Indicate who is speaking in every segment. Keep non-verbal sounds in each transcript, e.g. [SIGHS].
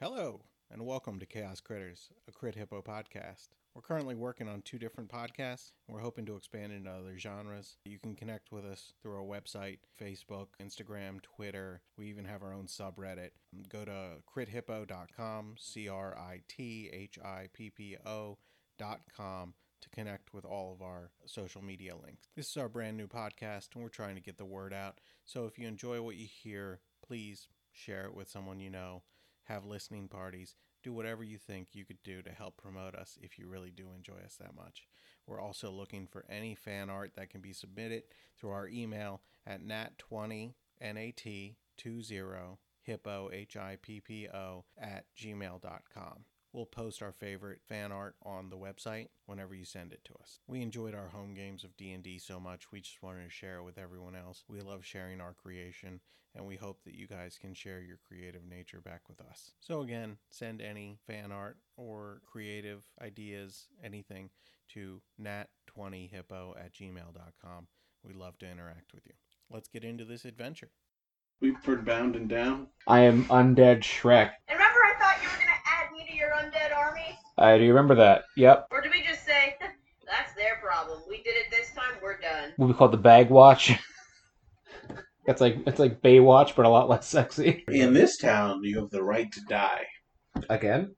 Speaker 1: Hello, and welcome to Chaos Critters, a Crit Hippo podcast. We're currently working on two different podcasts, and we're hoping to expand into other genres. You can connect with us through our website, Facebook, Instagram, Twitter. We even have our own subreddit. Go to crithippo.com, C R I T H I P P O.com to connect with all of our social media links. This is our brand new podcast, and we're trying to get the word out. So if you enjoy what you hear, please share it with someone you know have listening parties, do whatever you think you could do to help promote us if you really do enjoy us that much. We're also looking for any fan art that can be submitted through our email at nat20nat20 hippo h-i-p-p-o at gmail.com we'll post our favorite fan art on the website whenever you send it to us we enjoyed our home games of d&d so much we just wanted to share it with everyone else we love sharing our creation and we hope that you guys can share your creative nature back with us. So, again, send any fan art or creative ideas, anything, to nat20hippo at gmail.com. We'd love to interact with you. Let's get into this adventure.
Speaker 2: We've been bound and down.
Speaker 3: I am undead Shrek.
Speaker 4: And remember, I thought you were gonna add me to your undead army?
Speaker 3: I do remember that. Yep.
Speaker 4: Or did we just say, [LAUGHS] that's their problem? We did it this time, we're done.
Speaker 3: What we call it, the bag watch. [LAUGHS] It's like it's like Baywatch, but a lot less sexy.
Speaker 2: In this town, you have the right to die
Speaker 3: Again,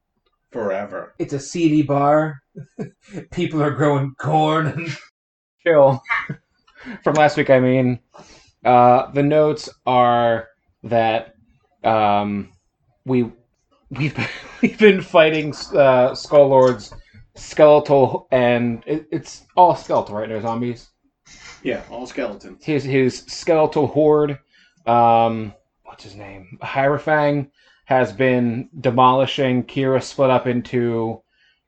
Speaker 2: forever.
Speaker 3: it's a seedy bar. [LAUGHS] People are growing corn [LAUGHS] and chill. [LAUGHS] From last week, I mean, uh, the notes are that um, we we've been, [LAUGHS] we've been fighting uh, skull lords, skeletal, and it, it's all skeletal, right? No zombies.
Speaker 2: Yeah, all skeletons.
Speaker 3: his his skeletal horde. Um, what's his name? Hierophang has been demolishing. Kira split up into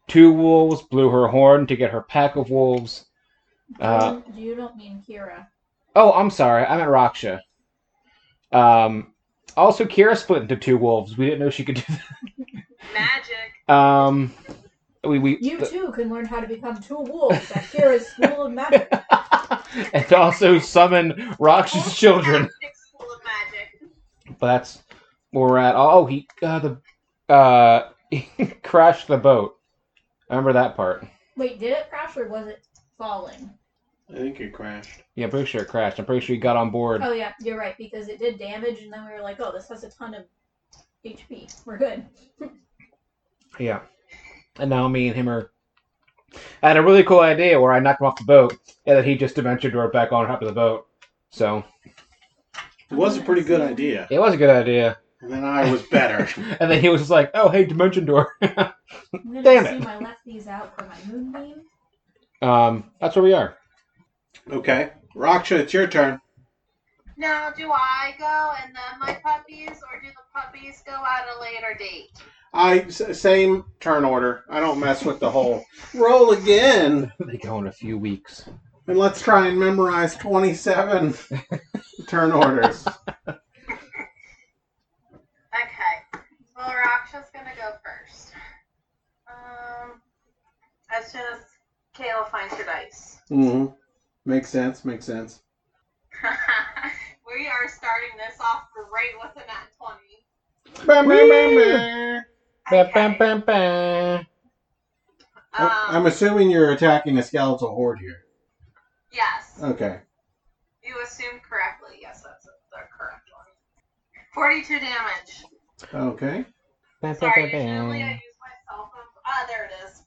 Speaker 3: two wolves, blew her horn to get her pack of wolves. Uh,
Speaker 5: Um, you don't mean Kira.
Speaker 3: oh, I'm sorry, I meant Raksha. Um, also, Kira split into two wolves. We didn't know she could do
Speaker 4: Magic.
Speaker 3: that. Um, we we
Speaker 5: You too can learn how to become two wolves at
Speaker 3: [LAUGHS]
Speaker 5: Kira's School of Magic.
Speaker 3: and also summon Raksha's children.
Speaker 4: Magic School of Magic.
Speaker 3: But that's where we're at. Oh, he uh, the uh, [LAUGHS] he crashed the boat. I remember that part.
Speaker 5: [LAUGHS] Wait, did it crash or was it falling?
Speaker 2: I think it crashed.
Speaker 3: Yeah, I'm pretty sure it crashed. I'm pretty sure he got on board.
Speaker 5: Oh yeah, you're right because it did damage, and then we were like, oh, this has a ton of HP.
Speaker 3: [LAUGHS]
Speaker 5: We're good.
Speaker 3: Yeah. And now me and him are. I had a really cool idea where I knocked him off the boat, and then he just adventure drove back on top of the boat. So
Speaker 2: It was a pretty good idea.
Speaker 3: it was a good idea.
Speaker 2: And then I was [LAUGHS] better.
Speaker 3: And then he was just like, "Oh, hey, dimension door." [LAUGHS]
Speaker 5: I'm gonna
Speaker 3: Damn
Speaker 5: assume
Speaker 3: it.
Speaker 5: I left these out for my moonbeam.
Speaker 3: um, that's where we are.
Speaker 2: okay. Raksha, it's your turn.
Speaker 4: Now, do I go and then my puppies, or do the puppies go at a later date?
Speaker 2: I s- same turn order. I don't mess with the whole roll again.
Speaker 3: They go in a few weeks.
Speaker 2: And let's try and memorize 27 turn orders.
Speaker 4: Okay. Well, Raksha's gonna go first. Um, as soon as Kayla finds her dice. [LAUGHS]
Speaker 2: hmm Makes sense. Makes sense.
Speaker 4: we are starting this off great with an at 20.
Speaker 2: Bam, bam, bam, bam.
Speaker 3: Ba, ba,
Speaker 4: Okay.
Speaker 3: ba, ba.
Speaker 2: I- I'm
Speaker 4: Um,
Speaker 2: assuming you're attacking a skeletal horde here.
Speaker 4: Yes.
Speaker 2: Okay.
Speaker 4: You assume correctly. Yes, that's the correct one. 42 damage.
Speaker 2: Okay.
Speaker 3: Ba, ba,
Speaker 4: Sorry,
Speaker 3: ba, ba.
Speaker 4: usually I use my cell phone. Ah, there it is.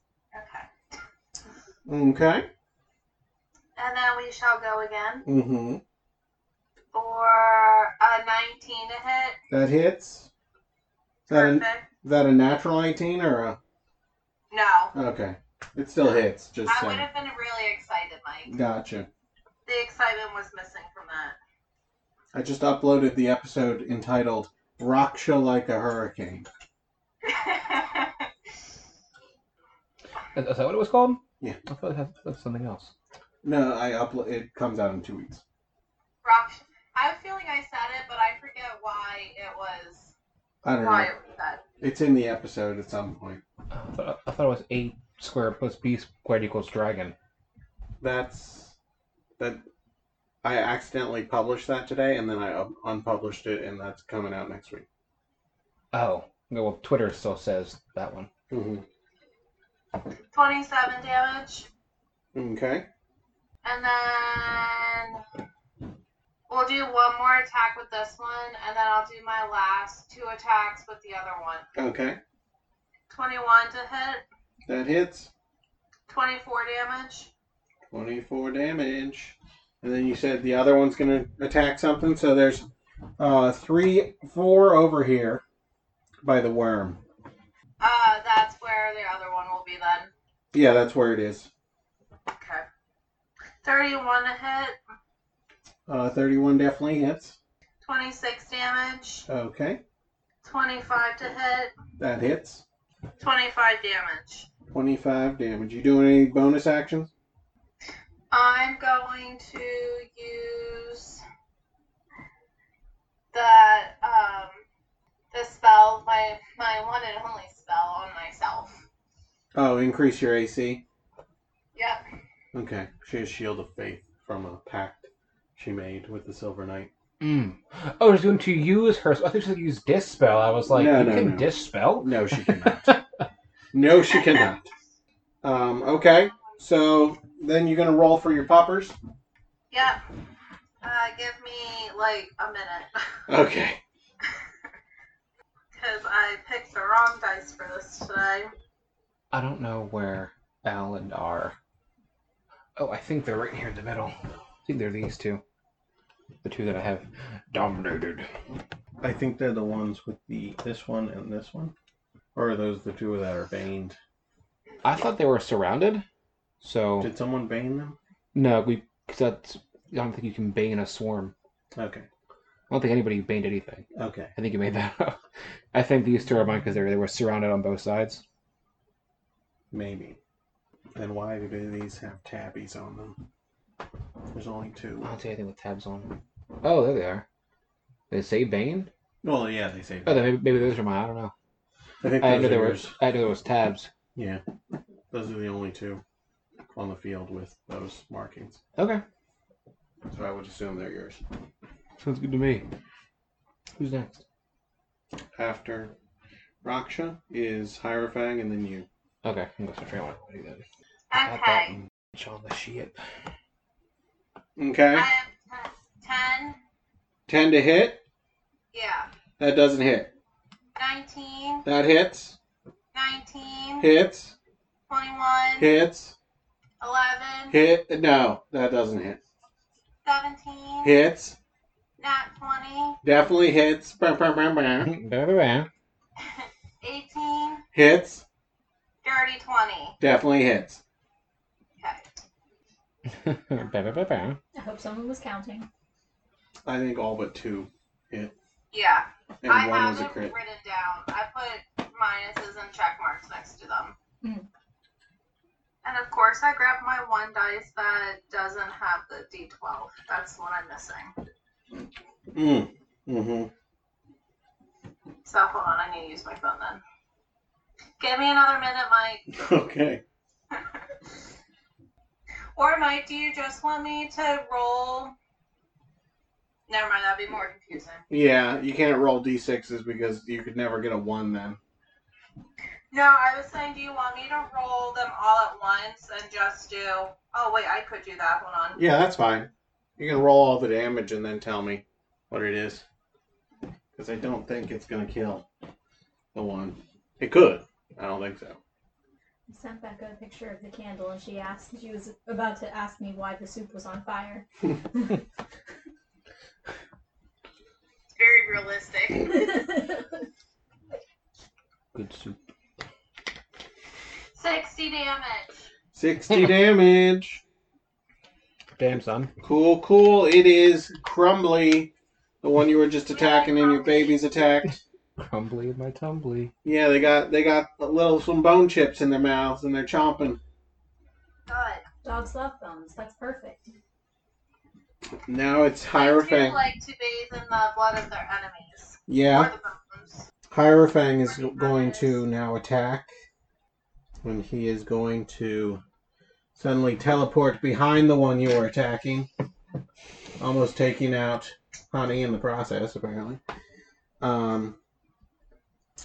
Speaker 4: Okay.
Speaker 2: Okay.
Speaker 4: And then we shall go again
Speaker 2: Mm-hmm.
Speaker 4: for a 19 to hit.
Speaker 2: That hits. Is that, a, is
Speaker 4: Perfect.
Speaker 2: that a natural 18 or a.
Speaker 4: No.
Speaker 2: Okay. It still hits, just
Speaker 4: I would
Speaker 2: saying.
Speaker 4: have been really excited, Mike.
Speaker 2: Gotcha.
Speaker 4: The excitement was missing from that.
Speaker 2: I
Speaker 4: [LAUGHS]
Speaker 2: just uploaded the episode entitled Raksha Like a Hurricane.
Speaker 3: Is, is that what it was called?
Speaker 2: Yeah.
Speaker 3: I thought that, that's something else.
Speaker 2: No, I upload. It comes out in two weeks.
Speaker 4: Rock. I have a feeling I said it, but I forget why it was.
Speaker 2: I don't
Speaker 4: Why
Speaker 2: know.
Speaker 4: it was said.
Speaker 2: It's in the episode at some point.
Speaker 3: I thought, I thought it was a squared plus b squared equals dragon.
Speaker 2: That's that. I accidentally published that today, and then I un- unpublished it, and that's coming out next week.
Speaker 3: Oh, no, well, Twitter still says that one.
Speaker 2: Mm-hmm.
Speaker 4: 27 damage.
Speaker 2: Okay.
Speaker 4: And then we'll do one more attack with this one, and then I'll do my last two attacks with the other one.
Speaker 2: Okay.
Speaker 4: 21 to hit,
Speaker 2: That hits
Speaker 4: 24 damage.
Speaker 2: twenty-four damage, and then you said the other one's gonna attack something. So there's uh three, four over here by the worm.
Speaker 4: Uh, that's where the other one will be then.
Speaker 2: Yeah, that's where it is.
Speaker 4: Okay. 31 to hit,
Speaker 2: Uh, thirty-one definitely hits.
Speaker 4: 26 damage.
Speaker 2: Okay,
Speaker 4: 25 to hit,
Speaker 2: that hits.
Speaker 4: 25 damage.
Speaker 2: 25 damage. You doing any bonus actions?
Speaker 4: I'm going to use that um the spell my my one and only spell on myself.
Speaker 2: Oh, increase your AC.
Speaker 4: Yep.
Speaker 2: Okay. She has Shield of Faith from a pact she made with the Silver Knight.
Speaker 3: Mm. Oh, she's going to use her. I thought she was going to use dispel. I was like,
Speaker 2: No,
Speaker 3: you
Speaker 2: no,
Speaker 3: can
Speaker 2: no.
Speaker 3: dispel?
Speaker 2: No, she cannot. no, she cannot. Um, okay. So then you're going to roll for your poppers.
Speaker 4: Yep. Uh, give me like a minute [LAUGHS]
Speaker 2: Okay.
Speaker 4: because I picked the wrong dice for this today.
Speaker 3: I don't know where Al and R. Oh, I think they're right here in the middle. I think they're these two. The two that I have dominated.
Speaker 2: I think they're the ones with the this one and this one. Or are those the two that are baned?
Speaker 3: I thought they were surrounded. So,
Speaker 2: Did someone bane them?
Speaker 3: no, we. Cause that's, I don't think you can bane a swarm.
Speaker 2: Okay.
Speaker 3: I don't think anybody baned anything.
Speaker 2: Okay.
Speaker 3: I think you made that up. I think these two are mine because they were surrounded on both sides.
Speaker 2: Maybe. Then why do these have tabbies on them? There's only two.
Speaker 3: I don't see anything with tabs on. Oh, there they are. They say Bane.
Speaker 2: Well, yeah, they say.
Speaker 3: Oh, then maybe, maybe those are mine. I don't know.
Speaker 2: I think
Speaker 3: I
Speaker 2: those
Speaker 3: didn't know
Speaker 2: are
Speaker 3: there were.
Speaker 2: yours.
Speaker 3: I didn't know there was tabs.
Speaker 2: Yeah, those are the only two on the field with those markings.
Speaker 3: Okay,
Speaker 2: So I would assume they're yours.
Speaker 3: sounds good to me. Who's next?
Speaker 2: After Raksha is Hierophang, and then you.
Speaker 3: Okay, I'm gonna try one. I'll do that. Pop that
Speaker 4: Okay.
Speaker 3: and bitch on the shit. [LAUGHS]
Speaker 2: Okay,
Speaker 4: I have ten- ten.
Speaker 2: ten to hit.
Speaker 4: Yeah.
Speaker 2: That doesn't hit.
Speaker 4: 19,
Speaker 2: That hits.
Speaker 4: 19,
Speaker 2: Hits.
Speaker 4: 21,
Speaker 2: Hits.
Speaker 4: 11,
Speaker 2: Hit. No, that doesn't hit.
Speaker 4: 17,
Speaker 2: Hits.
Speaker 4: not [LAUGHS] 20,
Speaker 2: Definitely hits. Bah, bah, bah, bah.
Speaker 3: Blah, blah, blah.
Speaker 4: 18,
Speaker 2: Hits.
Speaker 4: dirty 20.
Speaker 2: Definitely hits.
Speaker 4: Okay.
Speaker 3: Blah, blah, blah, blah.
Speaker 5: I hope someone was counting.
Speaker 2: I think all but two,
Speaker 4: Yeah.
Speaker 2: and
Speaker 4: I
Speaker 2: one
Speaker 4: have
Speaker 2: was a
Speaker 4: it
Speaker 2: crit.
Speaker 4: written down. I put minuses and check marks next to them.
Speaker 5: Mm.
Speaker 4: And of course, I grabbed my one dice that doesn't have the d12. That's the one I'm missing.
Speaker 2: Mm. Mm-hmm. [LAUGHS]
Speaker 4: So hold on, I need to use my phone then. Give me another minute, Mike.
Speaker 2: Okay.
Speaker 4: Or Mike, do you just want me to roll? Never mind, that'd be more confusing.
Speaker 2: Yeah, you can't roll d6s because you could never get a 1 then.
Speaker 4: No, I was saying, do you want me to roll them all at once and just do? Oh wait, I could do that. Hold on.
Speaker 2: Yeah, that's fine. You can roll all the damage and then tell me what it is. Because I don't think it's going to kill the one. It could. I don't think so.
Speaker 5: I sent Becca a picture of the candle and she asked, she was about to ask me why the soup was on fire. [LAUGHS]
Speaker 4: It's very realistic.
Speaker 3: Good soup.
Speaker 4: 60 damage.
Speaker 2: 60 damage.
Speaker 3: Damn son.
Speaker 2: Cool, cool. It is Crumbly, the one you were just attacking and your baby's attacked.
Speaker 3: Crumbly in my tumbly.
Speaker 2: Yeah, they got they got a little some bone chips in their mouths and they're chomping.
Speaker 4: God.
Speaker 5: Dogs love bones. That's perfect.
Speaker 2: Now it's
Speaker 4: They do
Speaker 2: Hierophant.
Speaker 4: like to bathe in the blood of their enemies.
Speaker 2: Yeah,
Speaker 4: Or the bones.
Speaker 2: Hierophant is going to now attack, and he is going to suddenly teleport behind the one you are attacking, almost taking out Honey in the process. Apparently, um,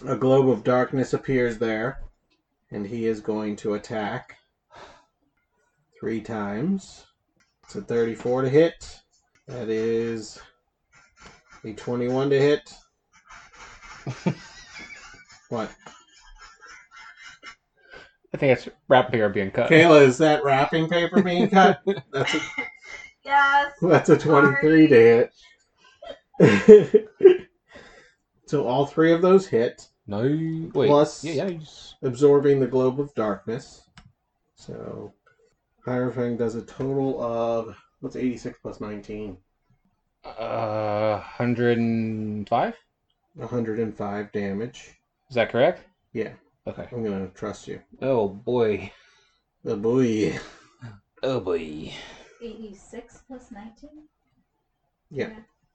Speaker 2: a globe of darkness appears there, and he is going to attack three times. It's a 34 to hit. That is a 21 to hit. What?
Speaker 3: I think it's wrapped paper being cut.
Speaker 2: Kayla, is that wrapping paper being cut? That's a,
Speaker 4: Yes.
Speaker 2: that's a 23 to hit. [LAUGHS] so all three of those hit,
Speaker 3: No. Wait.
Speaker 2: Plus-
Speaker 3: Yeah, yeah. you just-
Speaker 2: absorbing the globe of darkness. So Hierophant does a total of, what's 86 plus 19?
Speaker 3: Uh, 105?
Speaker 2: 105 damage.
Speaker 3: Is that correct?
Speaker 2: Yeah.
Speaker 3: Okay.
Speaker 2: I'm going to trust you.
Speaker 3: Oh boy.
Speaker 2: The boy.
Speaker 3: Oh boy.
Speaker 5: 86 plus 19?
Speaker 2: Yeah.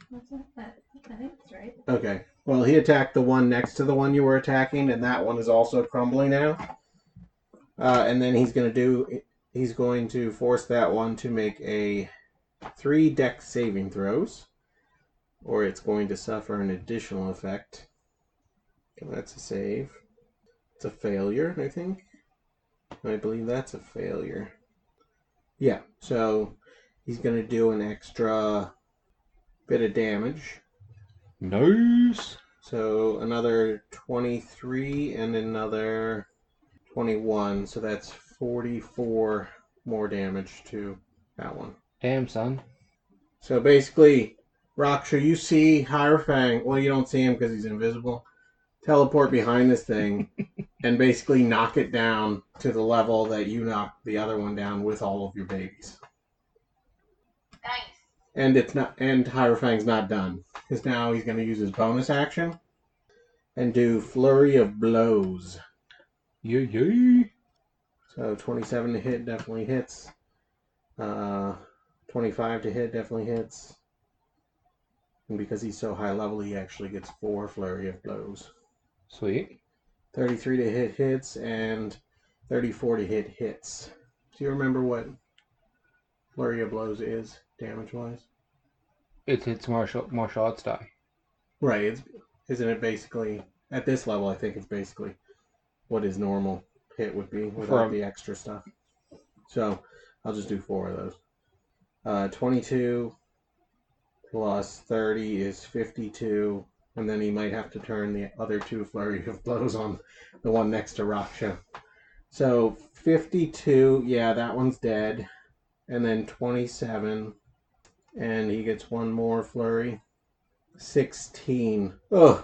Speaker 5: What's that? That- I think that's right.
Speaker 2: Okay. Well, he attacked the one next to the one you were attacking, and that one is also crumbling now. Uh, and then he's going to do. He's going to force that one to make a three deck saving throws, or it's going to suffer an additional effect. Okay, that's a save. It's a failure, I think. I believe that's a failure. Yeah, so he's going to do an extra bit of damage.
Speaker 3: Nice.
Speaker 2: So another 23 and another 21. So that's 44 more damage to that one.
Speaker 3: Damn son.
Speaker 2: So basically, Raksha, you see Hierophant. Well, you don't see him because he's invisible. Teleport behind this thing and basically knock it down to the level that you knocked the other one down with all of your babies.
Speaker 4: Nice.
Speaker 2: And it's not and Hierophang's not done. Because now he's gonna use his bonus action and do flurry of blows.
Speaker 3: Yeah, yeah.
Speaker 2: So 27 to hit definitely hits. Uh, 25 to hit definitely hits. And because he's so high level, he actually gets four flurry of blows.
Speaker 3: Sweet.
Speaker 2: 33 to hit hits and 34 to hit hits. Do you remember what flurry of blows is damage wise?
Speaker 3: It's it's martial martial arts die.
Speaker 2: Right. It's, isn't it basically at this level? I think it's basically what his normal hit would be without
Speaker 3: From-
Speaker 2: the extra stuff. So I'll just do four of those. Uh, Twenty-two plus thirty is fifty-two, and then he might have to turn the other two flurry of blows on the one next to Raksha. So fifty-two, yeah, that one's dead, and then twenty-seven, and he gets one more flurry. 16. Ugh.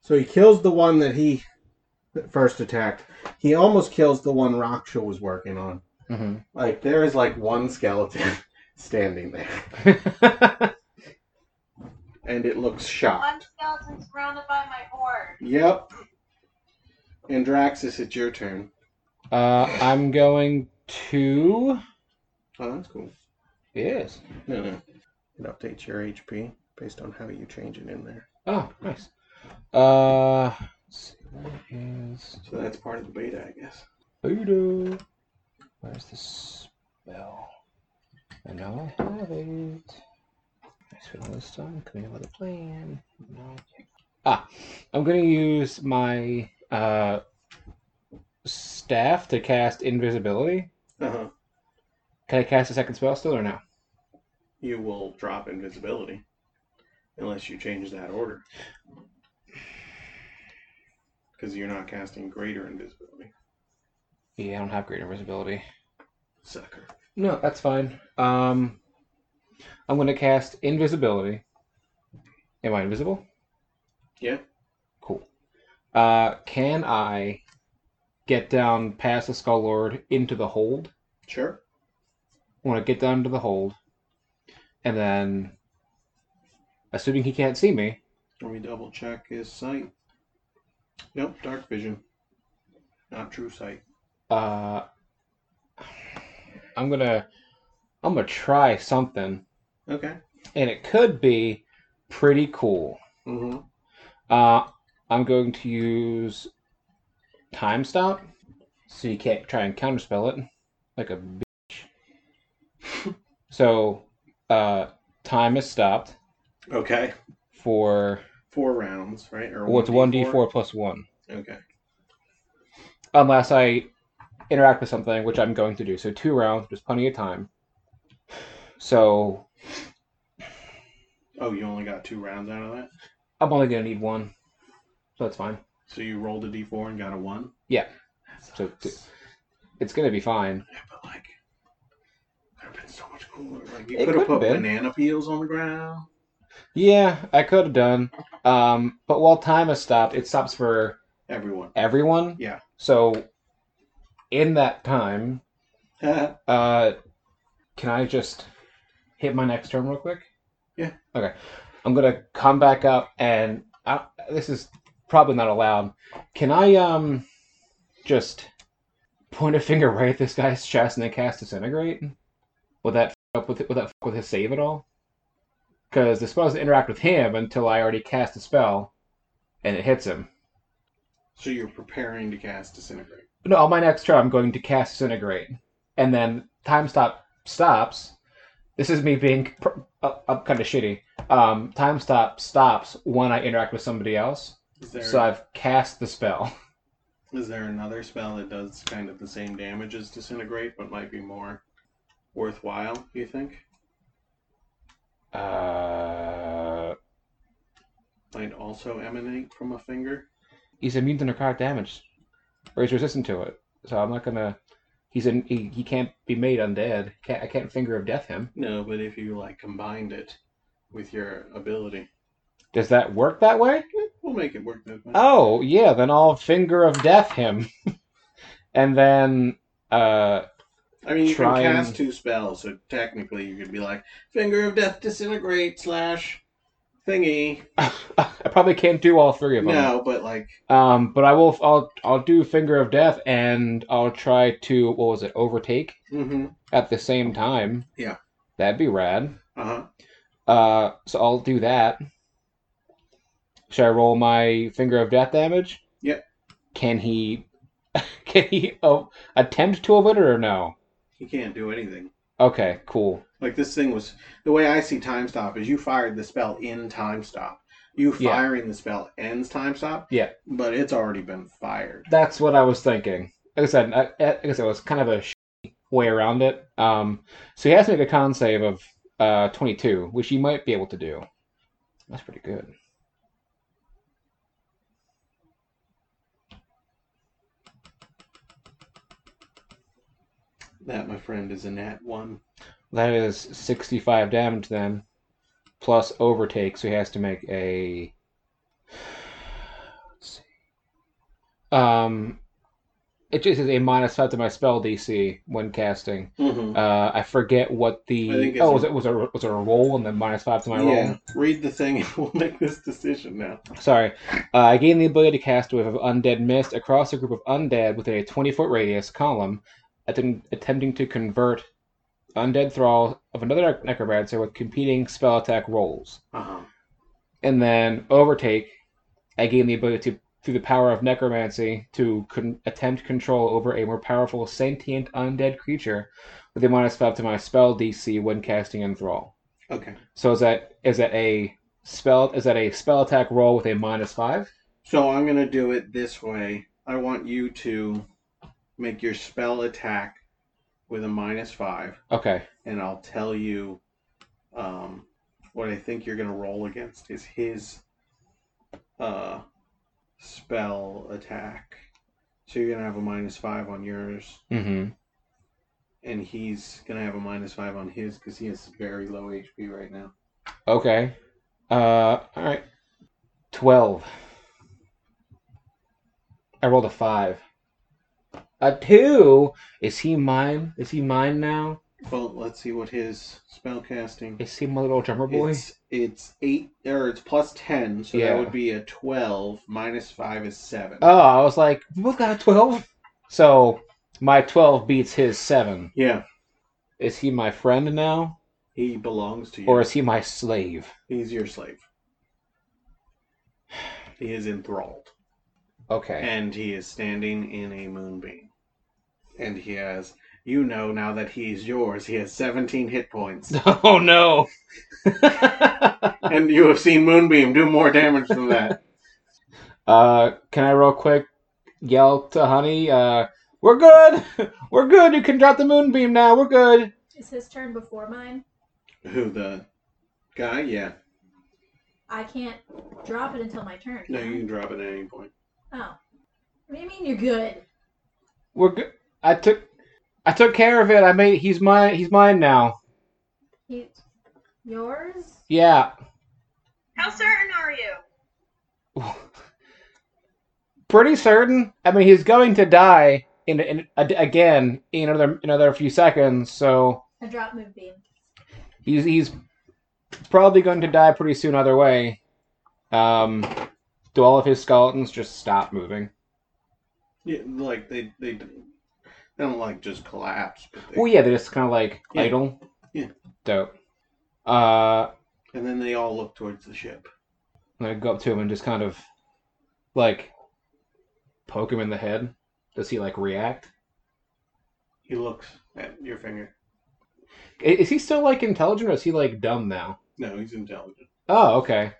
Speaker 2: So he kills the one that he first attacked. He almost kills the one Raksha was working on.
Speaker 3: Mm-hmm.
Speaker 2: Like, there is like one skeleton [LAUGHS] standing there. And it looks shocked.
Speaker 4: One skeleton surrounded by my horde.
Speaker 2: Yep. And Draxus, it's your turn.
Speaker 3: [LAUGHS] uh, I'm going to.
Speaker 2: Oh, that's cool.
Speaker 3: Yes.
Speaker 2: No, no. It updates your HP based on how you change it in there.
Speaker 3: Oh, nice. Uh, let's see. What is
Speaker 2: So that's part of the beta, I guess.
Speaker 3: Voodoo? Where's the spell? I know I have it. I spent all this time coming up with a plan. No. Ah, I'm gonna use my uh staff to cast invisibility.
Speaker 2: Uh huh.
Speaker 3: Can I cast a second spell still or no?
Speaker 2: You will drop invisibility unless you change that order. Because you're not casting greater invisibility.
Speaker 3: Yeah, I don't have great invisibility.
Speaker 2: Sucker.
Speaker 3: No, that's fine. Um, I'm gonna cast invisibility. Am I invisible?
Speaker 2: Yeah.
Speaker 3: Cool. Uh, can I get down past the Skull Lord into the hold?
Speaker 2: Sure.
Speaker 3: I want to get down to the hold, and then, assuming he can't see me,
Speaker 2: Let me double check his sight. Nope, dark vision. Not true sight.
Speaker 3: Uh, I'm gonna I'm gonna try something,
Speaker 2: Okay.
Speaker 3: and it could be pretty cool.
Speaker 2: Mm-hmm.
Speaker 3: Uh, I'm going to use time stop, so you can't try and counterspell it like a bitch. [LAUGHS] so, uh, time is stopped
Speaker 2: Okay.
Speaker 3: for
Speaker 2: Four rounds, right? Or
Speaker 3: what's one d four plus one,
Speaker 2: Okay.
Speaker 3: unless I interact with something, which I'm going to do. So two rounds, there's plenty of time. So
Speaker 2: Oh, you only got two rounds out of that?
Speaker 3: I'm only gonna need one, so that's fine.
Speaker 2: So you rolled a d4 and got a one?
Speaker 3: Yeah.
Speaker 2: That
Speaker 3: So
Speaker 2: sucks.
Speaker 3: t- it's gonna be fine.
Speaker 2: Yeah, but like, that would have been so much cooler. Like, you
Speaker 3: It
Speaker 2: could have put
Speaker 3: could've been.
Speaker 2: banana peels on the ground.
Speaker 3: Yeah, I could have done. Um, but while time has stopped, it stops for
Speaker 2: Everyone. [LAUGHS]
Speaker 3: everyone.
Speaker 2: Yeah.
Speaker 3: So in that time,
Speaker 2: yeah.
Speaker 3: uh, can I just hit my next turn real quick?
Speaker 2: Yeah.
Speaker 3: Okay. I'm gonna come back up, and I, this is probably not allowed. Can I um just point a finger right at this guy's chest and then cast disintegrate? Would that f- up with would that f- with his save at all? Because the spell doesn't interact with him until I already cast a spell, and it hits him.
Speaker 2: So you're preparing to cast disintegrate.
Speaker 3: No, on my next turn, I'm going to cast Disintegrate. And then time stop stops. This is me being pr- uh, uh, kind of shitty. Um, time stop stops when I interact with somebody else.
Speaker 2: Is there is
Speaker 3: So I've cast the spell.
Speaker 2: there another spell that does kind of the same damage as disintegrate, but might be more worthwhile? You think?
Speaker 3: Uh,
Speaker 2: Might also emanate from a finger.
Speaker 3: he's immune to necrotic damage, or he's resistant to it. So I'm not gonna. He's in. He, he can't be made undead. Can't, I can't finger of death him.
Speaker 2: No, but if you like combined it with your ability,
Speaker 3: Does that work that way?
Speaker 2: we'll make it work. That way.
Speaker 3: Oh, yeah, then I'll finger of death him. [LAUGHS] and then uh
Speaker 2: I mean, you
Speaker 3: try
Speaker 2: can
Speaker 3: and-
Speaker 2: cast two spells, so technically you could be like finger of death, disintegrate slash thingy.
Speaker 3: I probably can't do all three of them.
Speaker 2: No, but like
Speaker 3: Um but I will I'll I'll do finger of death and I'll try to what was it, overtake
Speaker 2: Mm-hmm.
Speaker 3: at the same time.
Speaker 2: Yeah.
Speaker 3: That'd be rad.
Speaker 2: Uh huh.
Speaker 3: Uh so I'll do that. Should I roll my finger of death damage?
Speaker 2: Yep.
Speaker 3: Can he [LAUGHS] can he oh, attempt to avoid it or no?
Speaker 2: He can't do anything.
Speaker 3: Okay, cool.
Speaker 2: Like this thing was the way I see time stop is you fired the spell in time stop. You
Speaker 3: Yeah.
Speaker 2: firing the spell ends time stop.
Speaker 3: Yeah.
Speaker 2: But it's already been fired.
Speaker 3: That's what I was thinking. Like I said, I, I guess it was kind of a sh- way around it. Um, so he has to make a con save of uh, 22, which he might be able to do. That's pretty good.
Speaker 2: That, my friend, is a nat one.
Speaker 3: That is 65 damage then, plus overtake, so he has to make a. Let's see. Um, it just is a minus five to my spell DC when casting.
Speaker 2: Mm-hmm.
Speaker 3: Uh, I forget what the
Speaker 2: I think it's
Speaker 3: oh
Speaker 2: a-
Speaker 3: was it was it was it a roll and then minus five to my roll.
Speaker 2: Yeah. Read the thing, and [LAUGHS] we'll make this decision now.
Speaker 3: Sorry. Uh, I gain the ability to cast a wave of undead mist across a group of undead within a 20 foot radius column, attem- attempting to convert undead thrall of another nec- necromancer with competing spell attack rolls.
Speaker 2: Uh huh.
Speaker 3: And then overtake, I gain the ability to, through the power of necromancy, to con- attempt control over a more powerful sentient undead creature with a minus 5 to my spell DC when casting enthrall.
Speaker 2: Okay.
Speaker 3: So is that is that a spell is that a spell attack roll with a minus 5?
Speaker 2: So I'm gonna do it this way. I want you to make your spell attack with a minus five.
Speaker 3: Okay.
Speaker 2: and I'll tell you um, what I think you're gonna roll against is his uh, spell attack. So you're gonna have a minus five on yours,
Speaker 3: Mm-hmm.
Speaker 2: and he's gonna have a minus five on his because he has very low HP right now.
Speaker 3: Okay. Uh, all right. Twelve. I rolled a five. A two. Is he mine? Is he mine now?
Speaker 2: Well, let's see what his spell casting.
Speaker 3: Is he my little drummer boy?
Speaker 2: It's, it's eight or it's plus ten, so
Speaker 3: Yeah.
Speaker 2: that would be a twelve. Minus five is seven.
Speaker 3: Oh, I was like, we both got a 12? So my 12 beats his 7.
Speaker 2: Yeah,
Speaker 3: Is he my friend now?
Speaker 2: he belongs to you.
Speaker 3: Or is he my slave?
Speaker 2: He's your slave. [SIGHS] He is enthralled.
Speaker 3: Okay.
Speaker 2: And he is standing in a moonbeam. And he has, you know, now that he's yours, he has 17 hit points.
Speaker 3: [LAUGHS] Oh no!
Speaker 2: and you have seen Moonbeam do more damage than that. [LAUGHS]
Speaker 3: uh, can I real quick yell to Honey? Uh, we're good. [LAUGHS] We're good. You can drop the moonbeam now. We're good.
Speaker 5: Is his turn before mine?
Speaker 2: Who, the guy? Yeah.
Speaker 5: I can't drop it until my turn.
Speaker 2: No,
Speaker 5: can I?
Speaker 2: you can drop it at any point.
Speaker 5: Oh. What do you mean you're good?
Speaker 3: We're good. I took, I took care of it. I made. He's mine. He's mine now.
Speaker 5: He, yours?
Speaker 3: Yeah. [LAUGHS]
Speaker 4: How certain are you?
Speaker 3: Pretty certain. I mean, he's going to die in, in a- again in another another few seconds. So
Speaker 5: I dropped Moonbeam.
Speaker 3: he's he's probably going to die pretty soon either way. Um, do all of his skeletons just stop moving?
Speaker 2: Yeah, like, they, they, they don't, like, just collapse. But they,
Speaker 3: Well, yeah, they're just kind of like
Speaker 2: Yeah.
Speaker 3: idle.
Speaker 2: Yeah.
Speaker 3: Dope. Uh,
Speaker 2: And then they all look towards the ship.
Speaker 3: and I go up to him and just kind of like poke him in the head. Does he like react?
Speaker 2: He looks at your finger.
Speaker 3: I- Is he still like intelligent or is he like dumb now?
Speaker 2: No, he's intelligent.
Speaker 3: Oh, okay.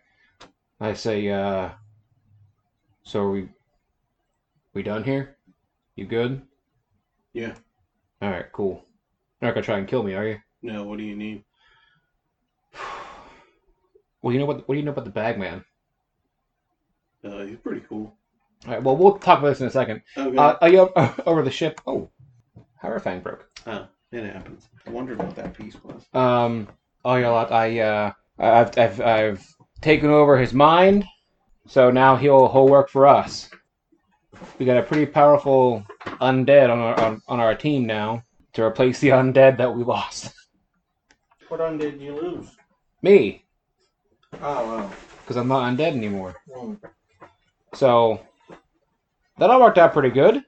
Speaker 3: I say, uh, so are we, we done here? You good?
Speaker 2: Yeah.
Speaker 3: All right, cool. You're not gonna try and kill me, are you? [SIGHS]
Speaker 2: No, what do you need?
Speaker 3: Well, you know what? What do you know about the Bagman?
Speaker 2: Uh, he's pretty cool.
Speaker 3: All right. Well, we'll talk about this in a second.
Speaker 2: Okay.
Speaker 3: Uh, are you up, [LAUGHS] over the ship? Oh, how her fang broke.
Speaker 2: it happens. I wondered what that piece was.
Speaker 3: Um. Oh, you're allowed. I uh. I- I've I've I've taken over his mind, so now he'll he'll work for us. We got a pretty powerful undead on our on, on our team now to replace the undead that we [LAUGHS] lost.
Speaker 2: What on did you lose?
Speaker 3: Me,
Speaker 2: Oh,
Speaker 3: because I'm not undead anymore.
Speaker 2: wow.
Speaker 3: So that all worked out pretty good.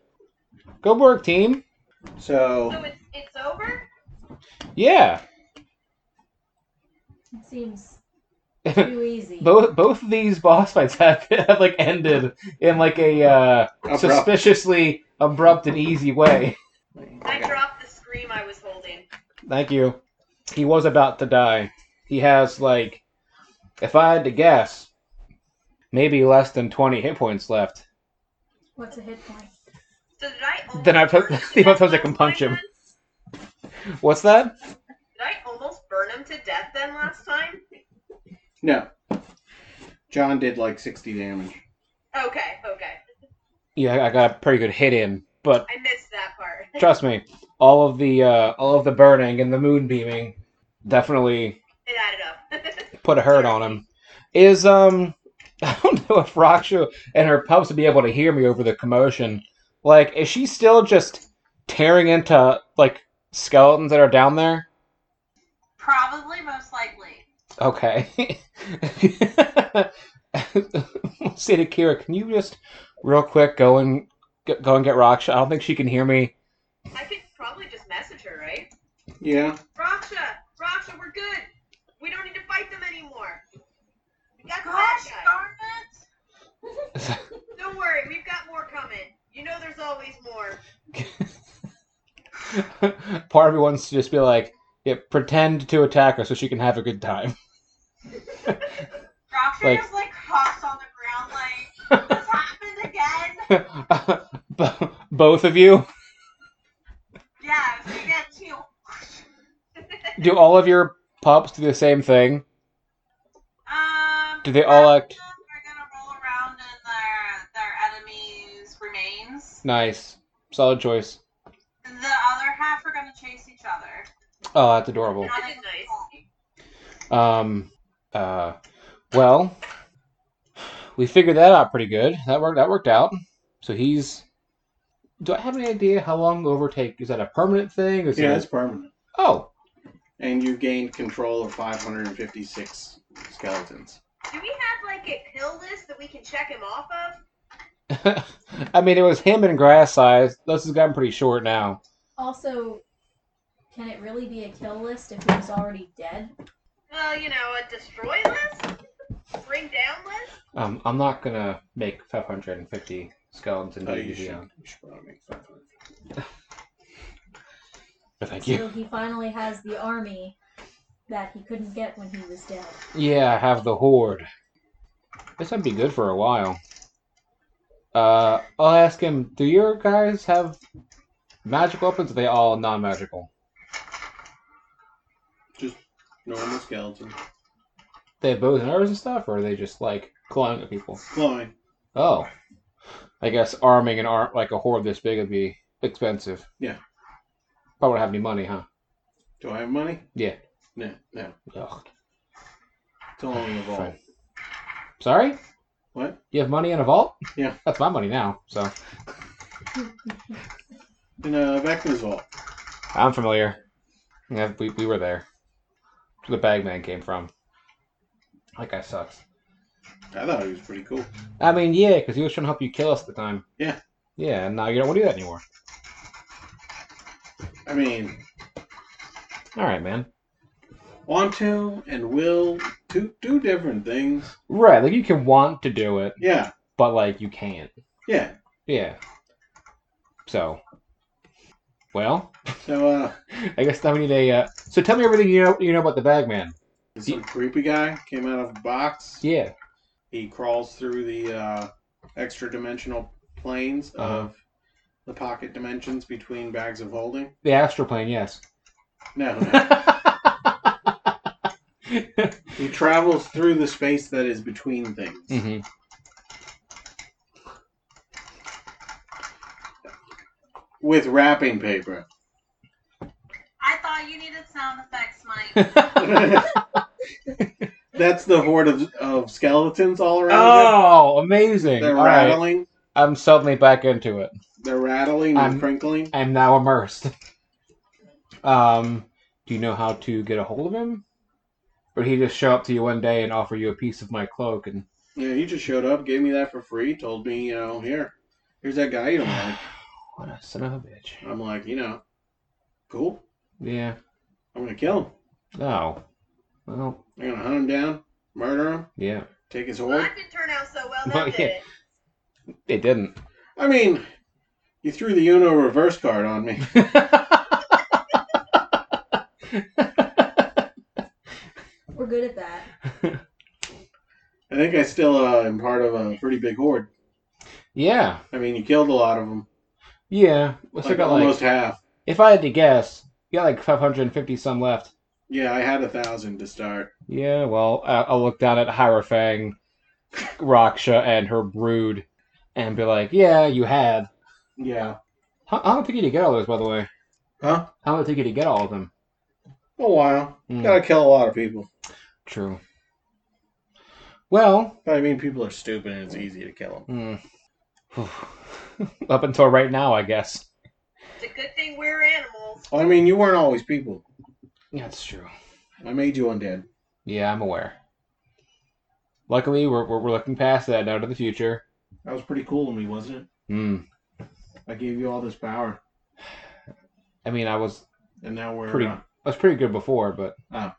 Speaker 3: Good work, team. Oh.
Speaker 2: So,
Speaker 4: So it's it's over?
Speaker 3: Yeah.
Speaker 5: It seems
Speaker 3: [LAUGHS]
Speaker 5: too easy.
Speaker 3: both both of these boss fights have, [LAUGHS] have like ended in like a uh, suspiciously abrupt and easy way.
Speaker 4: I dropped the scream I was holding.
Speaker 3: Thank you. He was about to die. He has like, if I had to guess, maybe less than twenty hit points left.
Speaker 5: What's a hit point?
Speaker 4: So did I almost
Speaker 3: Then I put- [LAUGHS]
Speaker 4: burn him
Speaker 3: the amount
Speaker 4: to
Speaker 3: of times
Speaker 4: death
Speaker 3: I can
Speaker 4: last
Speaker 3: punch
Speaker 4: time
Speaker 3: him.
Speaker 4: then?
Speaker 3: What's that?
Speaker 4: Did I almost burn him to death then last time?
Speaker 2: no. John did like 60 damage.
Speaker 4: Okay, okay.
Speaker 3: Yeah, I got a pretty good hit in, but
Speaker 4: I missed that part.
Speaker 3: trust me, all of the uh, all of the burning and the moon beaming definitely
Speaker 4: It added up.
Speaker 3: put a hurt on him. Is um [LAUGHS] I don't know if Raksha and her pups would be able to hear me over the commotion. Like, is she still just tearing into like skeletons that are down there?
Speaker 4: Probably, most likely.
Speaker 3: Okay. [LAUGHS] Say to Kira, can you just real quick go and go go and get Raksha? I don't think she can hear me. [LAUGHS]
Speaker 4: I could probably just message her, right?
Speaker 2: Yeah.
Speaker 4: Raksha! Raksha, we're good! We don't need to fight them anymore! We got
Speaker 5: Gosh
Speaker 4: that
Speaker 3: [LAUGHS]
Speaker 4: guy! Don't worry, we've got more coming. You know there's always more.
Speaker 3: Part of me wants to just be like, yeah, pretend to attack her so she can have a good time. [LAUGHS]
Speaker 4: Raksha
Speaker 3: Like-
Speaker 4: just like hops on the ground
Speaker 3: [LAUGHS]
Speaker 4: like, this happened again!
Speaker 3: Bo- Both of you.
Speaker 4: Yeah, so you get two.
Speaker 3: Do all of your pups do the same thing?
Speaker 4: Um,
Speaker 3: Do they all act-
Speaker 4: They're gonna roll around in their their enemies' remains.
Speaker 3: Nice. Solid choice.
Speaker 4: The other half are gonna chase each other.
Speaker 3: Oh, that's adorable.
Speaker 4: That is nice.
Speaker 3: Um, uh, well, we figured that out pretty good. That worked. That worked out. So he's. Do I have any idea how long overtake is that a permanent thing? Is
Speaker 2: Yeah,
Speaker 3: it
Speaker 2: it's permanent.
Speaker 3: Oh, [LAUGHS]
Speaker 2: And you gained control of 556 skeletons.
Speaker 4: Do we have like a kill list that we can check him off of?
Speaker 3: I mean, it was him and grass size. Those has gotten pretty short now.
Speaker 5: Also, can it really be a kill list if he was already dead?
Speaker 4: Well, you know, a destroy list? Bring down list?
Speaker 3: Um, I'm not gonna make 550 skeletons in
Speaker 2: Oh, you
Speaker 3: DDD.
Speaker 2: should,
Speaker 3: now.
Speaker 2: you should probably make 500.
Speaker 3: But thank you.
Speaker 5: So he finally has the army that he couldn't get when he was dead.
Speaker 3: Yeah, I have the horde. This would be good for a while. Uh, I'll ask him. Do your guys have magical weapons? Or are they all non-magical?
Speaker 2: Normal skeleton.
Speaker 3: They have bows and arrows and stuff, or are they just like clawing at people?
Speaker 2: Glowing.
Speaker 3: Oh, I guess arming an arm like a horde this big would be expensive.
Speaker 2: Yeah.
Speaker 3: Probably don't have any money, huh?
Speaker 2: Do I have money?
Speaker 3: Yeah.
Speaker 2: No, no.
Speaker 3: Ugh.
Speaker 2: It's all in the vault.
Speaker 3: Fine. Sorry?
Speaker 2: What?
Speaker 3: You have money in a vault?
Speaker 2: Yeah.
Speaker 3: That's my money now, so
Speaker 2: In uh, Vecna's vault.
Speaker 3: I'm familiar. Yeah, we, we were there. That's Where the bagman came from. That guy sucks.
Speaker 2: I thought it was pretty cool.
Speaker 3: I mean, yeah, because he was trying to help you kill us at the time.
Speaker 2: Yeah.
Speaker 3: Yeah, and now you don't want to do that anymore.
Speaker 2: I mean,
Speaker 3: All right, man.
Speaker 2: want to and will to do different things.
Speaker 3: Right, like you can want to do it,
Speaker 2: Yeah,
Speaker 3: but like you can't.
Speaker 2: yeah.
Speaker 3: Yeah. So, well,
Speaker 2: So, uh,
Speaker 3: I guess now we need a. Uh, so tell me everything you know you know about the Bagman.
Speaker 2: some creepy guy came out of a box.
Speaker 3: Yeah.
Speaker 2: he crawls through the uh, extra dimensional planes
Speaker 3: Uh-huh.
Speaker 2: of the pocket dimensions between bags of holding.
Speaker 3: The astroplane, [LAUGHS] yes. Mm-hmm.
Speaker 2: No,
Speaker 3: [LAUGHS]
Speaker 2: no. he travels through the space that is between things.
Speaker 3: hmm Mm-hmm.
Speaker 2: With wrapping paper. [LAUGHS]
Speaker 4: I thought you needed sound effects,
Speaker 3: [LAUGHS]
Speaker 4: Mike.
Speaker 2: That's the horde of, of skeletons all around
Speaker 3: oh,
Speaker 2: him.
Speaker 3: amazing!
Speaker 2: They're
Speaker 3: All right.
Speaker 2: rattling.
Speaker 3: I'm suddenly back into it.
Speaker 2: They're rattling and
Speaker 3: I'm-
Speaker 2: crinkling.
Speaker 3: I'm now immersed. Um, do you know how to get a hold of him, or he just show up to you one day and offer you a piece of my cloak? And [SIGHS]
Speaker 2: Yeah, he just showed up, gave me that for free, told me, you know, here, here's that guy you don't like.
Speaker 3: what a son of a bitch!
Speaker 2: I'm like, you know, cool.
Speaker 3: Yeah.
Speaker 2: I'm gonna kill him.
Speaker 3: Oh. Well.
Speaker 2: I'm gonna hunt him down, murder him,
Speaker 3: Yeah.
Speaker 2: take his
Speaker 4: Well,
Speaker 2: horde.
Speaker 4: that didn't turn out so well,
Speaker 3: Well,
Speaker 4: that did
Speaker 3: yeah.
Speaker 4: it.
Speaker 3: It didn't. [LAUGHS]
Speaker 2: I mean, you threw the Uno reverse card on me. [LAUGHS]
Speaker 5: We're good at that.
Speaker 2: I think I still uh, am part of a pretty big horde.
Speaker 3: yeah.
Speaker 2: I mean, you killed a lot of them,
Speaker 3: Yeah. What's
Speaker 2: like
Speaker 3: got like?
Speaker 2: almost half.
Speaker 3: If I had to guess, you got like 550 some left.
Speaker 2: Yeah, I had a thousand to start.
Speaker 3: Yeah, well, I- I'll look down at Hierophang, Raksha, and her brood, and be like, "Yeah, you had."
Speaker 2: Yeah.
Speaker 3: How, how long did it take you to get all those, by the way?
Speaker 2: Huh?
Speaker 3: How long did it take you to get all of them?
Speaker 2: A while.
Speaker 3: Hmm,
Speaker 2: Gotta kill a lot of people.
Speaker 3: true. Well,
Speaker 2: But I mean, people are stupid, and it's easy to kill them.
Speaker 3: hmm. [SIGHS] up until right now, I guess.
Speaker 4: It's a good thing we're animals.
Speaker 2: Well, I mean, you weren't always people.
Speaker 3: That's true.
Speaker 2: I made you undead.
Speaker 3: Yeah, I'm aware. Luckily, we're we're, we're looking past that now to the future.
Speaker 2: That was pretty cool of me, wasn't it?
Speaker 3: Hmm.
Speaker 2: I gave you all this power,
Speaker 3: I mean, I was
Speaker 2: and now we're.
Speaker 3: Pretty-
Speaker 2: uh,
Speaker 3: I was pretty good before, but
Speaker 2: Oh.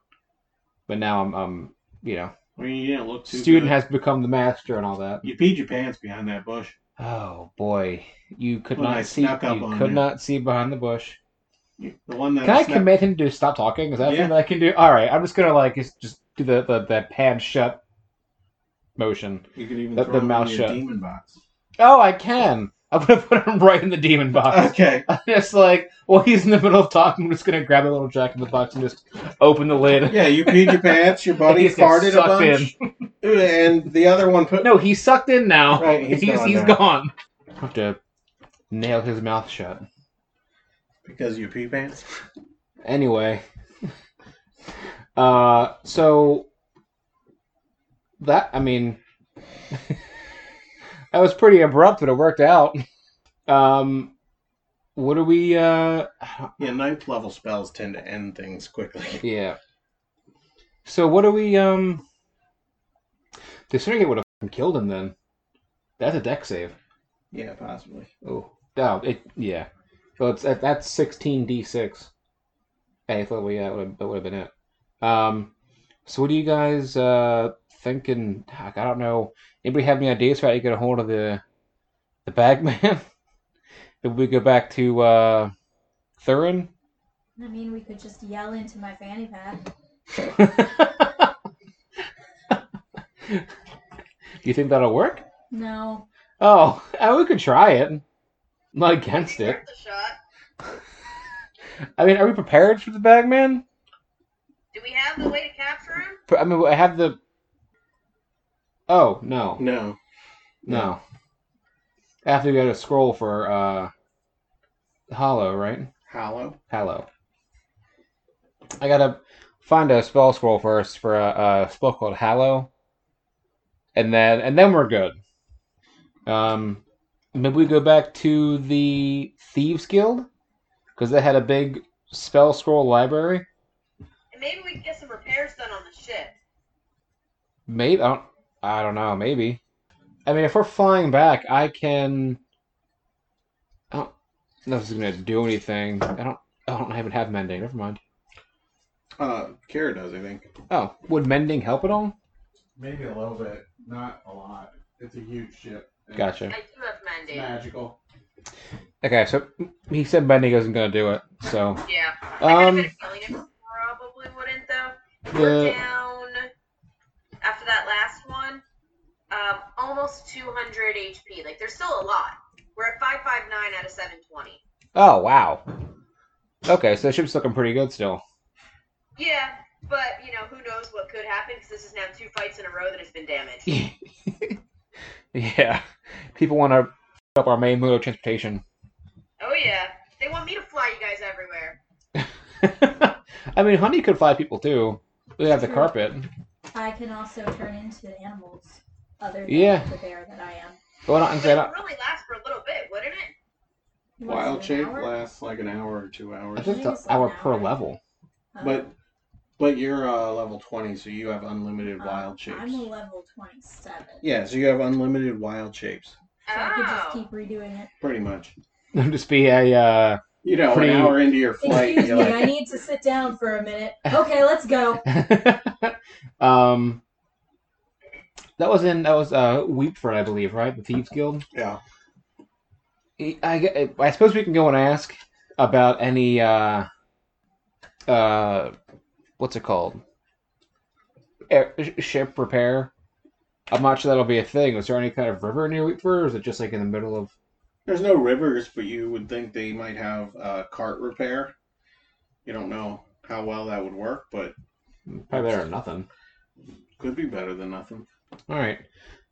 Speaker 3: but now I'm um you know
Speaker 2: I mean, you didn't look too.
Speaker 3: student
Speaker 2: good.
Speaker 3: has become the master and all that.
Speaker 2: You peed your pants behind that bush.
Speaker 3: Oh boy, you could
Speaker 2: When
Speaker 3: not
Speaker 2: I
Speaker 3: see.
Speaker 2: snuck up
Speaker 3: you
Speaker 2: on
Speaker 3: could
Speaker 2: you.
Speaker 3: not see behind the bush.
Speaker 2: You- The one that
Speaker 3: Can I
Speaker 2: snapped-
Speaker 3: command him to stop talking? Is that
Speaker 2: Yeah.
Speaker 3: something that I can do? All right, I'm just gonna like just, just do the the, the pan shut motion.
Speaker 2: You could even
Speaker 3: The-
Speaker 2: throw
Speaker 3: the
Speaker 2: him
Speaker 3: mouth
Speaker 2: in your
Speaker 3: shut.
Speaker 2: demon box.
Speaker 3: Oh, I can. I'm gonna put him right in the
Speaker 2: [LAUGHS]
Speaker 3: demon box.
Speaker 2: Okay.
Speaker 3: I'm just like while he's in the middle of talking, I'm just gonna grab a little jack in the box and just open the lid.
Speaker 2: Yeah, you peed your pants.
Speaker 3: [LAUGHS]
Speaker 2: Your buddy
Speaker 3: He's gonna
Speaker 2: farted a
Speaker 3: suck
Speaker 2: bunch, and the other one put.
Speaker 3: No, he's sucked in now.
Speaker 2: Right, he's
Speaker 3: he's he's,
Speaker 2: gone now.
Speaker 3: gone. I have to nail his mouth shut.
Speaker 2: Because you pee pants.
Speaker 3: Anyway, uh, so that I mean, [LAUGHS] that was pretty abrupt, but it worked out. Um, What are we? uh
Speaker 2: Yeah, ninth level spells tend to end things quickly. [LAUGHS]
Speaker 3: Yeah. So what are we? Um. The surrogate would have killed him then. That's a deck save.
Speaker 2: Yeah, possibly.
Speaker 3: Oh, no, it yeah. So it's that, that's sixteen d six. Eighth level, yeah, that would, uh, that would have been it. Um, so what do you guys uh thinking? Heck, I don't know. Anybody have any ideas for how you get a hold of the the [LAUGHS] bagman? if we go back to uh Thurin.
Speaker 5: I mean, we could just yell into my fanny pack.
Speaker 3: you think that'll work?
Speaker 5: No.
Speaker 3: Oh, [LAUGHS] uh, we could try it. I'm not against it.
Speaker 4: Worth a shot.
Speaker 3: I mean, are we prepared for the bagman?
Speaker 4: Do we have the way to capture him?
Speaker 3: P- I mean, I have the. Oh no,
Speaker 2: No.
Speaker 3: no. After we got a scroll for uh, Hollow, right?
Speaker 2: Hollow?
Speaker 3: Hollow. I gotta find a spell scroll first for a, a spell called Hallow, and then and then we're good. Um, maybe we go back to the Thieves Guild because they had a big spell scroll library.
Speaker 4: And maybe we can get some repairs done on the ship.
Speaker 3: Maybe I don't. I don't know. Maybe. I mean, if we're flying back, I can. I don't know if this is gonna do anything. I don't. I don't even have mending. Never mind.
Speaker 2: Uh, Kara does, I think.
Speaker 3: Oh, would mending help at all?
Speaker 2: Maybe a little bit. Not a lot. It's a huge ship.
Speaker 4: I
Speaker 3: Gotcha.
Speaker 4: do have mending.
Speaker 2: magical.
Speaker 3: Okay, so he said mending isn't gonna do it. So
Speaker 4: Yeah. I had a
Speaker 3: um,
Speaker 4: bit of feeling it probably wouldn't though. We're
Speaker 3: the
Speaker 4: down after that last one, um, almost 200 HP. Like there's still a lot. We're at 559 out of 720.
Speaker 3: oh wow. Okay, so the ship's looking pretty good still. [LAUGHS]
Speaker 4: Yeah, but you know who knows what could happen because this is now two fights in a row that has been damaged.
Speaker 3: yeah, people want to up our main mode of transportation.
Speaker 4: Oh yeah, they want me to fly you guys everywhere.
Speaker 3: [LAUGHS] I mean, honey could fly people too. We have the carpet.
Speaker 5: I can also turn into animals other than
Speaker 3: Yeah.
Speaker 5: the bear that I am.
Speaker 3: Well, I don't,
Speaker 4: But it
Speaker 3: I don't-
Speaker 4: would really last for a little bit, wouldn't it?
Speaker 5: What is it,
Speaker 2: Wild
Speaker 5: an
Speaker 2: shape
Speaker 5: hour?
Speaker 2: lasts like an hour or two
Speaker 3: I
Speaker 2: hours.
Speaker 5: think
Speaker 3: think
Speaker 5: it's
Speaker 3: it's
Speaker 5: an
Speaker 3: hour per
Speaker 5: hour.
Speaker 3: level. [LAUGHS]
Speaker 5: Uh,
Speaker 2: But but you're uh, level 20, so you have unlimited
Speaker 5: uh,
Speaker 2: wild shapes.
Speaker 5: I'm a level 27.
Speaker 2: Yeah, so you have unlimited wild shapes,
Speaker 5: So I could just
Speaker 4: Oh.
Speaker 5: keep redoing it.
Speaker 2: pretty much.
Speaker 3: It'll just be a uh,
Speaker 2: You know,
Speaker 3: Pretty-
Speaker 2: an hour into your flight,
Speaker 5: Excuse me,
Speaker 2: you're like,
Speaker 5: I need to sit down for a minute. Okay, let's go.
Speaker 3: [LAUGHS] um. That was in that was uh Weepford, I believe, right? The Thieves Guild.
Speaker 2: yeah.
Speaker 3: I, I, I suppose we can go and ask about any uh uh what's it called Air, sh- ship repair. I'm not sure that'll be a thing. Is there any kind of river near Weepford, or is it just like in the middle of?
Speaker 2: There's no rivers, but you would think they might have uh, cart repair. You don't know how well that would work, but
Speaker 3: Probably better than nothing.
Speaker 2: could be better than nothing.
Speaker 3: All right.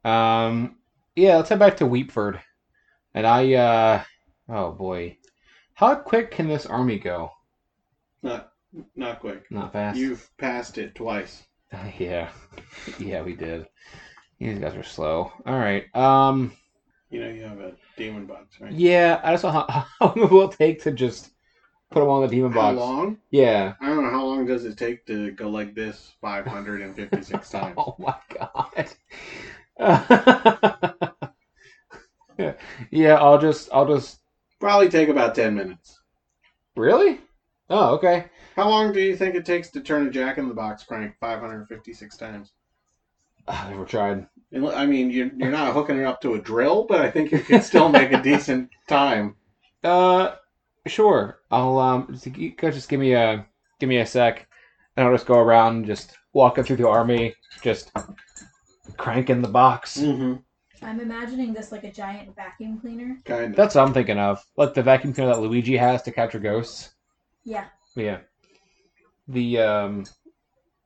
Speaker 3: Um, yeah, let's head back to Weepford. And I, uh, oh boy. How quick can this army go?
Speaker 2: Not not quick.
Speaker 3: Not fast.
Speaker 2: You've passed it twice.
Speaker 3: [LAUGHS] Yeah. Yeah, we did. These guys are slow. All right. Um,
Speaker 2: You know you have a demon box, right?
Speaker 3: yeah, I just know how, [LAUGHS] how long it will take to just put them on the demon
Speaker 2: How
Speaker 3: box.
Speaker 2: long?
Speaker 3: Yeah.
Speaker 2: I don't know how long does it take to go like this [LAUGHS] 556 times.
Speaker 3: [LAUGHS] Oh my god. [LAUGHS] yeah, I'll just, I'll just,
Speaker 2: Probably take about 10 minutes.
Speaker 3: really? Oh, okay. [SIGHS]
Speaker 2: How long do you think it takes to turn a jack in the box crank 556 times?
Speaker 3: I've never tried.
Speaker 2: And, I mean, you're, you're not hooking it up to a drill, but I think you can still make [LAUGHS] a decent time.
Speaker 3: Uh, sure. I'll um, just, you guys just give me a give me a sec, and I'll just go around just walking through the army, just cranking the box.
Speaker 2: Mm-hmm.
Speaker 5: I'm imagining this like a giant vacuum cleaner.
Speaker 2: Kind of.
Speaker 3: That's what I'm thinking of, like the vacuum cleaner that Luigi has to capture ghosts.
Speaker 5: Yeah.
Speaker 3: Yeah. The um,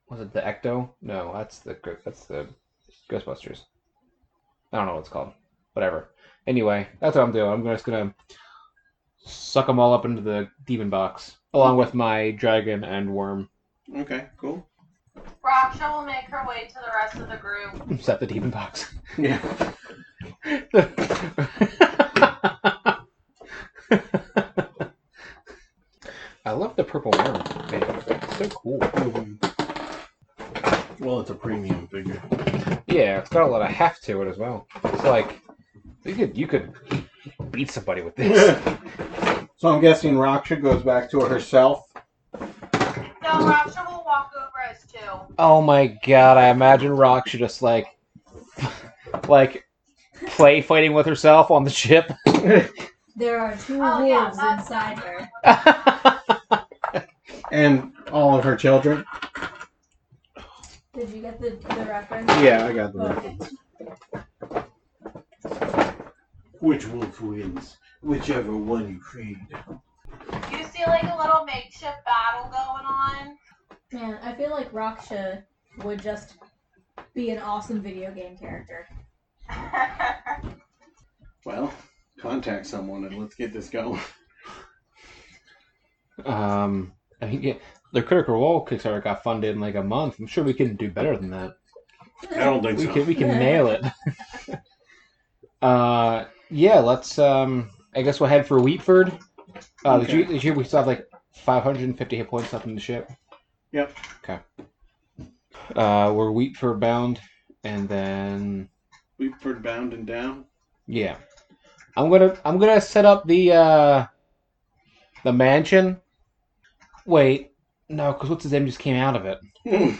Speaker 3: was it the Ecto? No, that's the gr- that's the Ghostbusters. I don't know what it's called. Whatever. Anyway, that's what I'm doing. I'm just gonna suck them all up into the demon box, along with my dragon and worm. [LAUGHS]
Speaker 2: Okay, cool.
Speaker 4: Raksha will make her way to the rest of the group.
Speaker 3: Set the demon box.
Speaker 2: [LAUGHS] Yeah.
Speaker 3: I love the purple worm figure. It's so cool.
Speaker 2: Mm-hmm. Well, it's a premium figure.
Speaker 3: Yeah, it's got a lot of heft to it as well. It's like you could you could beat somebody with this.
Speaker 2: [LAUGHS] So I'm guessing Raksha goes back to herself.
Speaker 4: No, Raksha will walk over us too.
Speaker 3: oh my god! I imagine Rock should just like [LAUGHS] like play fighting with herself on the ship. [LAUGHS]
Speaker 5: There are two
Speaker 4: Oh, yeah,
Speaker 5: wolves
Speaker 4: that's-
Speaker 5: inside her.
Speaker 2: and all of her children.
Speaker 5: Did you get the, the reference?
Speaker 2: Yeah, I got
Speaker 5: Oh, okay.
Speaker 2: Which wolf wins? Whichever one you feed.
Speaker 4: You see like a little makeshift battle going on. [LAUGHS]
Speaker 5: Man, I feel like Raksha would just be an awesome video game character.
Speaker 2: Well, contact someone and let's get this going.
Speaker 3: um, I think yeah, the Critical Role Kickstarter got funded in like a month. I'm sure we can do better than that.
Speaker 2: [LAUGHS] I don't think
Speaker 3: We
Speaker 2: so.
Speaker 3: can we can
Speaker 2: [LAUGHS]
Speaker 3: nail it. uh, yeah, let's. Um, I guess we'll head for Wheatford. Uh, did
Speaker 2: Okay.
Speaker 3: you did you we still have like 550 hit points left in the ship?
Speaker 2: Yep.
Speaker 3: Okay. Uh, we're Wheatford bound, and then
Speaker 2: Weepford bound and down.
Speaker 3: yeah, I'm gonna I'm gonna set up the uh, the mansion. Wait, no, because what's his name just came out of it.
Speaker 2: Hmm.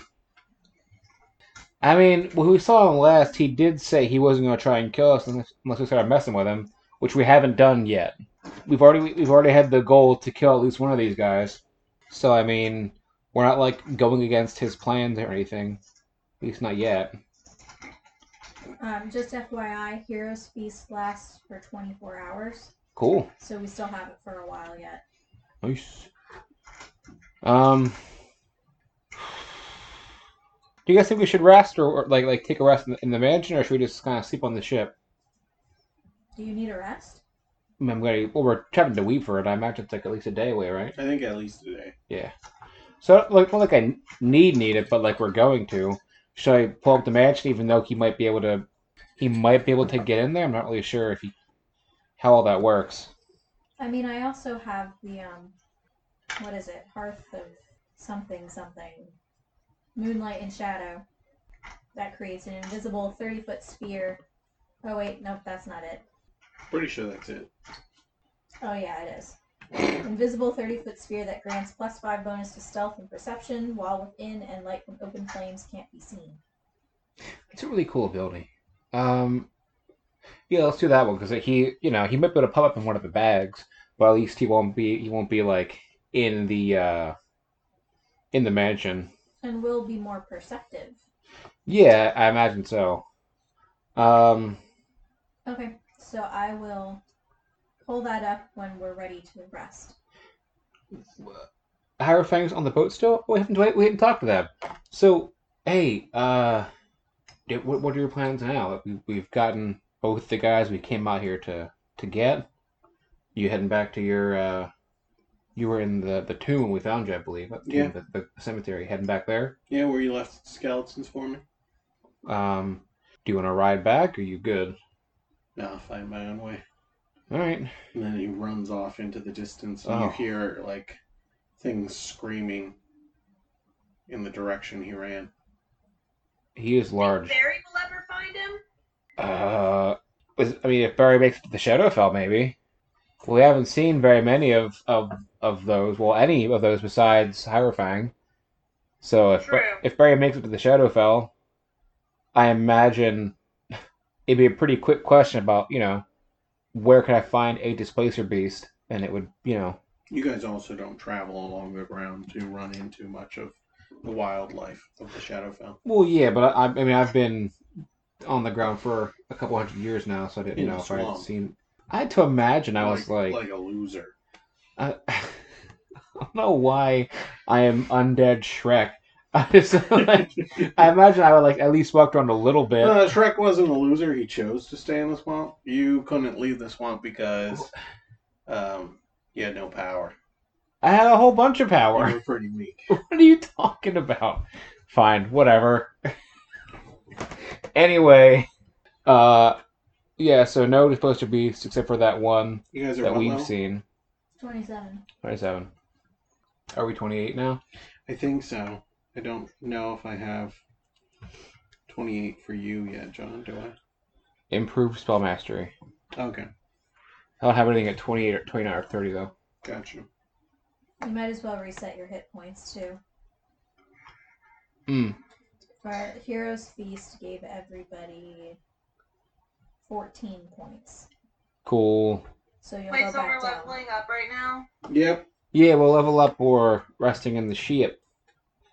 Speaker 3: I mean, when we saw him last, he did say he wasn't going to try and kill us unless, unless we started messing with him, which we haven't done yet. We've already we've already had the goal to kill at least one of these guys, so I mean, we're not like going against his plans or anything, at least not yet.
Speaker 5: Um, just FYI, Heroes Feast lasts for 24 hours,
Speaker 3: Cool.
Speaker 5: so we still have it for a while yet.
Speaker 3: Nice. Um. Do you guys think we should rest or, or like like take a rest in the, in the mansion, or should we just kind of sleep on the ship?
Speaker 5: Do you need a rest?
Speaker 3: I mean, I'm gonna. Well, we're traveling to Weaver, I imagine it's like at least a day away, right?
Speaker 2: I think at least today.
Speaker 3: So, like, not like I need need it, but like we're going to. Should I pull up the mansion, even though he might be able to? He might be able to get in there. I'm not really sure if he how all that works.
Speaker 5: I mean, I also have the, um, what is it? Hearth of something something. Moonlight and Shadow. That creates an invisible 30 foot sphere. Oh, wait, nope, that's not it.
Speaker 2: Pretty sure that's it.
Speaker 5: Oh yeah, it is. Invisible 30 foot sphere that grants plus 5 bonus to stealth and perception while within and light from open flames can't be seen.
Speaker 3: It's a really cool ability. Um, yeah, let's do that one because he, you know, he might be able to pop up in one of the bags, but at least he won't be he won't be like in the uh in the mansion.
Speaker 5: And will be more perceptive.
Speaker 3: Yeah, I imagine so. Um,
Speaker 5: Okay, so I will pull that up when we're ready to rest.
Speaker 3: Hierophant's on the boat still? We haven't we haven't talked to them. So, hey, uh, d- what what are your plans now? We we've gotten both the guys we came out here to to get. You heading back to your uh, you were in the the tomb when we found you, I believe. That tomb,
Speaker 2: Yeah.
Speaker 3: The, the cemetery. Heading back there.
Speaker 2: Yeah, where you left skeletons for me?
Speaker 3: Um, do you want to ride back? Or are you good?
Speaker 2: No, I'll find my own way.
Speaker 3: All right.
Speaker 2: And then he runs off into the distance, and
Speaker 3: Oh.
Speaker 2: you hear like things screaming in the direction he ran.
Speaker 3: He is large.
Speaker 4: Barry will ever find him?
Speaker 3: Uh, was- I mean, if Barry makes it to the Shadowfell, maybe. We haven't seen very many of of of those. Well, any of those besides Hierophang. So if Bar-
Speaker 4: True.
Speaker 3: if Barry makes it to the Shadowfell, I imagine it'd be a pretty quick question about you know where can I find a displacer beast, and it would you know
Speaker 2: You guys also don't travel along the ground to run into much of the wildlife of the Shadowfell.
Speaker 3: well yeah, but I, I mean I've been on the ground for a couple hundred years now, so I didn't
Speaker 2: In
Speaker 3: know
Speaker 2: the
Speaker 3: if I had
Speaker 2: swamp.
Speaker 3: seen. I had to imagine I was
Speaker 2: like
Speaker 3: like
Speaker 2: a loser.
Speaker 3: I, Uh, [LAUGHS] I don't know why I am undead Shrek. [LAUGHS] I just like I imagine I would like at least walk around a little bit.
Speaker 2: Uh, Shrek wasn't a loser. He chose to stay in the swamp. You couldn't leave the swamp because um, you had no power.
Speaker 3: I had a whole bunch of
Speaker 2: You
Speaker 3: power. [LAUGHS]
Speaker 2: were pretty weak.
Speaker 3: What are you talking about? Fine, whatever. [LAUGHS] anyway, uh, yeah. So no displacer beasts except for that one
Speaker 2: You guys are
Speaker 3: that
Speaker 2: what
Speaker 3: we've
Speaker 2: level?
Speaker 3: seen.
Speaker 5: 27.
Speaker 3: Twenty-seven. Are we 28 now?
Speaker 2: I think so. I don't know if I have 28 for you yet, John. Do
Speaker 3: Improve spell mastery.
Speaker 2: I? Okay,
Speaker 3: I don't have anything at 28 or 29 or 30 though.
Speaker 2: gotcha.
Speaker 5: You might as well reset your hit points too.
Speaker 3: Hmm.
Speaker 5: But Heroes Feast gave everybody 14 points.
Speaker 3: Cool.
Speaker 5: So you'll
Speaker 4: Wait,
Speaker 5: go
Speaker 4: so
Speaker 5: back
Speaker 4: we're
Speaker 5: down.
Speaker 4: leveling up right now?
Speaker 2: Yep.
Speaker 3: Yeah, we'll level up or resting in the ship.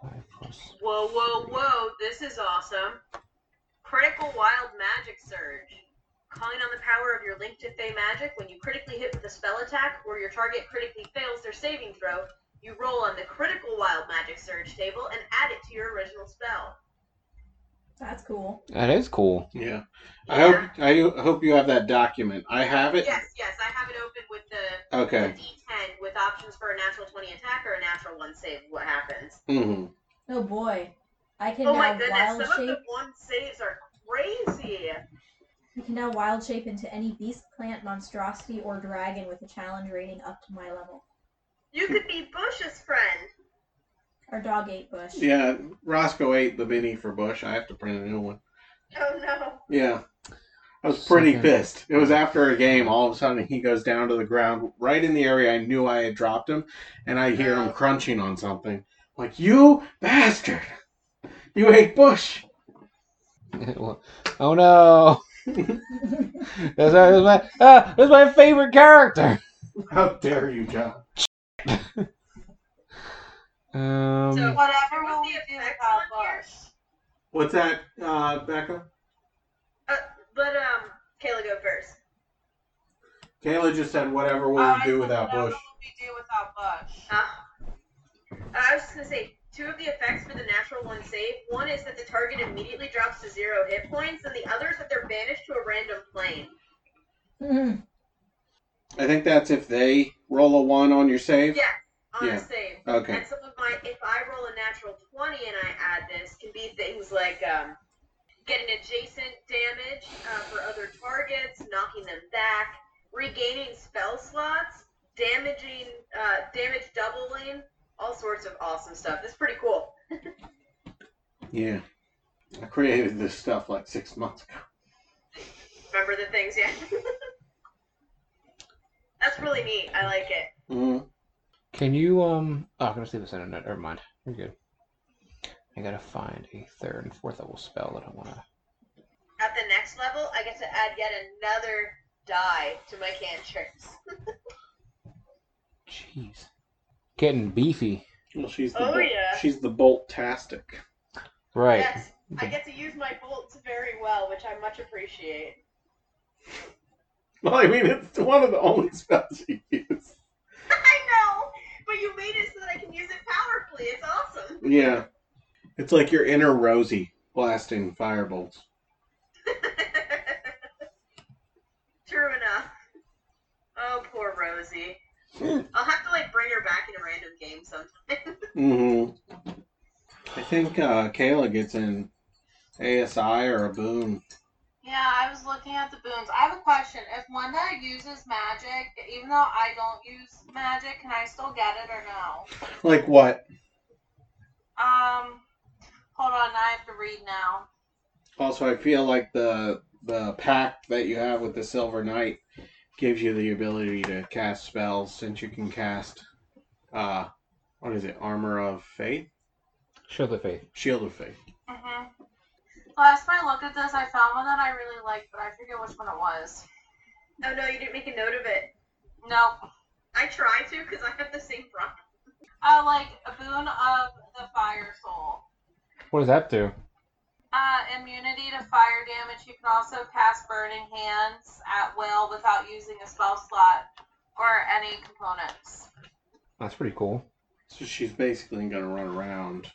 Speaker 3: Five plus-
Speaker 4: Whoa, whoa, whoa, this is awesome. Critical wild magic surge. Calling on the power of your linked to Fey magic, when you critically hit with a spell attack or your target critically fails their saving throw, you roll on the critical wild magic surge table and add it to your original spell.
Speaker 5: That's cool.
Speaker 3: That is cool. [LAUGHS]
Speaker 2: Yeah. I hope I hope you have that document. I have it.
Speaker 4: Yes, yes, I have it open with the, the
Speaker 2: Okay.
Speaker 4: D10 with options for a natural 20 attack or a natural 1 save. What happens?
Speaker 2: hmm
Speaker 5: Oh boy. I can
Speaker 4: Oh
Speaker 5: now
Speaker 4: my goodness,
Speaker 5: wild
Speaker 4: some of
Speaker 5: shape.
Speaker 4: the 1 saves are crazy.
Speaker 5: You can now wild shape into any beast, plant, monstrosity, or dragon with a challenge rating up to my level.
Speaker 4: You could be Bush's friend.
Speaker 5: Or dog ate bush.
Speaker 2: Yeah. Roscoe ate the mini for Bush. I have to print a new one.
Speaker 4: Oh no.
Speaker 2: Yeah. I was pretty
Speaker 3: Second.
Speaker 2: pissed. It was after a game. All of a sudden, he goes down to the ground right in the area I knew I had dropped him, and I hear him crunching on something. like, you bastard! You ate Bush!
Speaker 3: oh no! that's, my, that's, my, ah, that's my favorite character!
Speaker 2: How dare you, John?
Speaker 3: Um,
Speaker 4: So- What
Speaker 6: Whatever will
Speaker 4: was
Speaker 6: we
Speaker 4: the
Speaker 6: do
Speaker 4: effect
Speaker 6: without
Speaker 4: on here?
Speaker 6: Bush?
Speaker 2: What's that, uh, Becca?
Speaker 4: But um, Kayla go first.
Speaker 2: Kayla just said, whatever will
Speaker 6: I
Speaker 2: we do
Speaker 6: said,
Speaker 2: without
Speaker 6: whatever
Speaker 2: Bush?
Speaker 6: will we do without Bush?
Speaker 4: Uh, I was just gonna say two of the effects for the natural one save. One is that the target immediately drops to zero hit points, and the other is that they're banished to a random plane.
Speaker 5: Mhm.
Speaker 2: I think that's if they roll a 1 on your save?
Speaker 4: Yeah, on
Speaker 2: Yeah.
Speaker 4: a save.
Speaker 2: Okay.
Speaker 4: And some of my, if I roll a natural twenty and I add this, can be things like um, getting adjacent damage uh, for other targets, knocking them back, regaining spell slots, damaging, uh, damage doubling, all sorts of awesome stuff. It's pretty cool.
Speaker 2: Yeah. I created this stuff like six months ago.
Speaker 4: remember the things yeah. [LAUGHS] That's really neat. I like it.
Speaker 2: Mm.
Speaker 3: Can you um? Oh, I'm gonna save this in a note. Never mind. You're good. I gotta find a third and fourth level spell that I wanna.
Speaker 4: At the next level, I get to add yet another die to my cantrips.
Speaker 3: Jeez, getting beefy.
Speaker 2: Well, she's the
Speaker 4: Oh,
Speaker 2: bolt-
Speaker 4: yeah.
Speaker 2: She's the bolt-tastic.
Speaker 3: Right.
Speaker 4: Yes, I get to use my bolts very well, which I much appreciate.
Speaker 2: [LAUGHS] Well, I mean, it's one of the only spells you use.
Speaker 4: [LAUGHS] I know, but you made it so that I can use it powerfully. It's awesome. [LAUGHS]
Speaker 2: Yeah. It's like your inner Rosie blasting firebolts.
Speaker 4: True enough. Oh, poor Rosie. I'll have to like bring her back in a random game sometime.
Speaker 2: hmm I think uh, Kayla gets an ASI or a boon.
Speaker 6: Yeah, I was looking at the boons. I have a question. If Wanda uses magic, even though I don't use magic, can I still get it or no?
Speaker 2: Like what?
Speaker 6: Um, hold on, I have to read now.
Speaker 2: Also, I feel like the the pact that you have with the Silver Knight gives you the ability to cast spells since you can cast uh what is it? Armor of Faith?
Speaker 3: Show the faith.
Speaker 2: Shield of Faith.
Speaker 6: Mhm. Last time I looked at this, I found one that I really liked, but I forget which one it was.
Speaker 4: Oh no, you didn't make a note of it.
Speaker 6: Nope.
Speaker 4: I try to because I have the same problem.
Speaker 6: I Uh, like a boon of the fire soul.
Speaker 3: What does that do?
Speaker 6: Uh, immunity to fire damage. You can also cast burning hands at will without using a spell slot or any components.
Speaker 3: That's pretty cool.
Speaker 2: So she's basically gonna run around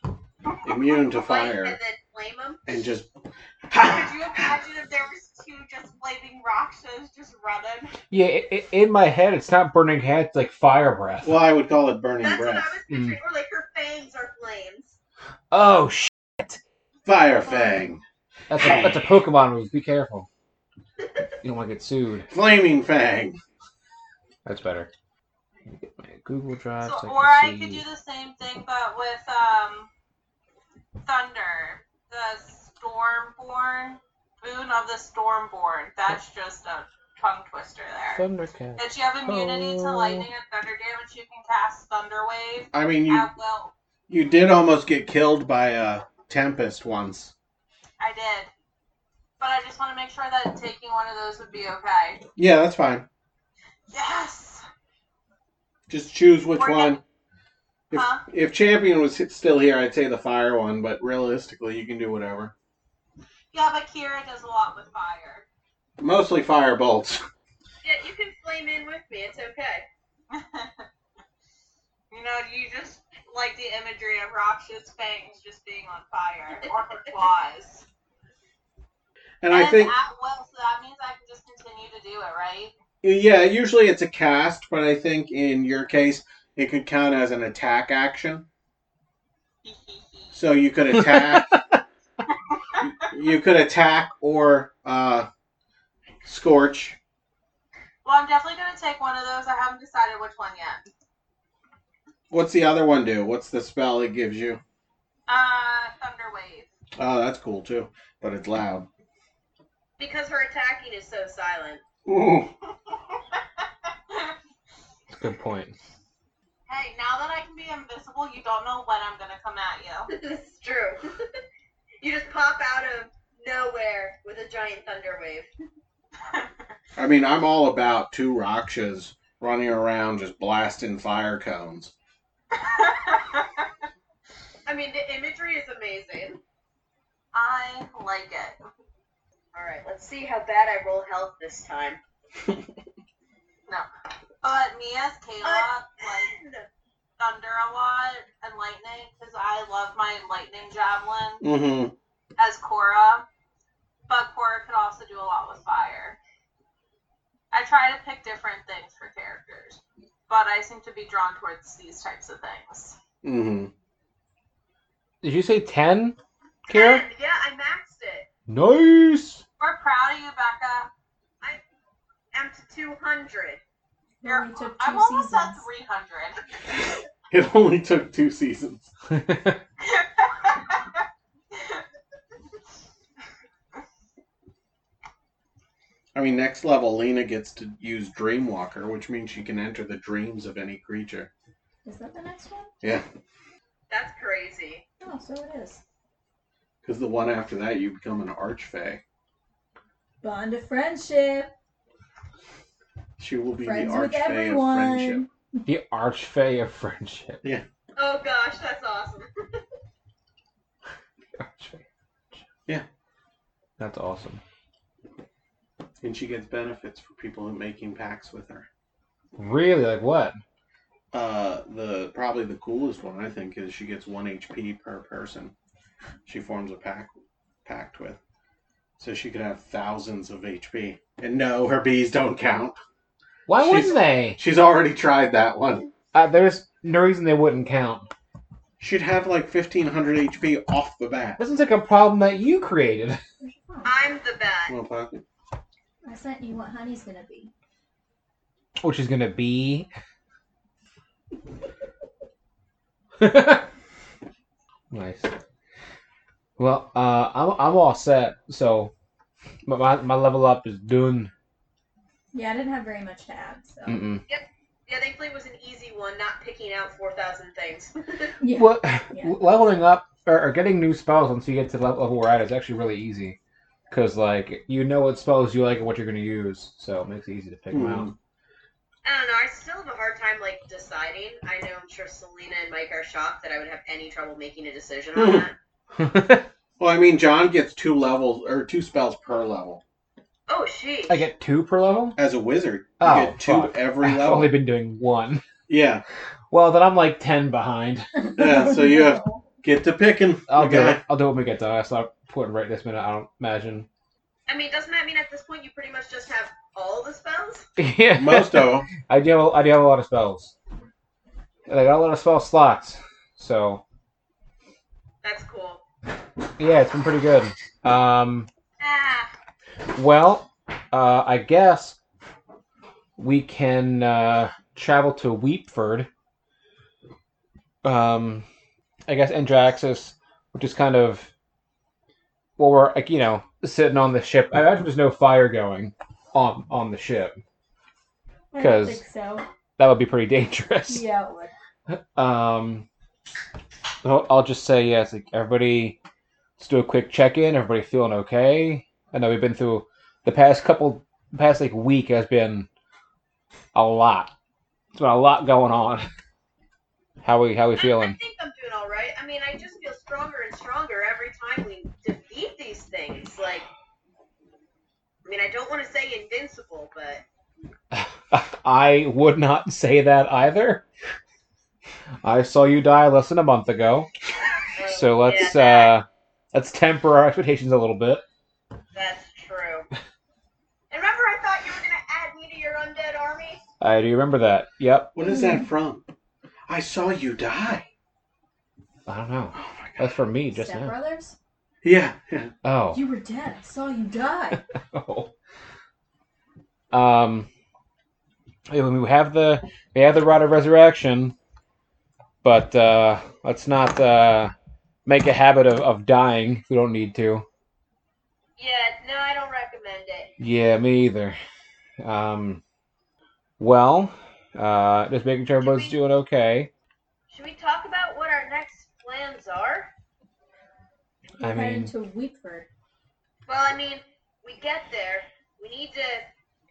Speaker 2: immune to
Speaker 4: Light and
Speaker 2: fire
Speaker 4: then flame 'em.
Speaker 2: and just [LAUGHS]
Speaker 6: Could you imagine if there was two just flaming rakshas just running?
Speaker 3: Yeah, i i in my head, it's not burning head. It's like fire breath.
Speaker 2: Well, I would call it burning
Speaker 4: That's what
Speaker 2: breath. Mm.
Speaker 4: I was picturing. Or like her fangs are flames.
Speaker 3: Oh sh!
Speaker 2: Fire fang,
Speaker 3: That's a that's a Pokemon move. Be careful. You don't want to get sued.
Speaker 2: flaming fang.
Speaker 3: That's better. Let me get my Google Drive.
Speaker 6: So,
Speaker 3: so
Speaker 6: or I
Speaker 3: can
Speaker 6: could
Speaker 3: see-
Speaker 6: do the same thing, but with um, thunder, the stormborn, moon of the stormborn. That's just a tongue twister there.
Speaker 3: Thundercat.
Speaker 6: That you have immunity to
Speaker 3: Oh.
Speaker 6: lightning and thunder damage, you can cast thunder wave
Speaker 2: I mean, you
Speaker 6: at will.
Speaker 2: you did almost get killed by a tempest once.
Speaker 6: I did, but I just want to make sure that taking one of those would be okay.
Speaker 2: Yeah, that's fine.
Speaker 6: Yes.
Speaker 2: Just choose which
Speaker 6: We're
Speaker 2: one. If,
Speaker 6: Huh?
Speaker 2: if champion was still here, I'd say the fire one, but realistically, you can do whatever.
Speaker 6: Yeah, but Kira does a lot with fire.
Speaker 2: Mostly fire bolts. [LAUGHS]
Speaker 4: Yeah, you can flame in with me. It's okay.
Speaker 6: you know, [LAUGHS] you just like the imagery of Raksha's fangs just being on
Speaker 4: [LAUGHS]
Speaker 6: fire or her claws.
Speaker 2: And I
Speaker 6: it's
Speaker 2: think
Speaker 6: at will, so that means I can just continue to do it,
Speaker 4: [LAUGHS]
Speaker 6: right?
Speaker 2: yeah, usually it's a cast, but I think in your case it could count as an attack action. So you could attack. you could attack or uh, scorch.
Speaker 6: well, I'm definitely gonna take one of those. I haven't decided which one yet.
Speaker 2: What's the other one do? What's the spell it gives you?
Speaker 6: Uh, Thunder Wave.
Speaker 2: Oh, that's cool too, but it's loud.
Speaker 4: Because her attacking is so silent. [LAUGHS]
Speaker 2: Ooh.
Speaker 3: That's a good point.
Speaker 6: hey, now that I can be invisible, you don't know when I'm gonna come at you.
Speaker 4: this is true. [LAUGHS] you just pop out of nowhere with a giant thunder wave.
Speaker 2: I mean, I'm all about two Rakshas running around just blasting fire cones.
Speaker 4: I mean, the imagery is amazing.
Speaker 6: I like it.
Speaker 4: All right, let's see how bad I roll health this time.
Speaker 6: But me as Kayla, like.
Speaker 4: And
Speaker 6: thunder a lot and lightning because I love my lightning javelin
Speaker 2: Mm-hmm.
Speaker 6: as Korra, but Korra could also do a lot with fire. I try to pick different things for characters, but I seem to be drawn towards these types of things.
Speaker 2: Mm-hmm.
Speaker 3: Did you say ten, Kira?
Speaker 4: ten, yeah, I maxed it.
Speaker 3: Nice.
Speaker 6: We're proud of you, Becca.
Speaker 4: I'm to 200.
Speaker 5: It only took 2
Speaker 6: I'm almost at
Speaker 5: seasons.
Speaker 6: 300.
Speaker 2: [LAUGHS] It only took two seasons. I mean, next level, Lena gets to use Dreamwalker, which means she can enter the dreams of any creature.
Speaker 5: Is that the next one?
Speaker 2: Yeah,
Speaker 4: [LAUGHS] That's crazy.
Speaker 5: Oh, so it is.
Speaker 2: because the one after that, you become an Archfey.
Speaker 5: Bond of friendship.
Speaker 2: She will be
Speaker 5: Friends
Speaker 2: the
Speaker 5: with
Speaker 2: Archfey of friendship.
Speaker 5: everyone.
Speaker 3: the Archfey of friendship. [LAUGHS]
Speaker 4: Oh gosh, that's awesome.
Speaker 3: Archfey.
Speaker 2: Yeah.
Speaker 3: That's awesome.
Speaker 2: And she gets benefits for people making pacts with her.
Speaker 3: Really? Like what?
Speaker 2: Uh, the probably the coolest one I think is she gets one HP per person. She forms a pack pact with, so she could have thousands of HP. And no, her bees don't count.
Speaker 3: Why
Speaker 2: She's-
Speaker 3: wouldn't they?
Speaker 2: She's already tried that one.
Speaker 3: Uh, there's no reason they wouldn't count.
Speaker 2: She'd have like fifteen hundred HP off the bat.
Speaker 3: This is like a problem that you created.
Speaker 5: Where's your phone?
Speaker 4: I'm the bat.
Speaker 2: Well, fuck.
Speaker 5: I sent you what honey's gonna be.
Speaker 3: Which is gonna be. [LAUGHS] nice. Well, uh, I'm I'm all set. So, my my, my level up is done.
Speaker 5: Yeah, I didn't have very much to add, so.
Speaker 2: Hmm.
Speaker 3: Mm-mm.
Speaker 4: Yeah, thankfully it was an easy one, not picking out 4,000 things.
Speaker 5: [LAUGHS] Yeah.
Speaker 3: Well, leveling up or, or getting new spells once you get to the level we're at is actually really easy, because like you know what spells you like and what you're gonna use, so it makes it easy to pick them out.
Speaker 4: I don't know. I still have a hard time like deciding. I know I'm sure Selena and Mike are shocked that I would have any trouble making a decision
Speaker 3: [LAUGHS]
Speaker 4: on that.
Speaker 2: Well, I mean, John gets two levels or two spells per level
Speaker 4: Oh, she.
Speaker 3: I get two per level.
Speaker 2: as a wizard. You
Speaker 3: Oh,
Speaker 2: get two
Speaker 3: fuck.
Speaker 2: every
Speaker 3: I've
Speaker 2: level.
Speaker 3: [LAUGHS] only been doing one.
Speaker 2: Yeah,
Speaker 3: Well, then I'm like ten behind.
Speaker 2: yeah. So you have get to picking.
Speaker 3: I'll do
Speaker 2: okay.
Speaker 3: it. I'll do it when we get done. That's not important right this minute. I don't
Speaker 2: [LAUGHS]
Speaker 3: imagine.
Speaker 4: I mean, doesn't that mean at this point you pretty much just have all the spells?
Speaker 3: yeah,
Speaker 2: Most of them.
Speaker 3: I do. Have, I do have a lot of spells. And I got a lot of spell slots. So
Speaker 4: That's cool.
Speaker 3: yeah, it's been pretty good. Um,
Speaker 4: Ah,
Speaker 3: well, uh, I guess we can uh, travel to Weepford. Um, I guess Andraxis, which is kind of well, we're like you know sitting on the ship. I imagine there's no fire going on on the ship.
Speaker 5: I don't
Speaker 3: 'Cause-
Speaker 5: think so.
Speaker 3: That would be pretty [LAUGHS] dangerous.
Speaker 5: Yeah, it would.
Speaker 3: Um, so I'll just say yes. Like everybody, let's do a quick check-in. Everybody feeling okay? I know we've been through the past couple, past like week has been a lot. It's been a lot going on. [LAUGHS] How we how we
Speaker 4: I, I
Speaker 3: feeling? [LAUGHS]
Speaker 4: think I'm doing all right. I mean, I just feel stronger and stronger every time we defeat these things. Like, I mean, I don't want to say invincible, but
Speaker 3: I would not say that either. I saw you die less than a month ago,
Speaker 4: uh,
Speaker 3: so let's
Speaker 4: yeah, that-
Speaker 3: uh let's temper our expectations a little bit.
Speaker 4: that's true. And remember, I thought you were gonna add me to your undead army.
Speaker 3: I do remember that. Yep.
Speaker 2: What is that from? I saw you die.
Speaker 3: I don't know.
Speaker 2: Oh my
Speaker 3: That's
Speaker 2: god.
Speaker 3: for me just
Speaker 5: Step
Speaker 3: now.
Speaker 5: Brothers?
Speaker 2: Yeah, yeah.
Speaker 3: Oh.
Speaker 5: You were dead. I saw you die.
Speaker 3: Oh. Um, yeah, we have the we have the rod of resurrection, but uh, let's not uh, make a habit of, of dying if we don't need to.
Speaker 4: Yeah, no, I don't recommend it.
Speaker 3: Yeah, me either. Um, well, uh, just making sure everybody's doing okay.
Speaker 4: Should we talk about what our next plans are?
Speaker 3: [LAUGHS] I
Speaker 5: Head
Speaker 3: mean,
Speaker 5: into Weepford.
Speaker 4: Well, I mean, we get there. We need to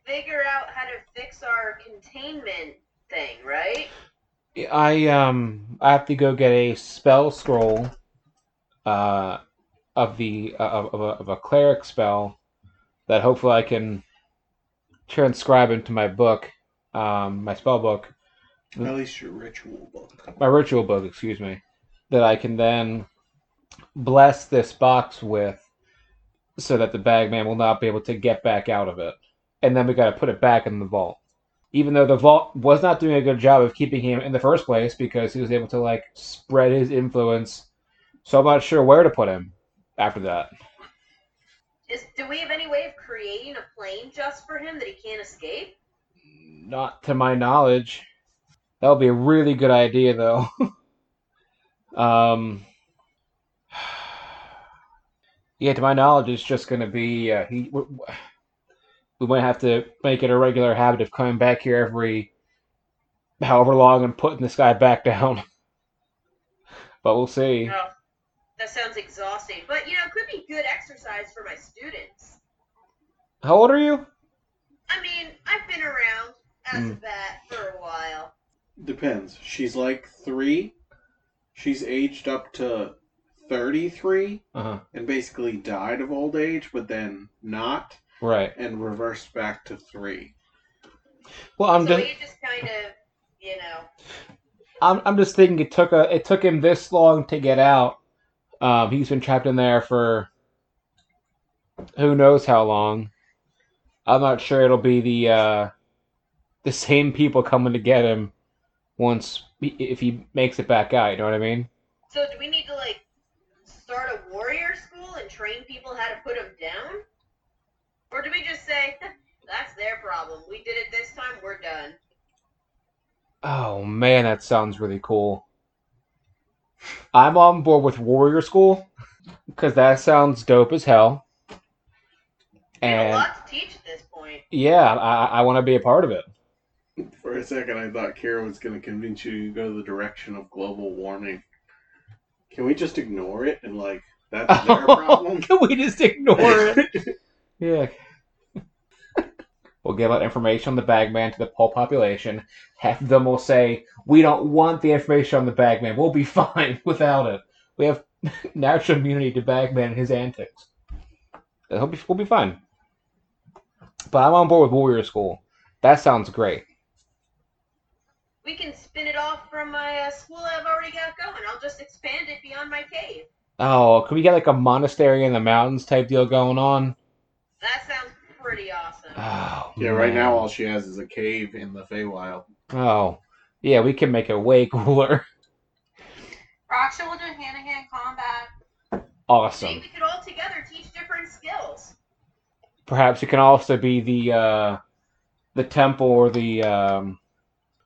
Speaker 4: figure out how to fix our containment thing, right?
Speaker 3: I um I have to go get a spell scroll, uh, of the uh, of of a, of a cleric spell that hopefully I can transcribe into my book, um, my spell book,
Speaker 2: At least your ritual book.
Speaker 3: my ritual book, excuse me, that I can then bless this box with, so that the bagman will not be able to get back out of it, and then we got to put it back in the vault. Even though the vault was not doing a good job of keeping him in the first place because he was able to like spread his influence, so I'm not sure where to put him after that.
Speaker 4: Is do we have any way of creating a plane just for him that he can't escape?
Speaker 3: Not to my knowledge. That would be a really good idea, though. [LAUGHS] um, [SIGHS] yeah, to my knowledge, it's just going to be uh, he. w- w- We might have to make it a regular habit of coming back here every however long and putting this guy back down. [LAUGHS] but we'll see.
Speaker 4: Oh, that sounds exhausting. But you know, it could be good exercise for my students.
Speaker 3: How old are you?
Speaker 4: I mean, I've been around as a bat for a while.
Speaker 2: Depends. She's like three. She's aged up to 33
Speaker 3: Uh-huh.
Speaker 2: and basically died of old age, but then not,
Speaker 3: Right.
Speaker 2: and reversed back to three.
Speaker 3: Well, I'm
Speaker 4: so
Speaker 3: just
Speaker 4: you just kind of, you know,
Speaker 3: I'm, I'm just thinking it took a it took him this long to get out. Um, he's been trapped in there for who knows how long. I'm not sure it'll be the uh, the same people coming to get him once he- if he makes it back out. You know what I mean?
Speaker 4: so do we need to like start a warrior school and train people how to put them down? Or do we just say [LAUGHS] that's their problem? We did it this time, we're done.
Speaker 3: Oh man, that sounds really cool. I'm on board with Warrior School because that sounds dope as hell.
Speaker 4: We have a
Speaker 3: And
Speaker 4: lot to teach at this point.
Speaker 3: yeah, I, I want to be a part of it.
Speaker 2: For a second, I thought Kira was going to convince you to go the direction of global warming. Can we just ignore it and, like, that's their problem?
Speaker 3: Can [LAUGHS] we just ignore it? yeah. we'll give out information on the bagman to the whole population. Half of them will say, We don't want the information on the bagman. We'll be [LAUGHS] fine without it. We have [LAUGHS] natural immunity to bagman and his antics. I hope we'll be fine. But I'm on board with Warrior School. That sounds great.
Speaker 4: We can spin it off from my uh, school I've already got going. I'll just expand it beyond my cave.
Speaker 3: Oh, could we get like a monastery in the mountains type deal going on?
Speaker 4: That sounds pretty awesome.
Speaker 3: Oh,
Speaker 2: [LAUGHS] yeah, right
Speaker 3: man.
Speaker 2: now all she has is a cave in the Feywild.
Speaker 3: Oh, yeah, we can make it way [LAUGHS] cooler.
Speaker 6: Raksha will do hand to hand combat.
Speaker 3: Awesome.
Speaker 4: Maybe we could all together teach different skills.
Speaker 3: Perhaps it can also be the uh, the temple or the um,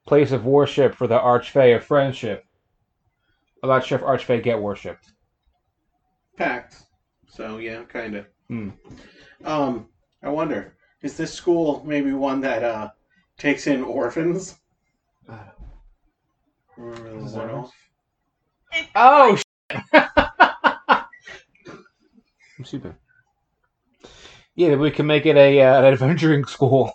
Speaker 3: place of worship for the Archfey of Friendship. I'm not sure if Archfey get worshipped.
Speaker 2: packed. So yeah, kind of.
Speaker 3: Hmm.
Speaker 2: Um, I wonder, is this school maybe one that uh takes in orphans?
Speaker 3: Uh,
Speaker 2: Remember the
Speaker 3: is that
Speaker 2: one
Speaker 3: right?
Speaker 2: off?
Speaker 3: Oh, shit. I'm stupid. Yeah, maybe we can make it a uh, an adventuring [LAUGHS] school.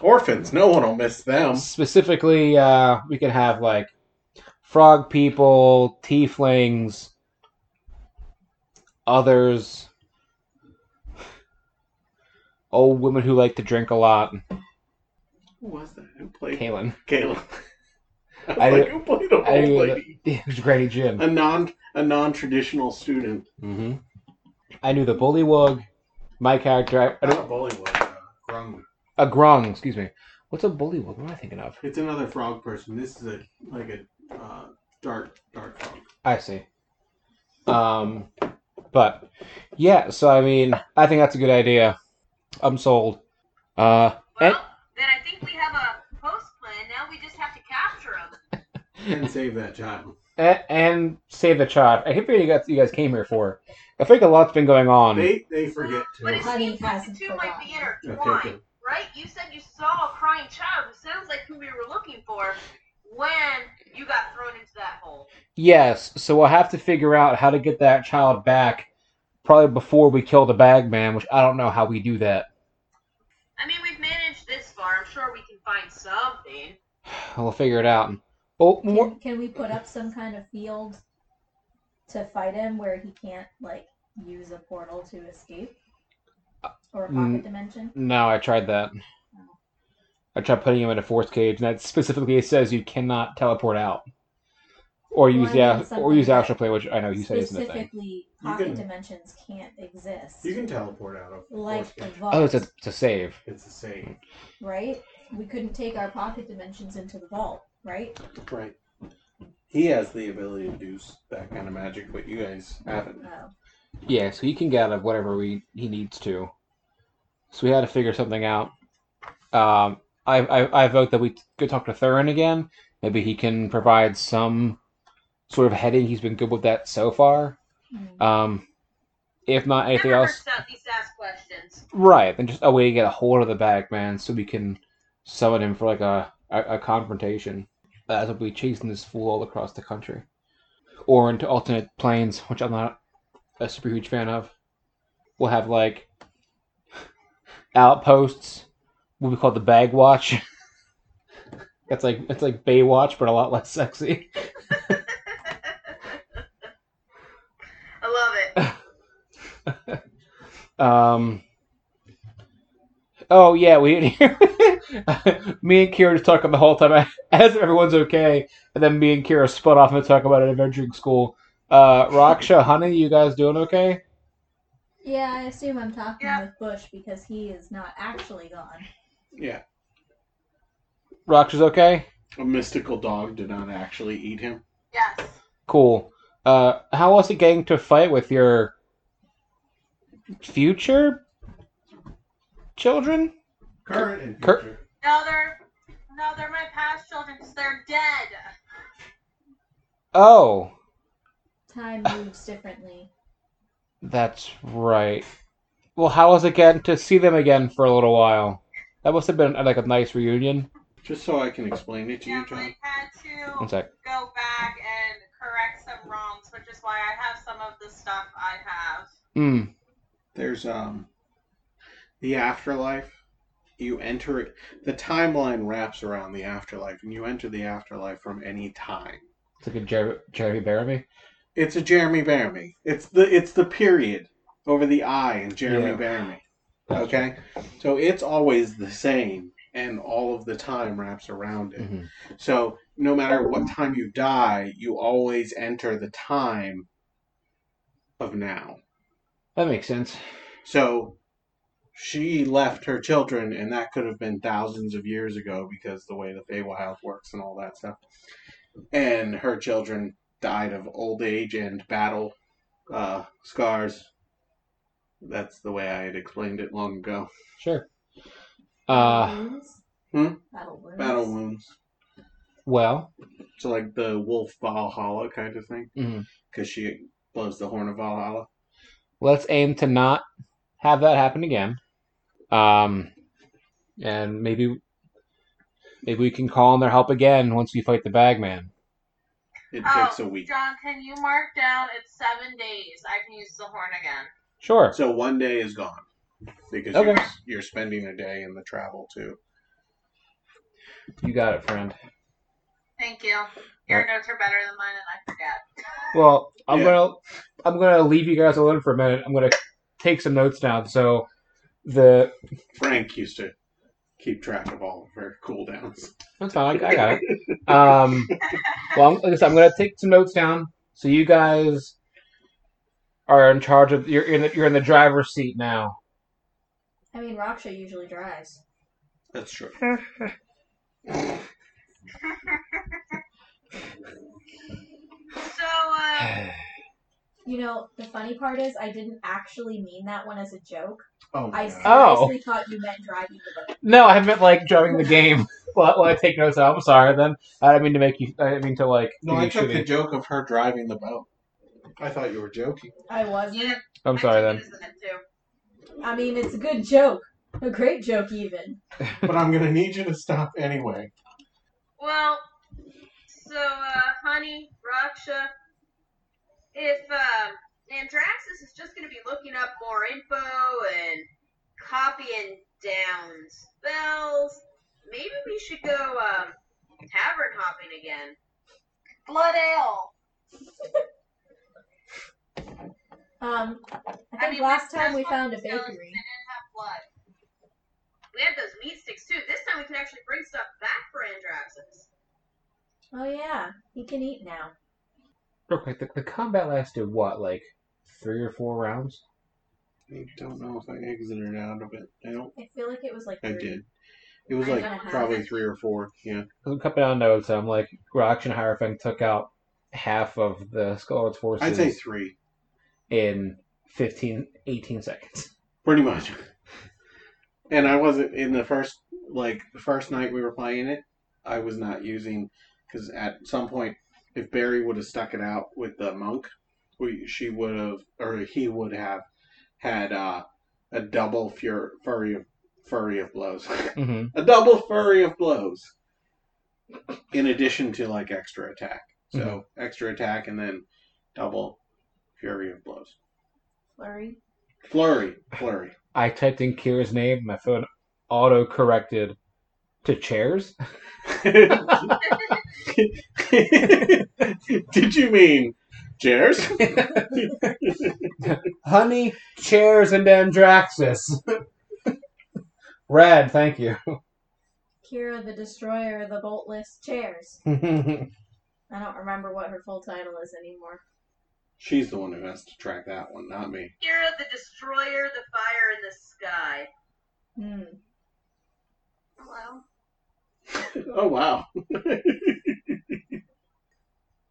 Speaker 2: Orphans. No one will miss them.
Speaker 3: Um, Specifically, uh, we could have like frog people, tieflings, others, old women who like to drink a lot.
Speaker 2: Who was that? Who played
Speaker 3: Kaylin, [LAUGHS]
Speaker 2: Caleb? I was [LAUGHS]
Speaker 3: I-
Speaker 2: like, who played an
Speaker 3: I-
Speaker 2: old lady?
Speaker 3: Granny Jim.
Speaker 2: A non a non traditional student.
Speaker 3: Mm-hmm. I knew the bullywug. My character, I, I don't,
Speaker 2: Not Bullywug. uh, Grung.
Speaker 3: a grung. Excuse me. What's a bullywug? What am I thinking of?
Speaker 2: It's another frog person. This is a like a uh, dark dark frog.
Speaker 3: I see. Um, but yeah, so I mean, I think that's a good idea. I'm sold. Uh,
Speaker 4: Well, then I think we have a post plan. Now we just have to capture them.
Speaker 2: And save that child.
Speaker 3: a- and save the child. I hate you guys. You guys came here for. I think a lot's been going on.
Speaker 2: They they forget
Speaker 4: But it
Speaker 2: to.
Speaker 5: Honey
Speaker 4: seems like the
Speaker 5: hasn't
Speaker 4: two might be
Speaker 5: forgotten.
Speaker 2: Okay,
Speaker 4: intertwined,
Speaker 2: good.
Speaker 4: right? You said you saw a crying child who sounds like who we were looking for when you got thrown into that hole.
Speaker 3: Yes. So we'll have to figure out how to get that child back. Probably before we kill the bag man, which I don't know how we do that. [SIGHS]
Speaker 4: I mean, we've managed this far. I'm sure we can find something.
Speaker 3: We'll figure it out. Oh, more.
Speaker 5: Can, can we put up some kind of field to fight him where he can't like use a portal to escape or a pocket
Speaker 3: Mm.
Speaker 5: dimension?
Speaker 3: No, I tried that. I tried putting him in a force cage, and that specifically says you cannot teleport out, or use
Speaker 5: I
Speaker 3: the
Speaker 5: mean
Speaker 3: act- or
Speaker 5: something
Speaker 3: use
Speaker 5: that
Speaker 3: astral play, which I know you said isn't a thing.
Speaker 5: Specifically,
Speaker 2: You
Speaker 5: pocket
Speaker 2: can-
Speaker 5: dimensions can't exist.
Speaker 2: You can teleport out of
Speaker 5: like the
Speaker 2: force.
Speaker 5: vault,
Speaker 3: Oh, it's a, it's a save.
Speaker 2: It's the same.
Speaker 5: right? We couldn't take our pocket dimensions into the vault, right?
Speaker 2: Right. He has the ability to do s- that kind of magic, but you guys haven't.
Speaker 5: No.
Speaker 3: Yeah, so he can get out of whatever we he needs to. So we had to figure something out. Um, I I, I vote that we go talk to Thurin again. Maybe he can provide some sort of heading. He's been good with that so far.
Speaker 5: Mm.
Speaker 3: Um, if not anything
Speaker 4: Never
Speaker 3: else,
Speaker 4: hurts to at least ask questions.
Speaker 3: Right, then just a way to get a hold of the bag man so we can summon him for like a, a, a confrontation. As if we chasing this fool all across the country. Or into alternate planes, which I'm not a super huge fan of. We'll have like outposts, what we call the bag watch. [LAUGHS] It's like it's like Baywatch, but a lot less sexy.
Speaker 4: I love it.
Speaker 3: [LAUGHS] Um, oh yeah, we [LAUGHS] me and Kira just talking the whole time [LAUGHS] as if everyone's okay, and then me and Kira split off and talk about an adventuring school. Uh, Raksha, honey, you guys doing okay?
Speaker 5: Yeah, I assume I'm talking
Speaker 4: Yeah.
Speaker 5: with Bush because he is not actually gone.
Speaker 2: Yeah.
Speaker 3: Raksha's okay.
Speaker 2: A mystical dog did not actually eat him.
Speaker 6: Yes.
Speaker 3: Cool. Uh, how was it getting to fight with your future children?
Speaker 2: Current and
Speaker 3: Cur-
Speaker 2: future.
Speaker 6: No, they're no, they're my past children because they're dead.
Speaker 3: Oh,
Speaker 5: Time moves differently.
Speaker 3: that's right. Well, how was it getting to see them again for a little while? That must have been uh, like a nice reunion.
Speaker 2: Just so I can explain it to
Speaker 6: Yeah,
Speaker 2: you, John.
Speaker 6: Blake had to
Speaker 3: One sec.
Speaker 6: go back and correct some wrongs, which is why I have some of the stuff I have.
Speaker 3: Mm.
Speaker 2: There's um the afterlife. You enter it the timeline wraps around the afterlife and you enter the afterlife from any time.
Speaker 3: It's like a Jer- Jeremy Baramy.
Speaker 2: It's a Jeremy Baramy. It's the it's the period over the I in Jeremy
Speaker 3: Yeah.
Speaker 2: Baramy. Okay? So it's always the same and all of the time wraps around it.
Speaker 3: Mhm.
Speaker 2: So no matter what time you die, you always enter the time of now.
Speaker 3: That makes sense.
Speaker 2: So she left her children, and that could have been thousands of years ago because the way the Feywild works and all that stuff. And her children died of old age and battle uh, scars. That's the way I had explained it long ago.
Speaker 3: Sure. Uh,
Speaker 5: Wounds?
Speaker 2: Hmm?
Speaker 5: Battle wounds.
Speaker 2: Battle wounds.
Speaker 3: Well,
Speaker 2: So like the wolf Valhalla kind of thing.
Speaker 3: Mhm.
Speaker 2: Because she blows the horn of Valhalla.
Speaker 3: let's aim to not have that happen again. Um, and maybe maybe we can call on their help again once we fight the Bagman.
Speaker 2: It
Speaker 4: Oh,
Speaker 2: takes a week.
Speaker 4: John, can you mark down it's seven days? I can use the horn again.
Speaker 3: Sure.
Speaker 2: So one day is gone because
Speaker 3: Okay.
Speaker 2: you're, you're spending a day in the travel too.
Speaker 3: You got it, friend.
Speaker 4: Thank you. Your notes are better than mine, and I forget.
Speaker 3: Well, I'm
Speaker 2: Yeah.
Speaker 3: gonna I'm gonna leave you guys alone for a minute. I'm gonna take some notes down. So the
Speaker 2: Frank used to keep track of all of her cooldowns.
Speaker 3: that's fine. I, I got
Speaker 2: [LAUGHS]
Speaker 3: it. Um, well, I'm, like I said, I'm gonna take some notes down. So you guys are in charge of you're in the, you're in the driver's seat now.
Speaker 5: I mean, Raksha usually drives.
Speaker 2: That's true.
Speaker 4: So, uh,
Speaker 2: [SIGHS]
Speaker 5: You know, the funny part is I didn't actually mean that one as a joke.
Speaker 2: Oh, my
Speaker 5: I
Speaker 2: God.
Speaker 3: Oh.
Speaker 5: seriously thought you meant driving the boat.
Speaker 3: No, I meant like driving the game. [LAUGHS] well, well, I take notes out. I'm sorry. Then I didn't mean to make you. I didn't mean to like.
Speaker 2: no,
Speaker 3: be
Speaker 2: I took the
Speaker 3: shitty.
Speaker 2: joke of her driving the boat. I thought you were [LAUGHS] joking.
Speaker 5: I wasn't.
Speaker 4: yeah,
Speaker 3: I'm sorry
Speaker 4: I
Speaker 3: then.
Speaker 4: took it as an too.
Speaker 5: I mean, it's a good joke. A great joke, even.
Speaker 2: But I'm going to need you to stop anyway.
Speaker 4: Well, so, uh, honey, Raksha, if, um, Andraxis is just going to be looking up more info and copying down spells, maybe we should go, um, tavern hopping again. Blood ale.
Speaker 5: Um, I think
Speaker 4: mean,
Speaker 5: last
Speaker 4: this-
Speaker 5: time
Speaker 4: this
Speaker 5: we
Speaker 4: one
Speaker 5: found a
Speaker 4: was good.
Speaker 5: bakery.
Speaker 4: They didn't have blood. We had those meat sticks too. This time we can actually bring stuff back for Andraxis. [LAUGHS]
Speaker 5: Oh yeah, he can eat now.
Speaker 3: Real quick, the, the combat lasted what, like three or four rounds?
Speaker 2: I don't know if I exited out of it. I don't.
Speaker 5: I feel like it was like
Speaker 2: I
Speaker 5: three.
Speaker 2: did. It was
Speaker 5: I
Speaker 2: like
Speaker 5: don't have
Speaker 2: probably
Speaker 4: it.
Speaker 2: three or four. Yeah.
Speaker 3: I'm coming down notes. I'm like, Rock and Hierophant took out half of the Scarlet's forces
Speaker 2: I'd say three.
Speaker 3: in 15, 18 seconds.
Speaker 2: Pretty much. And I wasn't in the first like the first night we were playing it. I was not using because at some point, if Barry would have stuck it out with the monk, we she would have or he would have had uh, a double fur furry of furry of blows, [LAUGHS]
Speaker 3: hmm
Speaker 2: a double furry of blows. In addition to like extra attack, so extra attack and then double fury of blows,
Speaker 5: Flurry.
Speaker 2: flurry, flurry.
Speaker 3: I typed in Kira's name. My phone auto corrected
Speaker 7: [LAUGHS]
Speaker 3: to chairs. [LAUGHS]
Speaker 2: [LAUGHS] Did you mean chairs?
Speaker 3: Honey, chairs, and Andraxis. Rad,
Speaker 7: [LAUGHS]
Speaker 3: thank you.
Speaker 5: Kira the Destroyer of the Boltless Chairs. I don't remember what her full title is anymore.
Speaker 2: She's the one who has to track that one, not me.
Speaker 4: Kira the Destroyer, the fire in the sky.
Speaker 5: Hmm.
Speaker 4: Hello.
Speaker 2: Oh wow. [LAUGHS]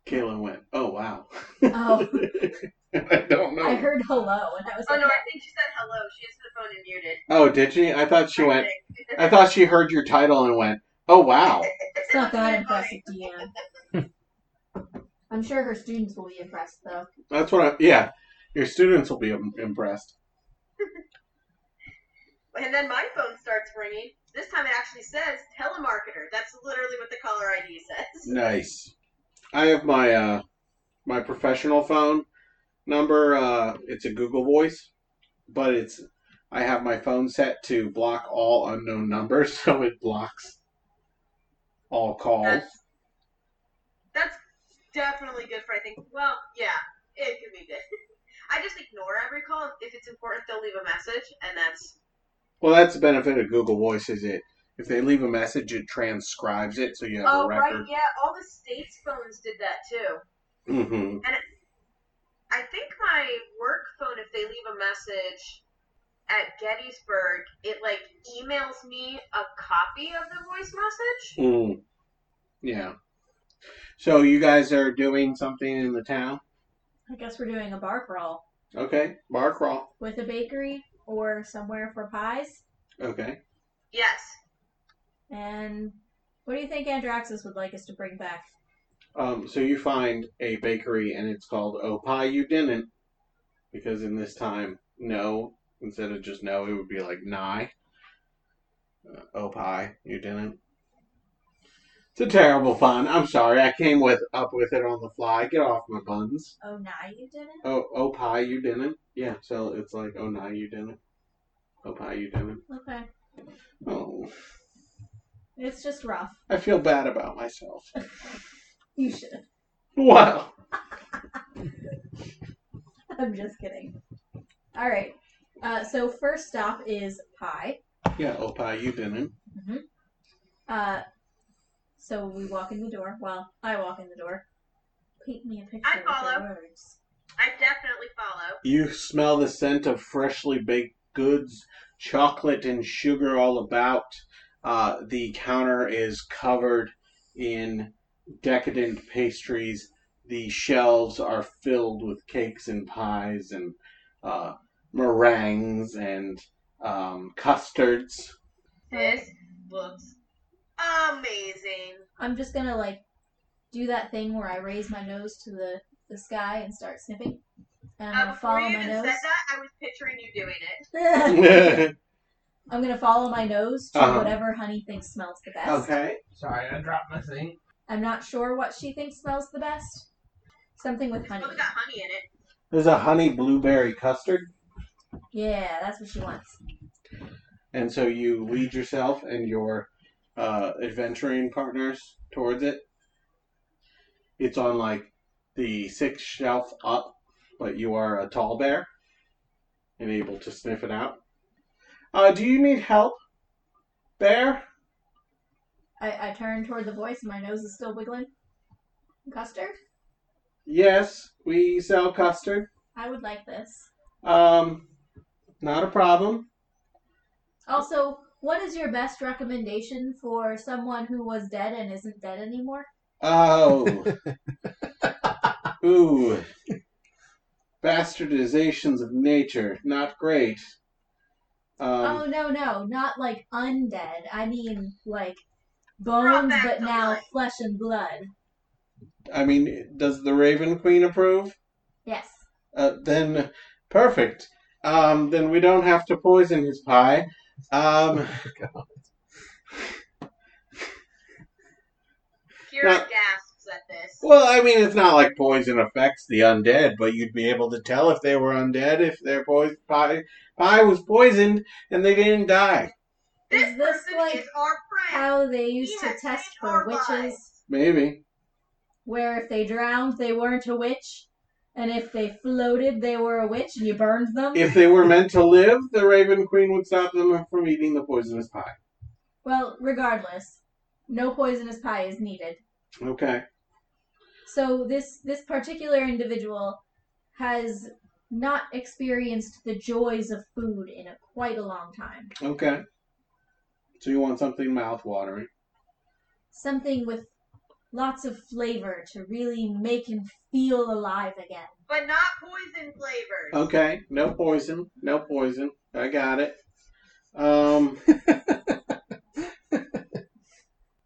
Speaker 2: Kaylin went, Oh wow.
Speaker 5: Oh,
Speaker 2: [LAUGHS] I don't know.
Speaker 5: I heard hello and I was
Speaker 4: Oh
Speaker 5: like,
Speaker 4: no, I think she said hello. She answered the phone and muted.
Speaker 2: oh, did she? I thought she
Speaker 4: I [LAUGHS]
Speaker 2: went
Speaker 4: think.
Speaker 2: I thought she heard your title and went, Oh wow.
Speaker 5: it's not [LAUGHS] that impressive, Deanne. [LAUGHS] I'm sure her students will be impressed though.
Speaker 2: That's what I yeah. Your students will be im- impressed.
Speaker 4: And then my phone starts ringing. This time it actually says telemarketer. That's literally what the caller ID
Speaker 2: [LAUGHS]
Speaker 4: says.
Speaker 2: Nice. I have my uh my professional phone number. Uh, it's a Google Voice, but it's I have my phone set to block all unknown numbers, [LAUGHS] so it blocks all calls.
Speaker 4: That's, that's definitely good for I think. Well, yeah, it could be good. [LAUGHS] I just ignore every call. If it's important, they'll leave a message, and that's
Speaker 2: Well, that's the benefit of Google Voice is it if they leave a message, it transcribes it, so you have
Speaker 4: oh
Speaker 2: a
Speaker 4: right,
Speaker 2: record.
Speaker 4: yeah. All the states' phones did that too.
Speaker 2: hmm
Speaker 4: I think my work phone, if they leave a message at Gettysburg, it like emails me a copy of the voice message.
Speaker 2: Mm. Yeah. So you guys are doing something in the town,
Speaker 5: I guess we're doing a bar crawl
Speaker 2: okay? Bar crawl,
Speaker 5: with a bakery or somewhere for pies.
Speaker 2: okay?
Speaker 4: Yes.
Speaker 5: And what do you think Andraxis would like us to bring back?
Speaker 2: Um, so you find a bakery and it's called Oh Pie You Didn't. Because in this time, no, instead of just no, it would be like nigh. Uh, oh Pie You Didn't. It's a terrible pun. I'm sorry. I came with up with it on the fly. Get off my buns.
Speaker 5: Oh, nah, you didn't.
Speaker 2: Oh, oh pie, you didn't. Yeah, so it's like oh nah, you didn't. Oh pie, you didn't.
Speaker 5: Okay,
Speaker 2: Oh,
Speaker 5: it's just rough.
Speaker 2: I feel bad about myself. [LAUGHS]
Speaker 5: You should.
Speaker 2: Wow.
Speaker 5: [LAUGHS] I'm just kidding. All right. Uh, so first stop is pie.
Speaker 2: Yeah, oh pie, you didn't.
Speaker 4: Mm-hmm.
Speaker 5: Uh, so we walk in the door. Well, I walk in the door. Paint me a picture
Speaker 4: I
Speaker 5: with
Speaker 4: follow.
Speaker 5: your words.
Speaker 4: I definitely follow.
Speaker 2: You smell the scent of freshly baked goods, chocolate and sugar all about. Uh, the counter is covered in decadent pastries. The shelves are filled with cakes and pies and uh, meringues and um, custards. [LAUGHS]
Speaker 6: This looks
Speaker 4: Amazing.
Speaker 5: I'm just gonna like do that thing where I raise my nose to the, the sky and start sniffing. And I'm
Speaker 4: Uh,
Speaker 5: gonna
Speaker 4: before
Speaker 5: follow
Speaker 4: you
Speaker 5: my
Speaker 4: even said
Speaker 5: nose.
Speaker 4: that, I was picturing you doing it.
Speaker 5: [LAUGHS]
Speaker 2: okay.
Speaker 5: I'm gonna follow my nose to
Speaker 2: Uh-huh.
Speaker 5: whatever honey thinks smells the best.
Speaker 7: Sorry, I dropped my thing.
Speaker 5: I'm not sure what she thinks smells the best. Something with
Speaker 4: It's
Speaker 5: honey.
Speaker 4: probably got honey in it.
Speaker 2: There's a honey blueberry custard.
Speaker 5: Yeah, that's what she wants.
Speaker 2: And so you lead yourself and your uh, adventuring partners towards it. It's on like the sixth shelf up, but you are a tall bear and able to sniff it out. Uh, do you need help, bear?
Speaker 5: I, I turn toward the voice and my nose is still wiggling. Custer,
Speaker 2: Yes, we sell custard.
Speaker 5: I would like this.
Speaker 2: Um, not a problem.
Speaker 5: Also, what is your best recommendation for someone who was dead and isn't dead anymore?
Speaker 2: Oh. Ooh. Bastardizations of nature. Not great. Um,
Speaker 5: oh no, no, not like undead. I mean like
Speaker 4: Brought
Speaker 5: bones,
Speaker 4: back
Speaker 5: but
Speaker 4: to
Speaker 5: now
Speaker 4: life.
Speaker 5: flesh and blood.
Speaker 2: I mean, does the Raven Queen approve?
Speaker 5: Yes.
Speaker 2: Uh, then, perfect. Um, then we don't have to poison his pie. Um,
Speaker 4: Kira
Speaker 2: Now-
Speaker 4: gasps at this.
Speaker 2: well, I mean, it's not like poison affects the undead, but you'd be able to tell if they were undead if their pois pie, pie was poisoned and they didn't die.
Speaker 4: This,
Speaker 5: Is this
Speaker 4: person
Speaker 5: like
Speaker 4: is our friend.
Speaker 5: How they used
Speaker 4: He
Speaker 5: to
Speaker 4: has
Speaker 5: test
Speaker 4: saved
Speaker 5: for
Speaker 4: our
Speaker 5: witches,
Speaker 4: lives.
Speaker 2: Maybe.
Speaker 5: where if they drowned, they weren't a witch, and if they floated, they were a witch, and you burned them.
Speaker 2: If they were meant to live, the Raven Queen would stop them from eating the poisonous pie.
Speaker 5: Well, regardless, no poisonous pie is needed.
Speaker 2: Okay.
Speaker 5: So this this particular individual has not experienced the joys of food in a, quite a long time.
Speaker 2: Okay. So you want something mouth-watering.
Speaker 5: Something with lots of flavor to really make him feel alive again.
Speaker 4: But not poison flavors.
Speaker 2: Okay, no poison, no poison. I got it. Um.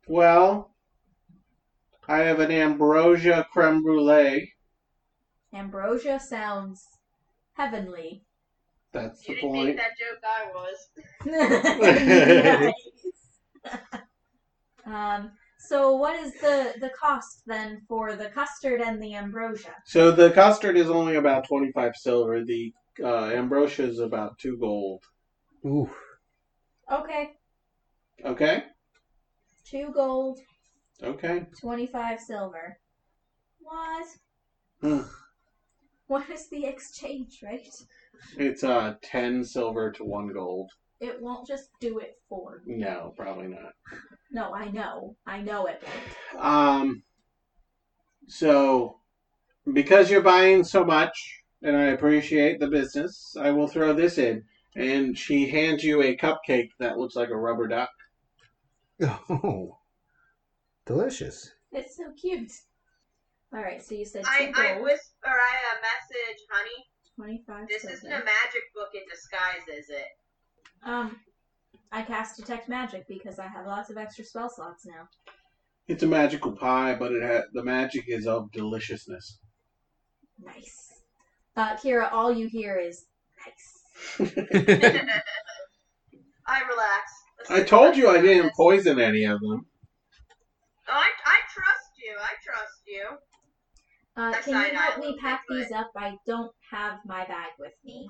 Speaker 2: well, I have an ambrosia creme brulee.
Speaker 5: Ambrosia sounds heavenly.
Speaker 2: That's
Speaker 4: You
Speaker 2: the
Speaker 4: didn't make
Speaker 2: point.
Speaker 4: that joke I was.
Speaker 5: Nice. um, so what is the the cost then for the custard and the ambrosia?
Speaker 2: So the custard is only about twenty-five silver. The uh, ambrosia is about two gold.
Speaker 7: Ooh.
Speaker 5: Okay,
Speaker 2: Okay,
Speaker 5: two gold,
Speaker 2: okay.
Speaker 5: 25 silver. What?
Speaker 2: Hmm.
Speaker 5: What is the exchange rate?
Speaker 2: It's uh ten silver to one gold.
Speaker 5: It won't just do it for. me.
Speaker 2: No, probably not.
Speaker 5: No, I know. I know it.
Speaker 2: Um, so, because you're buying so much, and I appreciate the business, I will throw this in. And she hands you a cupcake that looks like a rubber duck.
Speaker 7: Oh. Delicious.
Speaker 5: It's so cute. All right, so you said two
Speaker 4: I,
Speaker 5: gold,
Speaker 4: I whisper, I uh, message, honey,
Speaker 5: 25
Speaker 4: this isn't a
Speaker 5: silver.
Speaker 2: [LAUGHS]
Speaker 4: magic book in disguise, is it?
Speaker 5: Um, I cast detect magic because I have lots of extra spell slots now.
Speaker 2: It's a magical pie, but it ha- the magic is of deliciousness.
Speaker 5: Nice. Uh, Kira, all you hear is nice.
Speaker 4: [LAUGHS] I relax.
Speaker 2: I told you I didn't poison any of them.
Speaker 4: Oh, I, I trust you. I trust you.
Speaker 5: Uh,
Speaker 4: That's
Speaker 5: can you
Speaker 4: fine, I
Speaker 5: help
Speaker 4: will
Speaker 5: me pack
Speaker 4: take
Speaker 5: these up? I don't have my bag with me.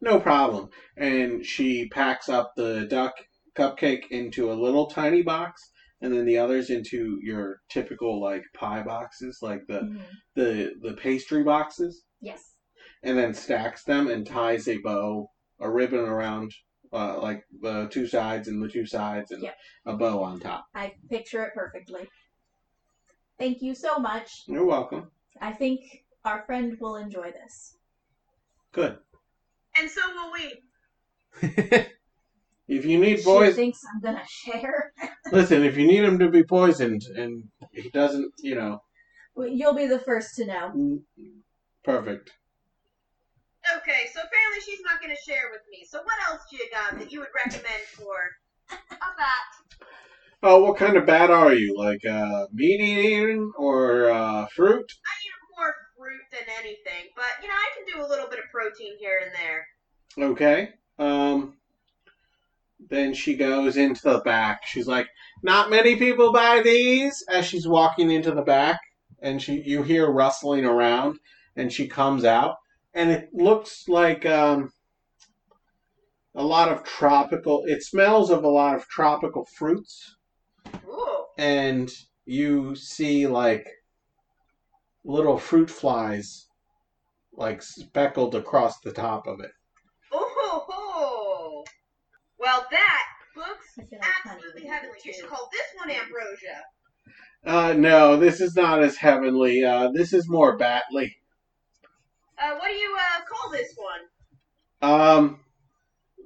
Speaker 2: No problem. And she packs up the duck cupcake into a little tiny box, and then the others into your typical like pie boxes, like the
Speaker 5: Mhm.
Speaker 2: the the pastry boxes,
Speaker 5: Yes.
Speaker 2: and then stacks them and ties a bow, a ribbon around uh, like the two sides and the two sides, and
Speaker 5: Yep.
Speaker 2: a bow on top.
Speaker 5: I picture it perfectly. Thank you so much.
Speaker 2: You're welcome.
Speaker 5: I think our friend will enjoy this.
Speaker 2: Good.
Speaker 4: And so will we.
Speaker 2: If you need
Speaker 5: She
Speaker 2: boys,
Speaker 5: thinks I'm gonna [LAUGHS] share.
Speaker 2: listen. If you need him to be poisoned, and he doesn't, you know,
Speaker 5: Well, You'll be the first to know.
Speaker 2: perfect.
Speaker 4: Okay, so apparently she's not going to share with me. So what else do you got that you would recommend for a bat?
Speaker 2: Oh, what kind of bat are you? Like uh, meat eating or uh, fruit?
Speaker 4: I need more fruit than anything, but you know I can do a little bit of protein here and there.
Speaker 2: Okay. Um. Then she goes into the back. She's like, "Not many people buy these." As she's walking into the back, and she you hear rustling around, and she comes out, and it looks like um, a lot of tropical. It smells of a lot of tropical fruits.
Speaker 4: Ooh,
Speaker 2: and you see like little fruit flies like speckled across the top of it.
Speaker 4: ooh. Well, that looks
Speaker 5: I feel like honey would
Speaker 4: absolutely
Speaker 5: be
Speaker 4: heavenly.
Speaker 5: good
Speaker 4: You should
Speaker 5: too.
Speaker 4: call this one ambrosia.
Speaker 2: Uh, no, this is not as heavenly. Uh, this is more batly.
Speaker 4: Uh, what do you uh, call this one?
Speaker 2: Um,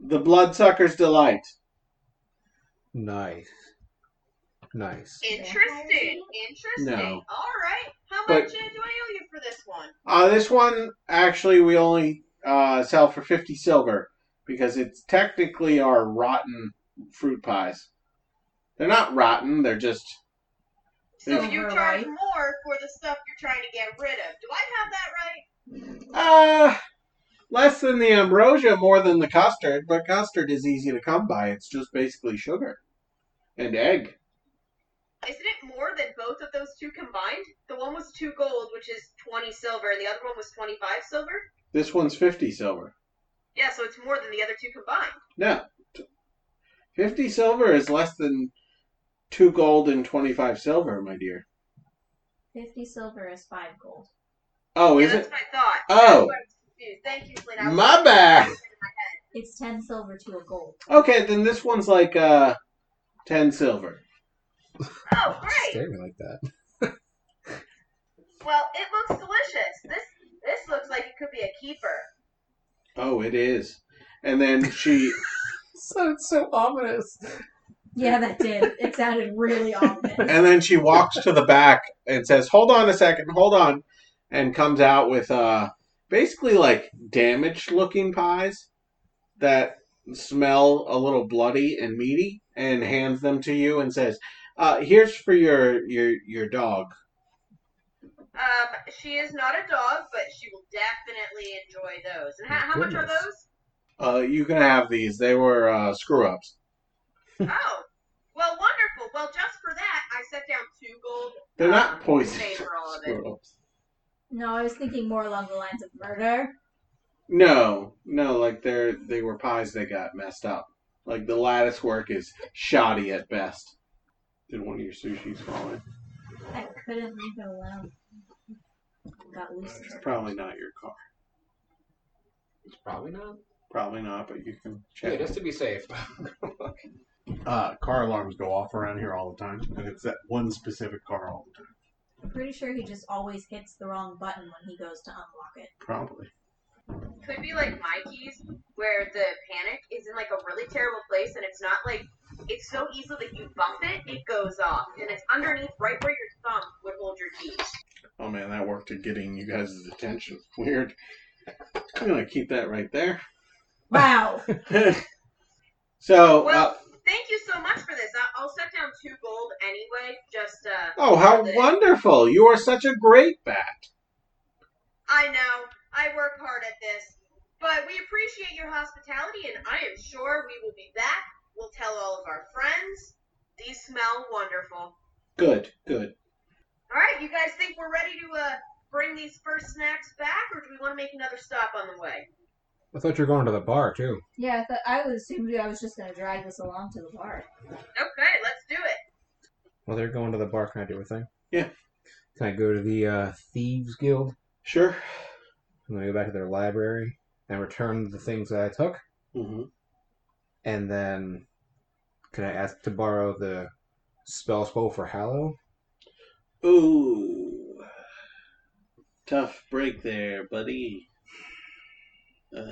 Speaker 2: the bloodsucker's delight.
Speaker 7: Nice. Nice.
Speaker 4: Interesting. Interesting.
Speaker 2: No.
Speaker 4: All right. How
Speaker 2: But-
Speaker 4: much uh, do I owe you for this one?
Speaker 2: Uh, this one actually we only uh, sell for fifty silver because it's technically our rotten fruit pies. They're not rotten. They're just
Speaker 4: So
Speaker 5: Yeah.
Speaker 4: you
Speaker 5: All
Speaker 4: charge
Speaker 5: right.
Speaker 4: more for the stuff you're trying to get rid of. Do I have that right?
Speaker 2: Uh, less than the ambrosia, more than the custard, but custard is easy to come by. It's just basically sugar and egg.
Speaker 4: Isn't it more than both of those two combined? The one was two gold, which is twenty silver, and the other one was twenty-five silver.
Speaker 2: This one's 50 silver.
Speaker 4: Yeah, so it's more than the other two combined.
Speaker 2: No. t- 50 silver is less than 2 gold and 25 silver, my dear.
Speaker 5: 50 silver is 5 gold.
Speaker 2: Oh,
Speaker 4: yeah,
Speaker 2: is
Speaker 4: that's
Speaker 2: it?
Speaker 4: what I thought.
Speaker 2: Oh.
Speaker 4: That's what I was confused. Thank you, Selena. I was
Speaker 2: My bad.
Speaker 5: It's 10 silver to a gold.
Speaker 2: Okay, then this one's like uh 10 silver.
Speaker 4: Oh, great.
Speaker 7: Staring like that.
Speaker 4: Well, it looks delicious. This this looks like it could be a keeper.
Speaker 2: Oh, it is. And then she
Speaker 7: Sounds so ominous.
Speaker 5: Yeah, that did. It sounded really ominous.
Speaker 2: and then she walks to the back and says, "Hold on a second, hold on," and comes out with uh, basically like damaged-looking pies that smell a little bloody and meaty, and hands them to you and says, uh, "Here's for your your your dog."
Speaker 4: Um, she is not a dog, but she will definitely enjoy those. And how, how much are
Speaker 7: Goodness.
Speaker 4: those?
Speaker 2: Uh, you can have these. They were uh, screw-ups.
Speaker 4: Oh, well, wonderful. Well, just for that, I set down two gold.
Speaker 2: They're
Speaker 4: um,
Speaker 2: not poisoned
Speaker 4: favor all of it.
Speaker 2: screw-ups.
Speaker 5: No, I was thinking more along the lines of murder.
Speaker 2: No, no, like they're they were pies that got messed up. Like the lattice work is shoddy at best. Did one of your sushis fall in?
Speaker 5: I couldn't leave it alone. Got loose.
Speaker 2: It's probably not your car.
Speaker 3: It's probably not.
Speaker 2: Probably not, but you can check.
Speaker 3: Yeah, just to be safe.
Speaker 2: uh, car alarms go off around here all the time, and it's that one specific car all the time.
Speaker 5: I'm pretty sure he just always hits the wrong button when he goes to unlock it.
Speaker 2: Probably.
Speaker 4: could be like Mikey's, where the panic is in like a really terrible place, and it's not like it's so easy that you bump it, it goes off, and it's underneath, right where your thumb would hold your keys.
Speaker 2: Oh man, that worked at getting you guys' attention. [LAUGHS] Weird. I'm gonna keep that right there.
Speaker 5: Wow!
Speaker 2: So, uh,
Speaker 4: Well, thank you so much for this. I- I'll set down two gold anyway. Just uh,
Speaker 2: oh, how
Speaker 4: for the-
Speaker 2: wonderful! You are such a great bat.
Speaker 4: I know I work hard at this, but we appreciate your hospitality, and I am sure we will be back. We'll tell all of our friends. These smell wonderful.
Speaker 2: Good, good.
Speaker 4: All right, you guys think we're ready to uh, bring these first snacks back, or do we want to make another stop on the way?
Speaker 3: I thought you were going to the bar too.
Speaker 5: Yeah, I, thought, I would assume I was just gonna drag this along to the bar.
Speaker 4: Okay, let's do it.
Speaker 3: Well, they're going to the bar. Can I do a thing?
Speaker 2: Yeah.
Speaker 3: Can I go to the uh, thieves guild?
Speaker 2: Sure.
Speaker 3: I'm gonna go back to their library and return the things that I took,
Speaker 2: Mm-hmm.
Speaker 3: and then can I ask to borrow the spell scroll for Hallow?
Speaker 2: Ooh, tough break there, buddy. Uh,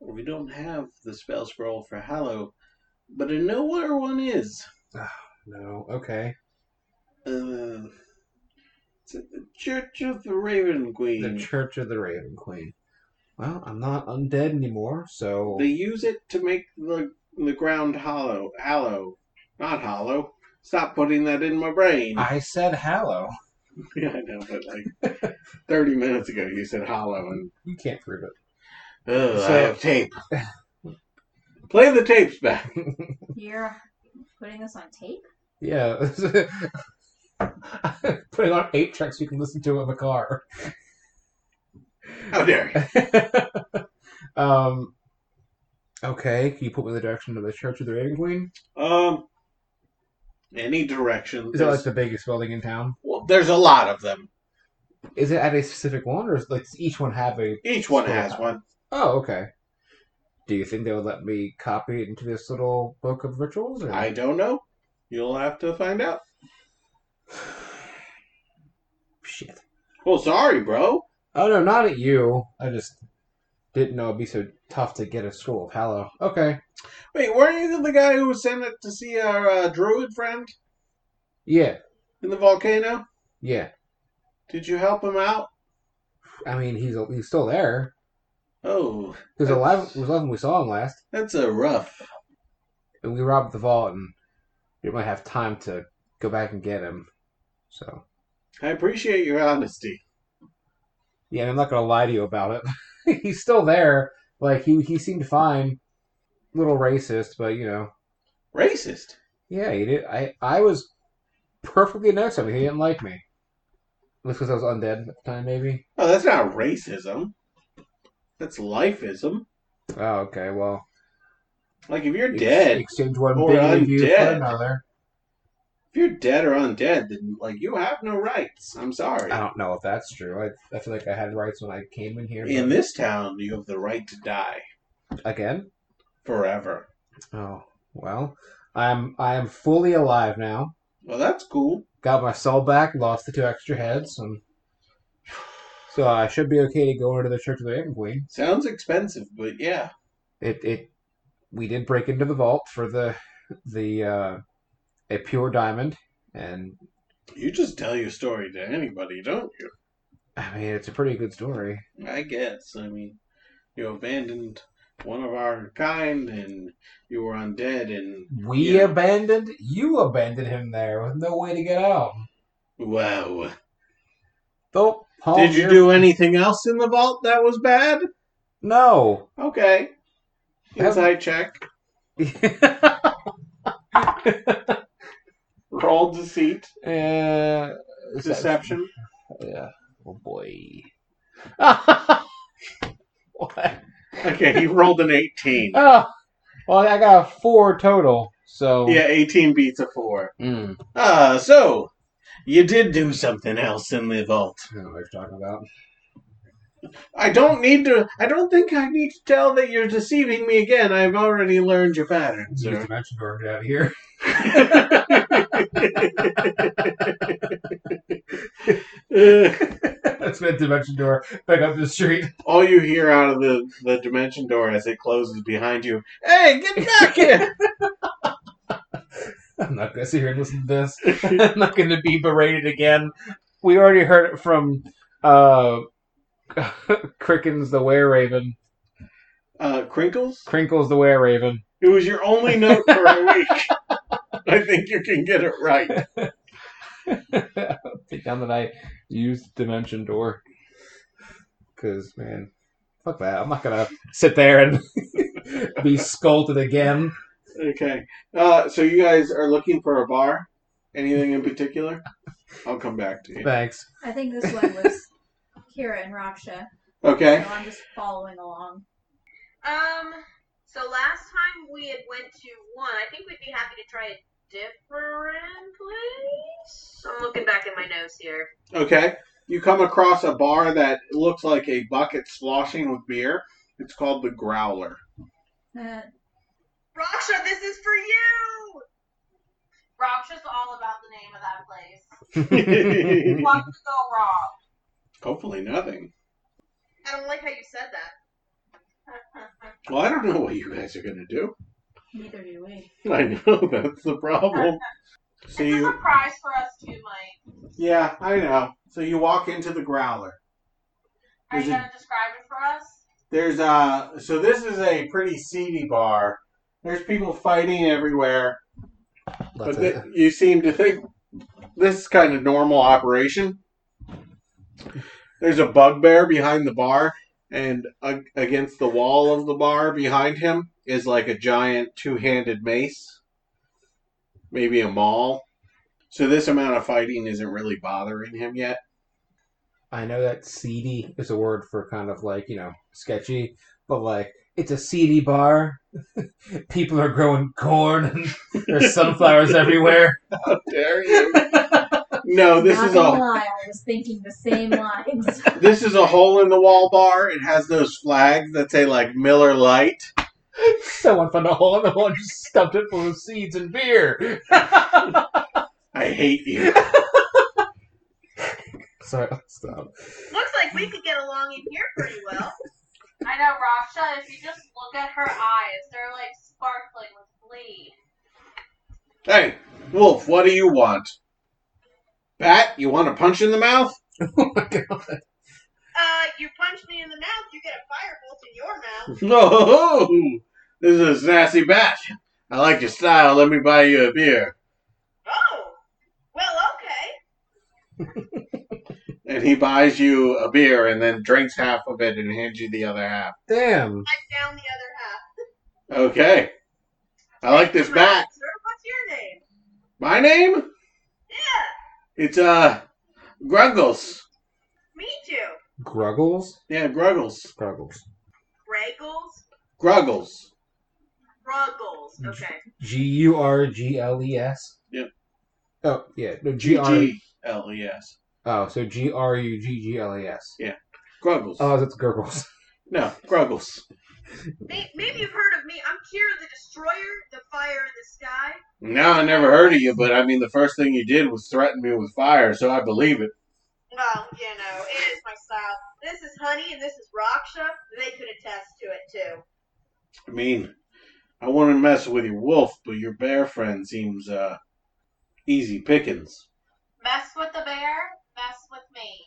Speaker 2: we don't have the spell scroll for Hallow, but I know where one is.
Speaker 3: No. Okay.
Speaker 2: Uh, it's at the Church of the Raven Queen.
Speaker 3: The Church of the Raven Queen. Well, I'm not undead anymore, so
Speaker 2: They use it to make the the ground hollow. Hallow, not hollow. Stop putting that in my brain.
Speaker 3: I said Hallow.
Speaker 2: yeah, [LAUGHS] I know, but like thirty minutes ago you said hollow, and
Speaker 3: You can't prove it.
Speaker 2: oh,
Speaker 3: So-
Speaker 2: I have tape. Play the tapes back. [LAUGHS]
Speaker 5: You're putting this on tape?
Speaker 3: Yeah. [LAUGHS] Putting on eight tracks you can listen to in the car.
Speaker 2: How dare you?
Speaker 3: [LAUGHS] um. Okay, can you put me in the direction of the Church of the Raven Queen?
Speaker 2: Um, any direction.
Speaker 3: Is that
Speaker 2: There's,
Speaker 3: like the biggest building in town?
Speaker 2: well, there's a lot of them.
Speaker 3: Is it at a specific one, or is, like does each one have a?
Speaker 2: Each one
Speaker 3: Scroll
Speaker 2: has
Speaker 3: up.
Speaker 2: one.
Speaker 3: Oh, okay. Do you think they would let me copy it into this little book of rituals? Or...
Speaker 2: I don't know. You'll have to find out.
Speaker 3: [SIGHS] Shit.
Speaker 2: Well, sorry, bro.
Speaker 3: Oh no, not at you. I just didn't know it'd be so tough to get a scroll of Hallow. Okay.
Speaker 2: Wait, weren't you the guy who was sent it to see our uh, druid friend
Speaker 3: Yeah.
Speaker 2: in the volcano?
Speaker 3: Yeah.
Speaker 2: Did you help him out?
Speaker 3: I mean, he's he's still there.
Speaker 2: Oh,
Speaker 3: He was alive. It was alive when we saw him last,
Speaker 2: that's a rough.
Speaker 3: and we robbed the vault, and we might have time to go back and get him. So
Speaker 2: I appreciate your honesty.
Speaker 3: yeah, and I'm not gonna lie to you about it. [LAUGHS] he's still there. Like he he seemed fine. Little racist, but you know.
Speaker 2: Racist.
Speaker 3: Yeah, he did. I I was perfectly next to him. He didn't like me. Was because I was undead at the time, maybe.
Speaker 2: Oh, that's not racism. That's lifeism.
Speaker 3: Oh, okay. Well,
Speaker 2: Like if you're
Speaker 3: ex-
Speaker 2: dead,
Speaker 3: Exchange one
Speaker 2: Or
Speaker 3: big review for
Speaker 2: undead.
Speaker 3: another.
Speaker 2: if you're dead or undead, then like you have no rights. I'm sorry.
Speaker 3: I don't know if that's true. I, I feel like I had rights when I came in here. but-
Speaker 2: In this town, you have the right to die
Speaker 3: again.
Speaker 2: forever.
Speaker 3: Oh well, I'm I am fully alive now.
Speaker 2: Well, that's cool.
Speaker 3: Got my soul back. Lost the two extra heads. And, [SIGHS] so I should be okay to go into the Church of the Raven Queen.
Speaker 2: Sounds expensive, but yeah.
Speaker 3: it it we did break into the vault for the the uh a pure diamond and
Speaker 2: You just tell your story to anybody, don't you?
Speaker 3: i mean it's a pretty good story
Speaker 2: I guess. I mean, you abandoned one of our kind and you were undead and.
Speaker 3: we
Speaker 2: Yeah.
Speaker 3: abandoned you abandoned him there with no way to get out
Speaker 2: Wow.
Speaker 3: don't palm
Speaker 2: Did you
Speaker 3: your-
Speaker 2: do anything else in the vault that was bad?
Speaker 3: no
Speaker 2: Okay.
Speaker 3: Have-
Speaker 2: Inside check.
Speaker 3: [LAUGHS]
Speaker 2: Roll deceit.
Speaker 3: uh,
Speaker 2: Deception.
Speaker 3: yeah oh boy [LAUGHS] Oh. what?
Speaker 2: Okay, he rolled an
Speaker 3: [LAUGHS]
Speaker 2: 18.
Speaker 3: oh well i got a four total so
Speaker 2: Yeah, 18 beats a 4.
Speaker 3: Mm.
Speaker 2: Uh, so, you did do something else in the vault.
Speaker 3: I don't know what you're talking about
Speaker 2: I don't need to. I don't think I need to tell that you're deceiving me again. I've already learned your pattern, [LAUGHS]
Speaker 3: Use
Speaker 2: sir.
Speaker 3: dimension door get out of here [LAUGHS] That's my dimension door back up the street. [LAUGHS]
Speaker 2: All you hear out of the, the dimension door as it closes behind you Hey, get back here!
Speaker 3: I'm not gonna sit here and listen to this. I'm not gonna be berated again. We already heard [LAUGHS] it from uh Crickens the Were Raven.
Speaker 2: Uh, crinkles?
Speaker 3: Crinkles the Were Raven.
Speaker 2: It was your only note for a week. [LAUGHS] I think you can get it right.
Speaker 3: I think now that I used Dimension Door.
Speaker 8: Because, man, fuck that. I'm not going to sit there and [LAUGHS] be scolded again.
Speaker 2: Okay. Uh, so you guys are looking for a bar? Anything in particular? I'll come back to you.
Speaker 8: Thanks.
Speaker 5: I think this one
Speaker 2: [LAUGHS]
Speaker 5: was Kira and Raksha. So
Speaker 2: Okay.
Speaker 5: I'm just following along.
Speaker 4: Um, so last time we had went to one. I think we'd be happy to try a different place. I'm looking back at my notes here.
Speaker 2: Okay. You come across a bar that looks like a bucket sloshing with beer. It's called the Growler. [LAUGHS]
Speaker 5: Uh,
Speaker 4: Raksha, this is for you.
Speaker 6: Raksha's all about the name of that place.
Speaker 2: Hopefully
Speaker 6: What could go wrong?
Speaker 2: nothing.
Speaker 4: I don't like how you said that.
Speaker 2: Well, I don't know what you guys are going to do.
Speaker 5: neither do we.
Speaker 2: I know [LAUGHS] that's the problem. So
Speaker 6: It's a
Speaker 2: you,
Speaker 6: surprise for us too, Mike.
Speaker 2: yeah, I know. So you walk into the Growler.
Speaker 6: Are
Speaker 2: Is
Speaker 6: you
Speaker 2: it-
Speaker 6: gonna describe it for us?
Speaker 2: There's uh so this is a pretty seedy bar. There's people fighting everywhere,
Speaker 8: That's
Speaker 2: but
Speaker 8: it.
Speaker 2: th- you seem to think this is kind of normal operation. There's a bugbear behind the bar, and a- against the wall of the bar behind him is like a giant two-handed mace, maybe a maul. So this amount of fighting isn't really bothering him yet.
Speaker 8: I know that seedy is a word for kind of like, you know, sketchy, but like, it's a seedy bar. [LAUGHS] People are growing corn and [LAUGHS] there's sunflowers everywhere.
Speaker 2: How dare you? [LAUGHS] No, Oh, this
Speaker 5: Not
Speaker 2: is
Speaker 5: gonna
Speaker 2: a
Speaker 5: lie, I was thinking the
Speaker 2: [LAUGHS]
Speaker 5: same lines.
Speaker 2: This is a hole in the wall bar. It has those flags that say like Miller Light.
Speaker 8: Someone found a hole in the wall and just stuffed it full of seeds and beer.
Speaker 2: I hate you.
Speaker 8: Sorry, I'll stop.
Speaker 4: Looks like we could get along in here pretty well.
Speaker 6: I know, Raksha, if you just look at her eyes, they're like sparkling with glee.
Speaker 2: Hey, Wolf, what do you want? Bat, you want to punch in the mouth? [LAUGHS]
Speaker 4: Uh, you punch me in the mouth, you get a firebolt in your mouth.
Speaker 2: No, this is a nasty bat. I like your style. Let me buy you a beer.
Speaker 4: Oh, well, okay.
Speaker 2: And he buys you a beer and then drinks half of it and hands you the other half.
Speaker 8: Damn.
Speaker 4: I found the other half.
Speaker 2: Okay. I like this bat.
Speaker 4: Sir, what's your name?
Speaker 2: My name?
Speaker 4: Yeah,
Speaker 2: It's uh Gruggles.
Speaker 4: me too.
Speaker 8: Gruggles?
Speaker 2: Yeah, Gruggles.
Speaker 8: Gruggles.
Speaker 4: Graggles,
Speaker 2: Gruggles.
Speaker 4: Ruggles. Okay.
Speaker 8: G U R G L E S?
Speaker 2: Yep.
Speaker 8: Oh, yeah. No, G R.
Speaker 2: G L E S.
Speaker 8: Oh, so G R U G G L E S.
Speaker 2: Gruggles.
Speaker 3: Uh,
Speaker 8: Oh, that's Gurgles.
Speaker 3: [LAUGHS]
Speaker 2: No, Gruggles.
Speaker 4: May- Maybe you've heard of me. I'm Kira the Destroyer, the fire in the sky.
Speaker 2: No, I never heard of you, but I mean, the first thing you did was threaten me with fire, so I believe it.
Speaker 4: Well, you know, it is my style. This is Honey and this is Raksha. They could attest to it too.
Speaker 2: I mean, I want to mess with your wolf, but your bear friend seems uh easy pickings.
Speaker 6: Mess with the bear, mess with me.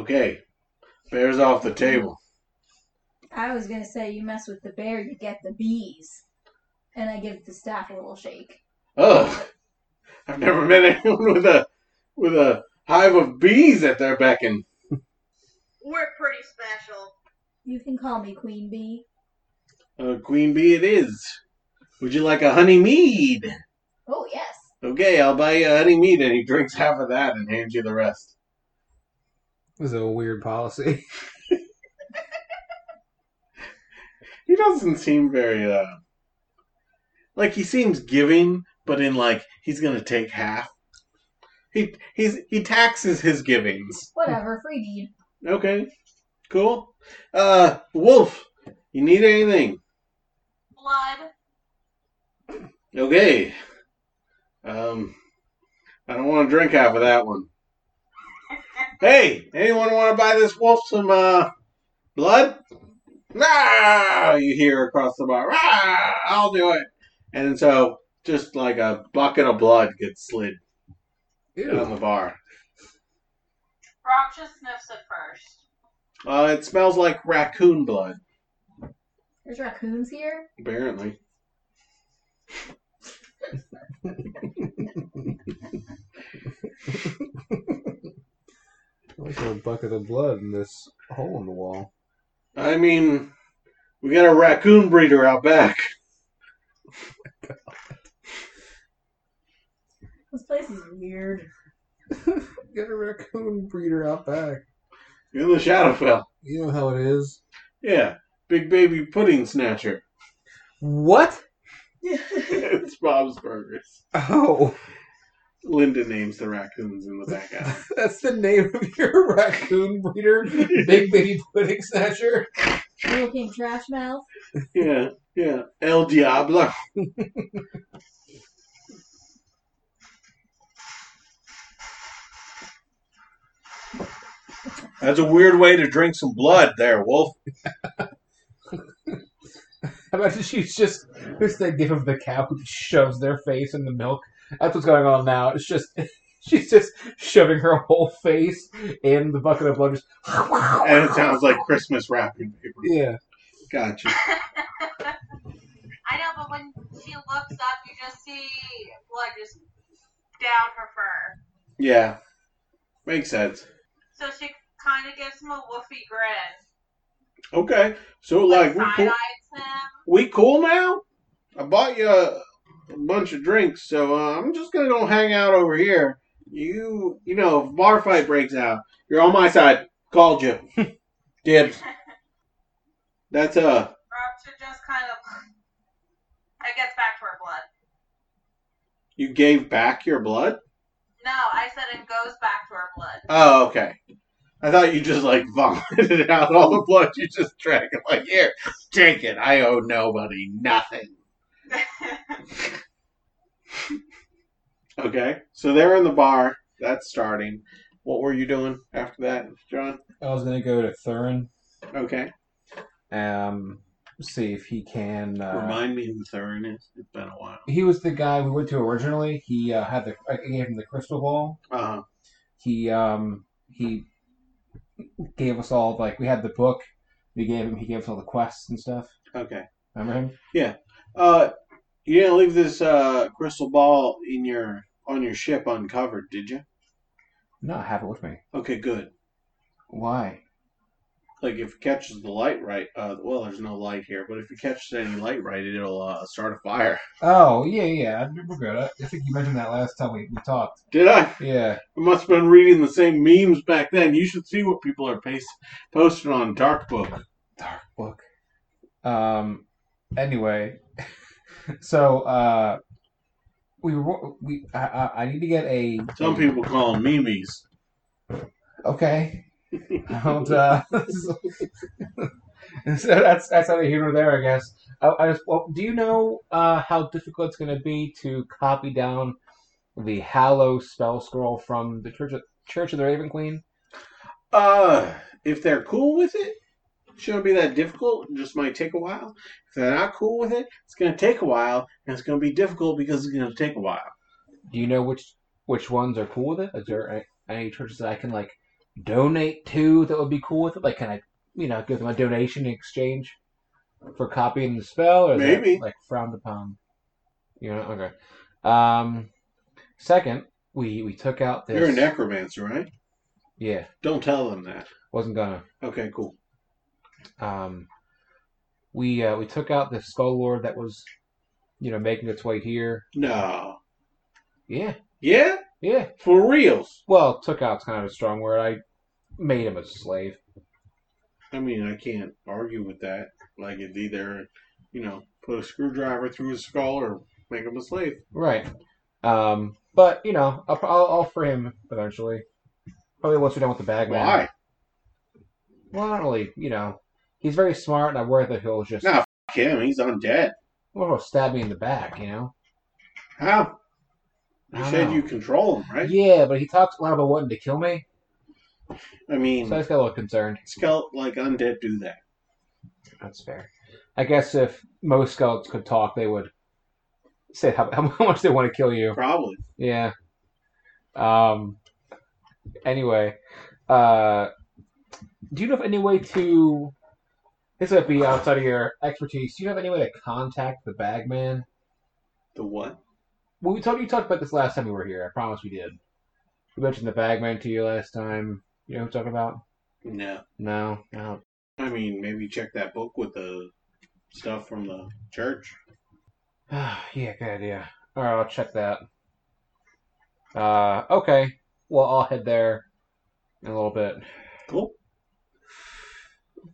Speaker 2: Okay, bear's off the table.
Speaker 5: I was gonna say you mess with the bear, you get the bees. And I give the staff a little shake.
Speaker 2: Ugh, I've never met anyone with a with a hive of bees at their beckon.
Speaker 4: We're pretty special.
Speaker 5: You can call me Queen Bee.
Speaker 2: Uh, queen bee, it is. Would you like a honey mead?
Speaker 5: Oh yes.
Speaker 2: Okay, I'll buy you a honey mead, and he drinks half of that and hands you the rest.
Speaker 8: This is a weird policy.
Speaker 2: He doesn't seem very uh like he seems giving, but in like he's gonna take half. He he's he taxes his givings.
Speaker 5: Whatever, free deed.
Speaker 2: Okay. Cool. Uh Wolf, you need anything?
Speaker 6: Blood,
Speaker 2: Okay. Um I don't wanna drink half of that one. Hey, anyone wanna buy this wolf some uh blood? Ah, you hear across the bar. Ah, I'll do it. And so just like a bucket of blood gets slid down the bar.
Speaker 6: Raksha sniffs it first.
Speaker 2: Uh, it smells like raccoon blood.
Speaker 5: There's raccoons here?
Speaker 2: Apparently.
Speaker 3: Like a bucket of blood in this hole in the wall.
Speaker 2: I mean, we got a raccoon breeder out back.
Speaker 5: This place is weird. [LAUGHS]
Speaker 3: Get a raccoon breeder out back.
Speaker 2: You're the Shadowfell.
Speaker 3: You know how it is.
Speaker 2: Yeah, big baby pudding snatcher.
Speaker 3: What?
Speaker 2: it's Bob's Burgers.
Speaker 3: Oh, [LAUGHS]
Speaker 2: Linda names the raccoons in the back alley.
Speaker 3: that's the name of your [LAUGHS] raccoon breeder, Big Baby Pudding Snatcher.
Speaker 5: Little King Trash Mouth.
Speaker 2: [LAUGHS] Yeah, yeah. El Diablo. [LAUGHS] That's a weird way to drink some blood there, Wolf.
Speaker 3: [LAUGHS] How about she's just who's that gif of the cow who shoves their face in the milk? That's what's going on now. It's just [LAUGHS] she's just shoving her whole face in the bucket of blood. Just
Speaker 2: [LAUGHS] And it sounds like Christmas wrapping paper.
Speaker 3: [LAUGHS] yeah.
Speaker 2: Gotcha.
Speaker 4: I know, but when she looks up, you just see blood just down her fur.
Speaker 2: Yeah. Makes sense.
Speaker 4: So she kind of gives him a woofy grin.
Speaker 2: Okay. So, like, we cool,
Speaker 4: side-eyes him.
Speaker 2: we cool now? I bought you a, a bunch of drinks, so uh, I'm just going to go hang out over here. You, you know, if bar fight breaks out, you're on my side. Called [LAUGHS] you. Dibs. That's, uh,
Speaker 4: Rapture just kind of. [LAUGHS] It gets back to her blood.
Speaker 2: you gave back your blood?
Speaker 4: No, I said it goes back to her blood.
Speaker 2: Oh, okay. I thought you just like [LAUGHS] vomited out all the blood you just drank. I'm like, here, take it. I owe nobody nothing. [LAUGHS] Okay, so they're in the bar. That's starting. What were you doing after that, John?
Speaker 3: I was gonna go to Thurin.
Speaker 2: Okay.
Speaker 3: Um, see if he can. Uh,
Speaker 2: Remind me who Theron is. It's been a while.
Speaker 3: he was the guy we went to originally. He uh, had the I gave him the crystal ball.
Speaker 2: Uh huh.
Speaker 3: He um he gave us all like we had the book. We gave him. He gave us all the quests and stuff.
Speaker 2: Okay.
Speaker 3: Remember him?
Speaker 2: Uh, you didn't leave this uh crystal ball in your on your ship uncovered, did you?
Speaker 3: No, I have it with me.
Speaker 2: Okay, good.
Speaker 3: Why?
Speaker 2: Like if it catches the light right, uh, well, there's no light here, but if it catches any light right, it'll uh, start a fire. [LAUGHS]
Speaker 3: Oh yeah, yeah. We're good. I, I think you mentioned that last time we, we talked.
Speaker 2: Did I?
Speaker 3: Yeah.
Speaker 2: I must have been reading the same memes back then. You should see what people are paste- posting on Dark Book.
Speaker 3: dark book. Um. Anyway, [LAUGHS] so uh, we were we I, I, I need to get a
Speaker 2: Some people call them memes.
Speaker 3: okay. I don't, uh, [LAUGHS] so that's that's either here or there, I guess. I, I just well, do you know uh, how difficult it's going to be to copy down the Hallow spell scroll from the Church of, Church of the Raven Queen?
Speaker 2: Uh, if they're cool with it, it shouldn't be that difficult. It just might take a while. If they're not cool with it, it's going to take a while, and it's going to be difficult because it's going to take a while.
Speaker 3: Do you know which which ones are cool with it? Is there any, any churches that I can like donate to that would be cool with it? Like, can I, you know, give them a donation in exchange for copying the spell, or is that,
Speaker 2: Maybe.
Speaker 3: like frowned upon? You know, okay. Um, second, we we took out this.
Speaker 2: You're a necromancer, right?
Speaker 3: yeah,
Speaker 2: Don't tell them that.
Speaker 3: wasn't gonna.
Speaker 2: Okay, cool.
Speaker 3: Um, we uh, we took out the skull lord that was, you know, making its way here.
Speaker 2: No.
Speaker 3: Yeah,
Speaker 2: Yeah?
Speaker 3: yeah.
Speaker 2: For reals?
Speaker 3: Well, took out's kind of a strong word. I made him a slave.
Speaker 2: I mean, I can't argue with that. Like, it's either, you know, put a screwdriver through his skull or make him a slave.
Speaker 3: Right. Um, but you know, I'll, I'll, I'll free him eventually. Probably once we're done with the bag man.
Speaker 2: Why?
Speaker 3: Well, not really. You know, he's very smart, and I worry that he'll just
Speaker 2: No. Fuck him. He's undead.
Speaker 3: well, he'll stab me in the back. You know.
Speaker 2: How?
Speaker 3: I
Speaker 2: You
Speaker 3: don't
Speaker 2: said
Speaker 3: know.
Speaker 2: you control him, right?
Speaker 3: Yeah, but he talks a lot about wanting to kill me,
Speaker 2: I mean,
Speaker 3: so I just got a little concerned.
Speaker 2: skeleton like undead do that.
Speaker 3: That's fair. I guess if most skeletons could talk, they would say how, [LAUGHS] how much they want to kill you.
Speaker 2: Probably.
Speaker 3: Yeah. Um. Anyway, uh, do you know of any way to This might be outside of your expertise. Do you have any way to contact the bagman?
Speaker 2: The what?
Speaker 3: Well, we told you talked about this last time we were here. I promise we did. We mentioned the bagman to you last time. You know what I'm talking about?
Speaker 2: No.
Speaker 3: No, no.
Speaker 2: I mean, maybe check that book with the stuff from the church.
Speaker 3: [SIGHS] yeah, good idea. All right, I'll check that. Uh, okay. Well, I'll head there in a little bit.
Speaker 2: Cool.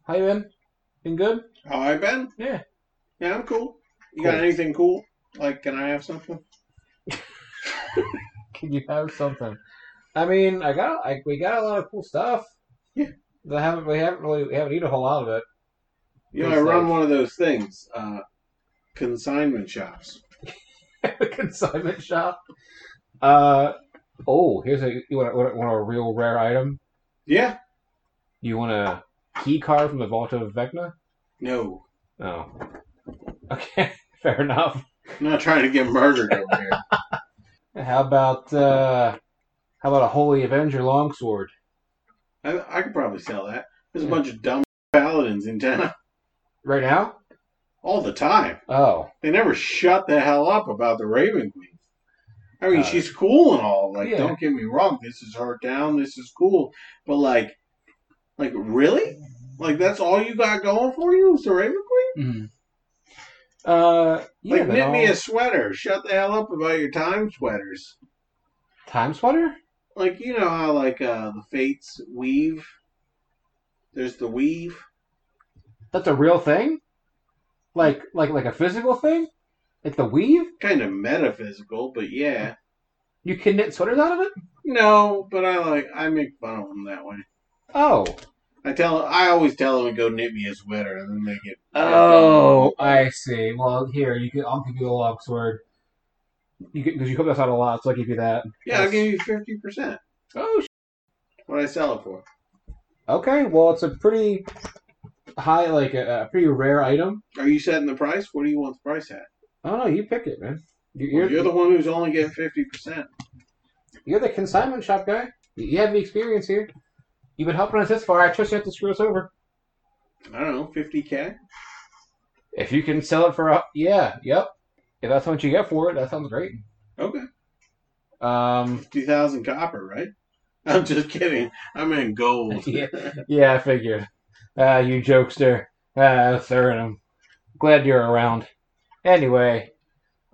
Speaker 3: How you been? Been good?
Speaker 2: How I been?
Speaker 3: Yeah. [LAUGHS]
Speaker 2: Yeah, I'm cool. You
Speaker 3: Cool.
Speaker 2: got anything cool? Like, can I have something?
Speaker 3: Can you have something? I mean, I got I, we got a lot of cool stuff.
Speaker 2: Yeah.
Speaker 3: That haven't we haven't really we haven't eaten a whole lot of it. [LAUGHS]
Speaker 2: You know,
Speaker 3: Yes,
Speaker 2: I run
Speaker 3: thanks.
Speaker 2: one of those things, uh, consignment shops.
Speaker 3: the consignment shop. Uh oh, here's a you want, want, want a real rare item.
Speaker 2: Yeah.
Speaker 3: You want a key card from the Vault of Vecna?
Speaker 2: No,
Speaker 3: Oh. Okay, [LAUGHS] fair enough.
Speaker 2: I'm not trying to get murdered over here.
Speaker 3: How about uh how about a Holy Avenger longsword?
Speaker 2: I, I could probably sell that. There's a
Speaker 3: Yeah.
Speaker 2: bunch of dumb paladins in town [LAUGHS]
Speaker 3: Right now?
Speaker 2: all the time.
Speaker 3: Oh.
Speaker 2: They never shut the hell up about the Raven Queen. I mean,
Speaker 3: Uh,
Speaker 2: she's cool and all. Like,
Speaker 3: yeah.
Speaker 2: don't get me wrong. This is her town. This is cool. But like, like really? Like that's all you got going for you is the Raven Queen?
Speaker 3: Mm. Uh yeah,
Speaker 2: like,
Speaker 3: then
Speaker 2: knit me
Speaker 3: I'll-
Speaker 2: a sweater. Shut the hell up about your time sweaters.
Speaker 3: time sweater?
Speaker 2: Like, you know how like uh, the Fates weave. There's the weave.
Speaker 3: That's a real thing? Like like like a physical thing? Like the weave?
Speaker 2: Kind of metaphysical, but yeah.
Speaker 3: You can knit sweaters out of it?
Speaker 2: No, but I like I make fun of them that way.
Speaker 3: Oh.
Speaker 2: I tell I always tell them to go knit me a sweater, and then they get
Speaker 3: Oh, I see. Well, here you can. I'll give you a longsword. You because you hook us out a lot, so I'll give you that.
Speaker 2: yeah. I'll give you fifty percent.
Speaker 3: Oh, sh-
Speaker 2: What I sell it for?
Speaker 3: okay. Well, it's a pretty high, like a, a pretty rare item.
Speaker 2: Are you setting the price? What do you want the price at?
Speaker 3: Oh no, you pick it, man. You-
Speaker 2: You're,
Speaker 3: You're, you're,
Speaker 2: the
Speaker 3: the,
Speaker 2: one who's only getting fifty percent.
Speaker 3: consignment shop guy. You have the experience here. You've been helping us this far. I trust you have to screw us over.
Speaker 2: I don't know, fifty k.
Speaker 3: If you can sell it for a yeah, yep. If that's what you get for it, that sounds great.
Speaker 2: Okay,
Speaker 3: Um, [LAUGHS]
Speaker 2: fifty thousand copper, right? [LAUGHS] I'm just kidding. I'm in
Speaker 3: [LAUGHS]
Speaker 2: gold.
Speaker 3: yeah, yeah, I figured. Ah, you jokester. Ah, Thurin, I'm glad you're around. Anyway,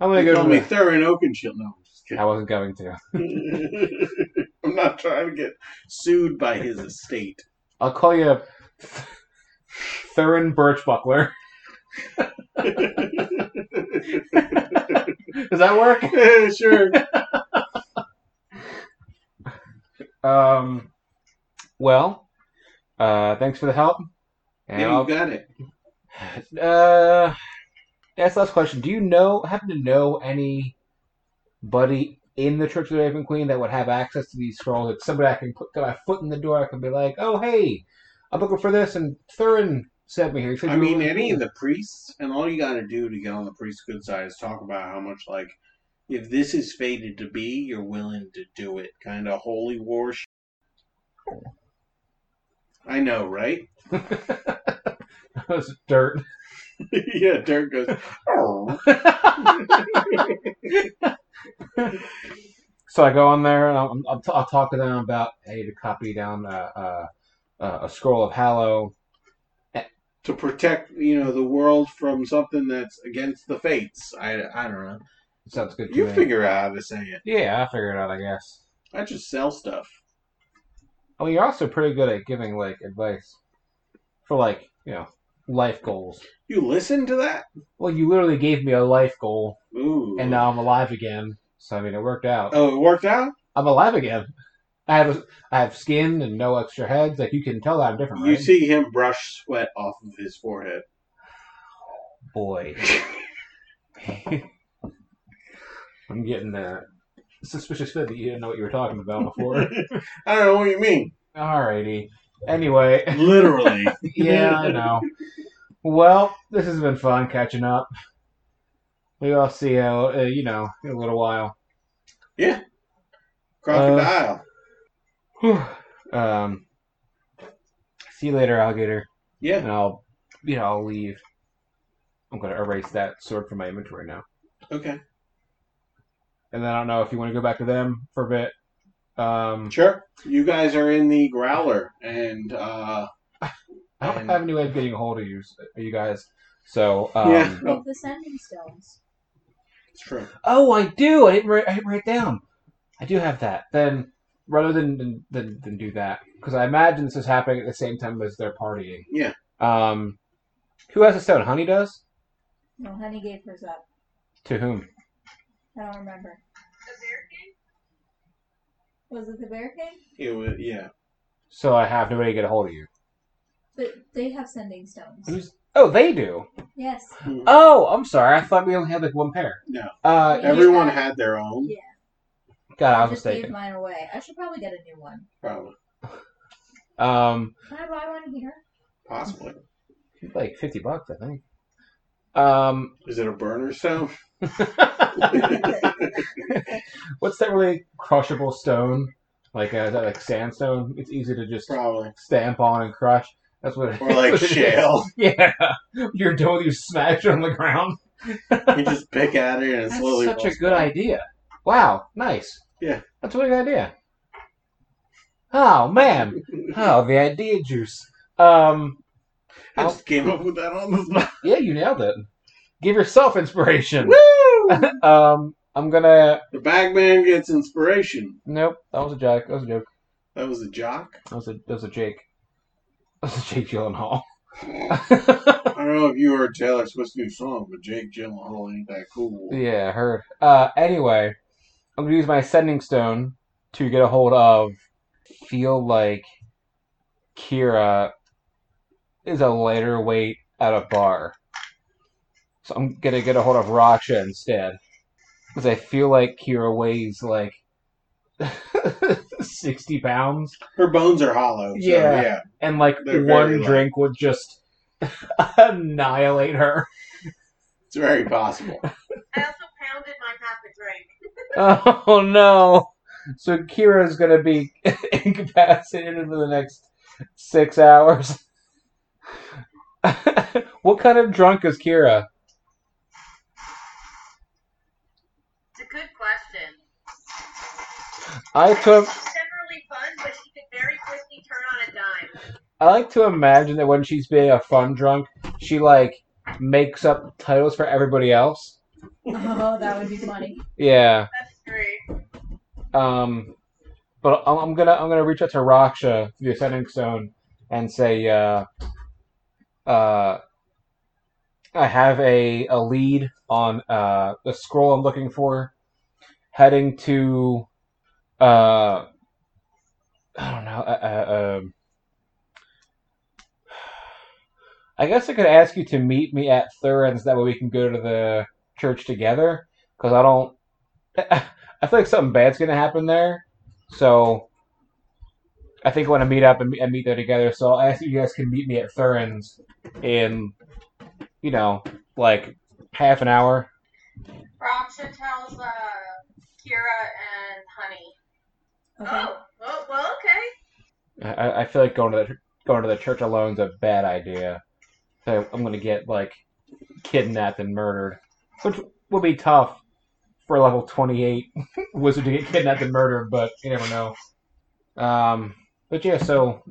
Speaker 3: I'm gonna
Speaker 2: You
Speaker 3: go
Speaker 2: call
Speaker 3: to
Speaker 2: me
Speaker 3: the...
Speaker 2: Thurin Oakenshield. No, I'm just
Speaker 3: I wasn't going to.
Speaker 2: kidding. [LAUGHS] I'm not trying to get sued by his estate.
Speaker 3: I'll call you Thurin Birchbuckler. [LAUGHS] Does that
Speaker 2: [LAUGHS]
Speaker 3: work?
Speaker 2: sure.
Speaker 3: Um, well, uh, thanks for the help. And
Speaker 2: Yeah,
Speaker 3: I'll-
Speaker 2: you got it.
Speaker 3: Uh, that's the last question. Do you know happen to know anybody in the Church of the Raven Queen that would have access to these scrolls? It's somebody I can put got my foot in the door. I can be like, oh hey, I'm looking for this, and Thurin sent me here. He said
Speaker 2: I
Speaker 3: you were
Speaker 2: mean,
Speaker 3: really
Speaker 2: any
Speaker 3: cool."
Speaker 2: of the priests, and all you got to do to get on the priesthood side is talk about how much, like, if this is fated to be, you're willing to do it. Kind of holy war. Sh- I know, right?
Speaker 3: [LAUGHS]
Speaker 2: [LAUGHS]
Speaker 3: That was dirt.
Speaker 2: yeah, Dirk goes.
Speaker 3: [LAUGHS]
Speaker 2: Oh.
Speaker 3: So I go on there and I'll, I'll, t- I'll talk to them about I need to copy down a, a, a scroll of Hallow.
Speaker 2: To protect, you know, the world from something that's against the fates. I, I don't know.
Speaker 3: Sounds good to
Speaker 2: You
Speaker 3: me.
Speaker 2: figure out how to say it.
Speaker 3: Yeah, I figure it out, I guess.
Speaker 2: I just sell stuff.
Speaker 3: I mean, you're also pretty good at giving like advice for like you know life goals.
Speaker 2: You listen to that?
Speaker 3: Well, you literally gave me a life goal,
Speaker 2: Ooh.
Speaker 3: and uh, now I'm alive again. So I mean, it worked out.
Speaker 2: Oh, it worked out.
Speaker 3: I'm alive again. I have a, I have skin and no extra heads. Like you can tell that I'm different,
Speaker 2: You
Speaker 3: right?
Speaker 2: see him brush sweat off of his forehead.
Speaker 3: Boy, [LAUGHS] I'm getting that suspicious fit that you didn't know what you were talking about before.
Speaker 2: I don't know what you mean.
Speaker 3: Alrighty. Anyway, [LAUGHS]
Speaker 2: Literally.
Speaker 3: yeah, I know. Well, this has been fun catching up. We all see how uh, you know in a little while. [SIGHS] Uh,
Speaker 2: Crocodile.
Speaker 3: Whew. Um, see you later, alligator.
Speaker 2: yeah.
Speaker 3: And I'll yeah, I'll leave. I'm gonna erase that sword from my inventory now.
Speaker 2: Okay.
Speaker 3: And then I don't know if you want to go back to them for a bit. Um,
Speaker 2: Sure. You guys are in the growler, and uh,
Speaker 3: I don't
Speaker 2: And-
Speaker 3: have any way of getting a hold of you, uh, you guys. So um,
Speaker 2: yeah,
Speaker 5: With the sending stones.
Speaker 2: it's true.
Speaker 3: Oh, I do. I didn't write. I didn't write it down. I do have that. Then rather than than than, than do that, because I imagine this is happening at the same time as they're partying.
Speaker 2: Yeah.
Speaker 3: Um, who has a stone? Honey does.
Speaker 5: No, Honey gave hers up.
Speaker 3: To whom?
Speaker 5: I don't remember.
Speaker 4: Berserking?
Speaker 5: Was it the Bear King?
Speaker 2: It was yeah.
Speaker 3: So I have no way to get a hold of you.
Speaker 5: But they have sending stones.
Speaker 3: Who's? Oh, they do.
Speaker 5: Yes.
Speaker 3: Oh, I'm sorry. I thought we only had like one pair.
Speaker 2: No.
Speaker 3: Uh,
Speaker 5: Yeah.
Speaker 2: Everyone had their own,
Speaker 5: Yeah.
Speaker 3: God, I was
Speaker 5: just gave
Speaker 3: mistaken.
Speaker 5: mine away. I should probably get a new one.
Speaker 2: probably,
Speaker 3: Um,
Speaker 5: Can I buy one here?
Speaker 2: possibly.
Speaker 3: like fifty bucks, I think. Um,
Speaker 2: Is it a burner
Speaker 3: [LAUGHS]
Speaker 2: stone?
Speaker 3: [LAUGHS] what's that really crushable stone? Like uh, is that like sandstone? It's easy to just
Speaker 2: probably,
Speaker 3: stamp on and crush. That's what. it-
Speaker 2: or like
Speaker 3: [LAUGHS] what it is.
Speaker 2: shale.
Speaker 3: Yeah, you're doing you smash it on the ground.
Speaker 2: You just pick at it and it
Speaker 3: That's
Speaker 2: slowly.
Speaker 3: such a
Speaker 2: falls
Speaker 3: good
Speaker 2: apart.
Speaker 3: idea. Wow, nice.
Speaker 2: Yeah.
Speaker 3: that's a really good idea. Oh man, oh the idea juice. Um,
Speaker 2: I just came up with that on the spot.
Speaker 3: yeah, you nailed it. Give yourself inspiration.
Speaker 2: Woo!
Speaker 3: [LAUGHS] um, I'm gonna.
Speaker 2: The Bagman gets inspiration.
Speaker 3: Nope, that was a joke. That was a joke.
Speaker 2: That was a jock.
Speaker 3: That was a that was a Jake. [LAUGHS] That was a Jake Gyllenhaal. [LAUGHS]
Speaker 2: I don't know if you heard Taylor Swift's new song, but Jake Gyllenhaal ain't that cool.
Speaker 3: yeah, I heard. Uh, anyway, I'm gonna use my sending stone to get a hold of. Feel like Kira is a lighter weight at a bar, so I'm gonna get a hold of Raksha instead, because I feel like Kira weighs like [LAUGHS] sixty pounds,
Speaker 2: Her bones are hollow. So,
Speaker 3: Yeah.
Speaker 2: yeah.
Speaker 3: and like
Speaker 2: They're very
Speaker 3: one
Speaker 2: light.
Speaker 3: drink would just [LAUGHS] annihilate her.
Speaker 2: it's very possible.
Speaker 9: I also pounded my half a drink.
Speaker 3: Oh no! So Kira's gonna be [LAUGHS] incapacitated for the next six hours. [LAUGHS] what kind of drunk is Kira?
Speaker 9: It's a good question.
Speaker 3: I took.
Speaker 9: She's generally fun, but she could very quickly turn on a dime.
Speaker 3: I like to imagine that when she's being a fun drunk, she like makes up titles for everybody else.
Speaker 5: Oh, that would be funny.
Speaker 3: Yeah.
Speaker 9: That's true.
Speaker 3: Um, but I'm, I'm gonna I'm gonna reach out to Raksha through the ascending stone and say, uh, uh, I have a a lead on uh the scroll I'm looking for, heading to, uh, I don't know, uh, uh, um. I guess I could ask you to meet me at Thurin's. That way we can go to the church together. Because I don't. I feel like something bad's gonna happen there. So I think I want to meet up and, and meet there together. So I'll ask if you guys can meet me at Thurin's in, you know, like half an hour.
Speaker 4: Raksha tells uh, Kira and Honey.
Speaker 5: Okay.
Speaker 4: [LAUGHS]
Speaker 9: Oh, well, well, okay.
Speaker 3: I- I, I feel like going to the, going to the church alone is a bad idea. So I'm gonna get like kidnapped and murdered, which will be tough for a level 28 [LAUGHS] wizard to get kidnapped and murdered. But you never know. Um, but yeah, so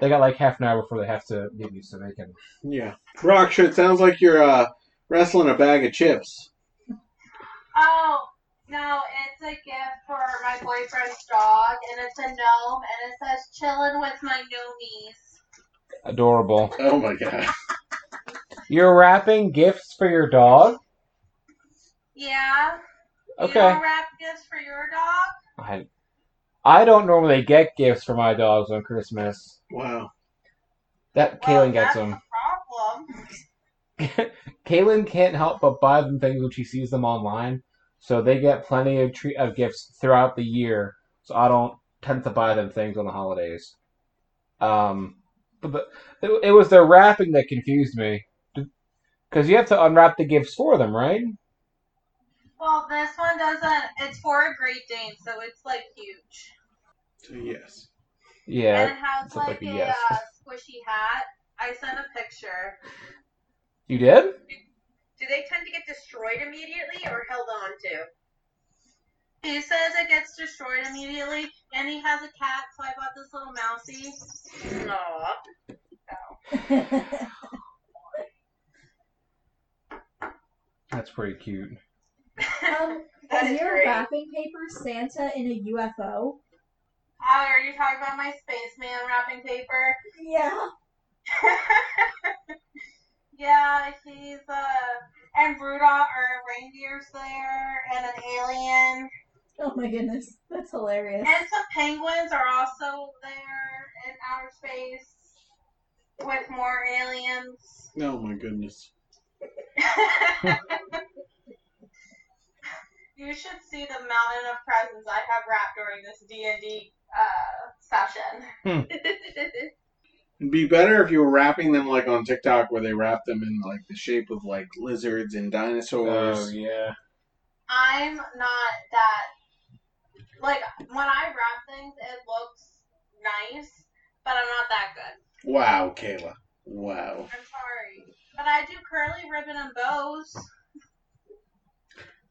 Speaker 3: they got like half an hour before they have to leave you, so they can.
Speaker 2: [LAUGHS] Yeah. Raksha, it sounds like you're uh, wrestling a bag of chips.
Speaker 4: Oh, no, it's a gift for my boyfriend's dog, and it's a gnome, and it says chillin' with my gnomies.
Speaker 3: Adorable.
Speaker 2: Oh my god.
Speaker 3: You're wrapping gifts for your dog.
Speaker 4: Yeah? You
Speaker 3: Okay.
Speaker 4: don't wrap gifts for your dog?
Speaker 3: I, I don't normally get gifts for my dogs on Christmas.
Speaker 2: Wow.
Speaker 3: That
Speaker 4: well,
Speaker 3: Kaylin gets
Speaker 4: Oh, that's
Speaker 3: them.
Speaker 4: the problem.
Speaker 3: Kaylin can't help but buy them things when she sees them online, so they get plenty of treat of gifts throughout the year. So I don't tend to buy them things on the holidays. Um, but, but it, it was their wrapping that confused me, because you have to unwrap the gifts for them, right?
Speaker 4: Well, this one doesn't. It's for a Great Dane, so it's like huge.
Speaker 2: So, yes.
Speaker 3: Yeah.
Speaker 4: and it has
Speaker 3: sounds
Speaker 4: like,
Speaker 3: like a
Speaker 4: a
Speaker 3: yes.
Speaker 4: uh, squishy hat. I
Speaker 10: I sent a picture.
Speaker 3: You did?
Speaker 10: Do they tend to get destroyed immediately or held on to?
Speaker 4: He says it gets destroyed immediately, and he has a cat, so I bought this little mousey.
Speaker 10: Aww.
Speaker 5: Um,
Speaker 11: That's pretty cute.
Speaker 5: um,
Speaker 10: That
Speaker 5: is
Speaker 10: is
Speaker 5: your
Speaker 10: great.
Speaker 5: wrapping paper Santa in a UFO?
Speaker 4: Allie, are you talking about my spaceman wrapping paper? [LAUGHS]
Speaker 5: Yeah.
Speaker 4: yeah, he's uh, and Rudolph or reindeer's there, and an alien,
Speaker 5: Oh my goodness, that's hilarious.
Speaker 4: and some penguins are also there in outer space with more aliens. [LAUGHS]
Speaker 2: Oh my goodness.
Speaker 4: you should see the mountain of presents I have wrapped during this D and D uh, session.
Speaker 2: It'd be better if you were wrapping them like on TikTok where they wrap them in like the shape of like lizards and dinosaurs.
Speaker 11: Oh yeah.
Speaker 4: [LAUGHS] I'm not that like when I wrap things, it looks nice, but I'm not that good.
Speaker 2: Wow, Kayla. Wow.
Speaker 4: I'm sorry, but I do curly ribbon and bows.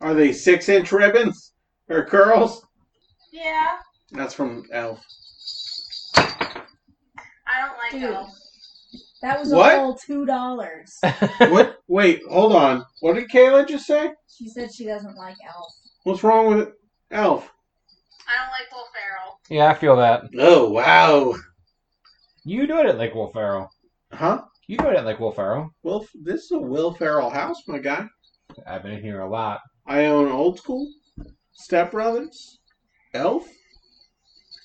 Speaker 2: Are they six inch ribbons or curls?
Speaker 4: Yeah,
Speaker 2: That's from [LAUGHS] Elf.
Speaker 4: I don't like
Speaker 5: Dude.
Speaker 4: those.
Speaker 5: That was
Speaker 2: What?
Speaker 5: a whole two dollars.
Speaker 2: what? Wait, hold on. What did Kayla just say?
Speaker 5: she said she doesn't like elf.
Speaker 2: What's wrong with Elf?
Speaker 4: I don't like Will Ferrell.
Speaker 3: Yeah, I feel that.
Speaker 2: Oh wow.
Speaker 3: You do it like Will Ferrell.
Speaker 2: Huh?
Speaker 3: You do it like Will Ferrell.
Speaker 2: Well, this is a Will Ferrell house, my guy.
Speaker 3: I've been in here a lot.
Speaker 2: I own Old School, Step Brothers, Elf.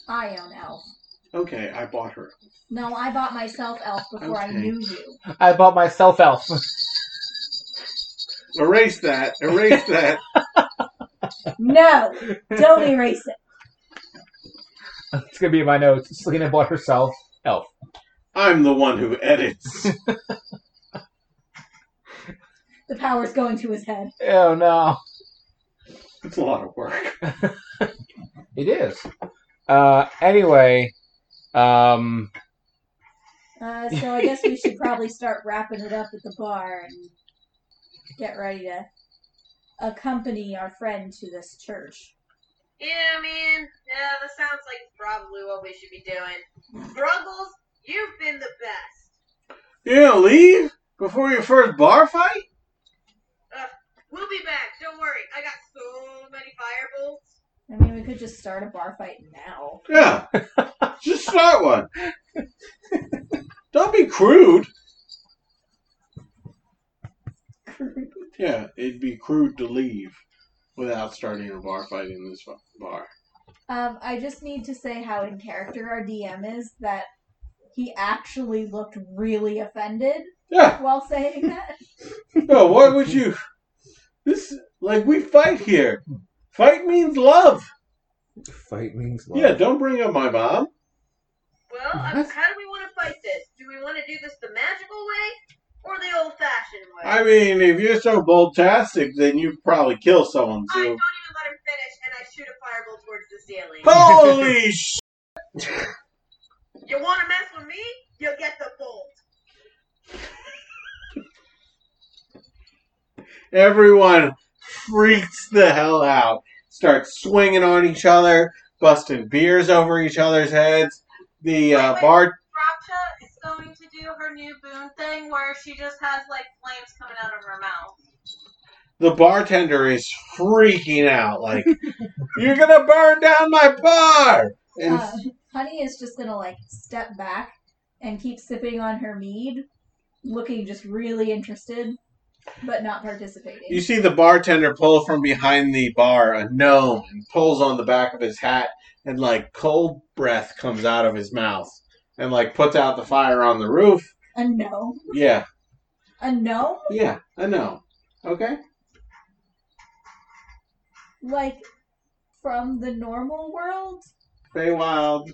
Speaker 5: I own elf.
Speaker 2: Okay, I bought her.
Speaker 5: No, I bought myself elf before I
Speaker 2: Okay.
Speaker 5: knew you.
Speaker 3: I bought myself Elf.
Speaker 2: Erase that. Erase that.
Speaker 5: No, don't erase it.
Speaker 3: [LAUGHS] it's gonna be in my notes. Selena bought herself Elf.
Speaker 2: I'm the one who edits. [LAUGHS]
Speaker 5: The power's going to his head.
Speaker 3: Oh no.
Speaker 2: It's a lot of work.
Speaker 3: It is. Uh, anyway, um,
Speaker 5: Uh, so I guess we should probably start wrapping it up at the bar and get ready to accompany our friend to this church.
Speaker 10: Yeah, man. Yeah, that sounds like probably what we should be doing. Gruggles, you've been the best.
Speaker 2: You're gonna leave before your first bar fight?
Speaker 10: We'll be back. Don't worry. I got so many firebolts.
Speaker 5: I mean, we could just start a bar fight now. [LAUGHS]
Speaker 2: Yeah. Just start one. Don't be crude. Yeah, it'd be crude to leave without starting a bar fight in this bar.
Speaker 5: Um, I just need to say how in character our DM is that he actually looked really offended
Speaker 2: Yeah.
Speaker 5: while saying that.
Speaker 2: No, why would you? This like we fight here. Fight means love.
Speaker 11: Fight means love.
Speaker 2: Yeah, don't bring up my mom.
Speaker 10: Well, I mean, how do we want to fight this? Do we want to do this the magical way or the old-fashioned way?
Speaker 2: I mean, if you're so boldtastic, then you probably kill someone
Speaker 10: I don't
Speaker 2: too.
Speaker 10: even let him finish, and I shoot a fireball towards the ceiling.
Speaker 2: Holy sh!
Speaker 10: You want to mess with me? You'll get the bolt.
Speaker 2: Everyone freaks the hell out. Starts swinging on each other, busting beers over each other's heads. The uh, bar.
Speaker 4: Rapcha is going to do her new boon thing where she just has like flames coming out of her mouth.
Speaker 2: The bartender is freaking out, like, [LAUGHS] "You're gonna burn down my bar!" And
Speaker 5: Uh, Honey is just gonna like step back and keep sipping on her mead, looking just really interested, but not participating.
Speaker 2: You see the bartender pull from behind the bar a gnome and pulls on the back of his hat, and like cold breath comes out of his mouth and like puts out the fire on the roof.
Speaker 5: A no,
Speaker 2: Yeah,
Speaker 5: a no,
Speaker 2: yeah, I know. Okay.
Speaker 5: like from the normal world.
Speaker 2: Feywild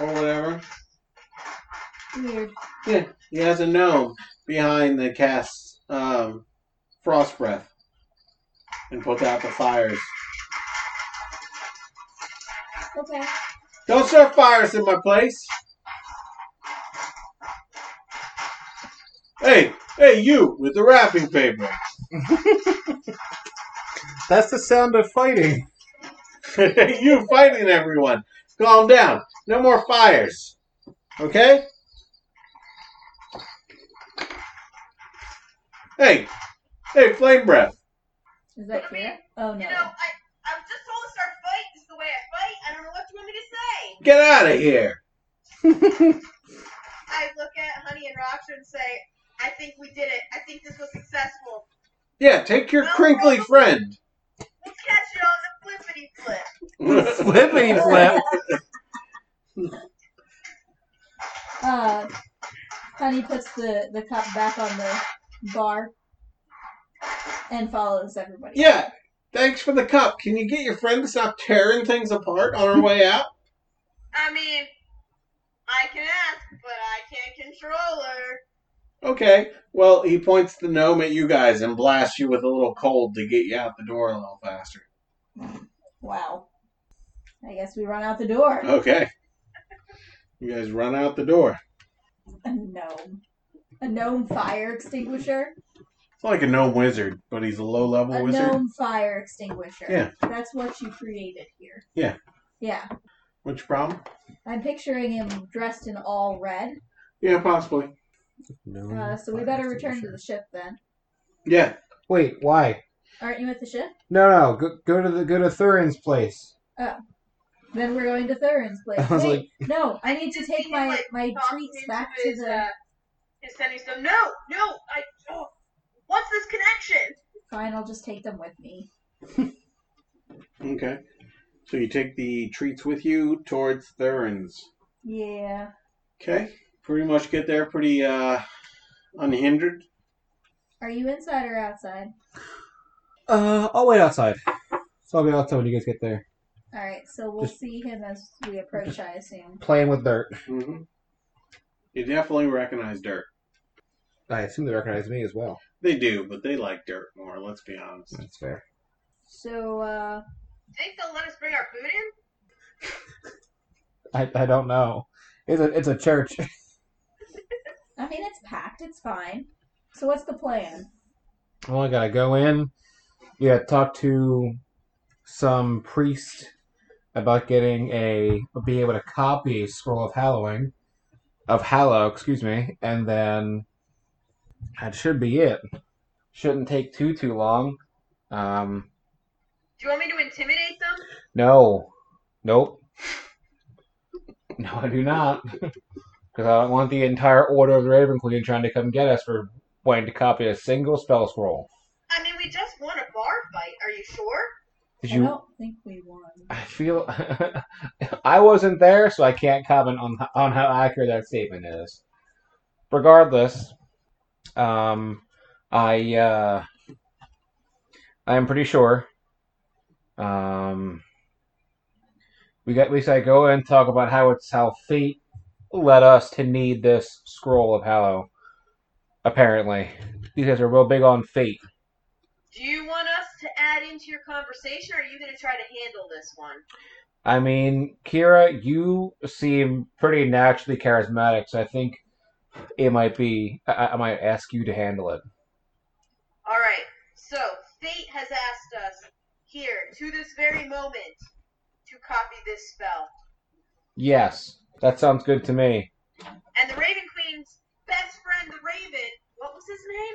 Speaker 2: or whatever.
Speaker 5: Weird.
Speaker 2: He has a gnome behind the cast um, frost breath and puts out the fires.
Speaker 5: Okay.
Speaker 2: Don't start fires in my place. Hey, hey, you with the wrapping paper. [LAUGHS]
Speaker 12: That's the sound of
Speaker 3: [LAUGHS]
Speaker 12: fighting.
Speaker 2: you fighting everyone. Calm down. No more fires. Okay? Hey, hey, flame breath.
Speaker 5: Is that
Speaker 4: I mean,
Speaker 5: Kira? Oh
Speaker 4: You
Speaker 5: no.
Speaker 4: know, I, I'm just told to start fighting. This is the way I fight. I don't know what you want me to say.
Speaker 2: Get out of here.
Speaker 4: I look at Honey and Raksha and say, I think we did it. I think this was successful.
Speaker 2: Yeah, take your crinkly friend.
Speaker 4: We'll catch it on the flippity flip.
Speaker 12: Flippity flip.
Speaker 5: Uh, Honey puts the, the cup back on the bar and follows everybody.
Speaker 2: yeah, thanks for the cup. Can you get your friend to stop tearing things apart on our way out?
Speaker 4: I mean, I can ask, but I can't control her.
Speaker 2: Okay. Well, he points the gnome at you guys and blasts you with a little cold to get you out the door a little faster.
Speaker 5: Wow. I guess we run out the door.
Speaker 2: Okay. You guys run out the door.
Speaker 5: A gnome. A gnome fire extinguisher.
Speaker 2: It's like a gnome wizard, but he's a low level
Speaker 5: a
Speaker 2: wizard.
Speaker 5: gnome fire extinguisher.
Speaker 2: Yeah.
Speaker 5: That's what you created here.
Speaker 2: Yeah.
Speaker 5: Yeah.
Speaker 2: Which problem?
Speaker 5: I'm picturing him dressed in all red.
Speaker 2: Yeah, possibly.
Speaker 12: No.
Speaker 5: Uh, so we better return to the ship then.
Speaker 2: Yeah.
Speaker 3: Wait, why?
Speaker 5: Aren't you at the ship?
Speaker 3: No, no, go, go to the go to Thurin's place.
Speaker 5: Then we're going to Thurin's place.
Speaker 3: [LAUGHS] I was
Speaker 5: Wait, no, I need to take my, my
Speaker 4: Talking
Speaker 5: treats
Speaker 4: into
Speaker 5: back to
Speaker 4: his,
Speaker 5: the
Speaker 4: uh, his sending stuff. No, no, I. Oh, what's this connection?
Speaker 5: fine. I'll just take them with me.
Speaker 2: Okay. So you take the treats with you towards Thurin's.
Speaker 5: Yeah.
Speaker 2: Okay. Pretty much get there pretty uh unhindered.
Speaker 5: Are you inside or outside?
Speaker 3: Uh, I'll wait outside. So I'll be outside when you guys get there.
Speaker 5: All right. So we'll
Speaker 3: Just-
Speaker 5: see him as we approach. I assume.
Speaker 3: Playing with dirt.
Speaker 2: Mm-hmm. You definitely recognize dirt.
Speaker 3: I assume they recognize me as well.
Speaker 2: They do, but they like dirt more, let's be honest.
Speaker 3: That's fair.
Speaker 5: So uh,
Speaker 4: Think they'll let us bring our food in?
Speaker 3: I, I don't know. It's a it's a church.
Speaker 5: I mean, it's packed. It's fine. So what's the plan?
Speaker 3: Well, I gotta go in. Yeah, talk to some priest about getting a being able to copy a scroll of hallowing, of hallow, excuse me, and then that should be it. Shouldn't take too too long. Um,
Speaker 4: Do you want me to intimidate them?
Speaker 3: no, nope, [LAUGHS] no, I do not, [LAUGHS] because I don't want the entire order of the Raven Queen trying to come get us for wanting to copy a single spell scroll.
Speaker 4: I mean, we just won a bar fight. Are you sure?
Speaker 3: Did
Speaker 5: I
Speaker 3: you?
Speaker 5: don't think we won.
Speaker 3: I feel [LAUGHS] I wasn't there, so I can't comment on on how accurate that statement is. Regardless, um, I uh, I am pretty sure. Um, we got. We I go and talk about how it's how fate led us to need this scroll of hallow. Apparently, these guys are real big on fate.
Speaker 4: Do you want us to add into your conversation, or are you going to try to handle this one?
Speaker 3: I mean, Kira, you seem pretty naturally charismatic, so I think it might be. I, I might ask you to handle it.
Speaker 4: All right. So fate has asked us here to this very moment to copy this spell,
Speaker 3: Yes, that sounds good to me.
Speaker 4: and the Raven Queen's best friend, the Raven. What was his name?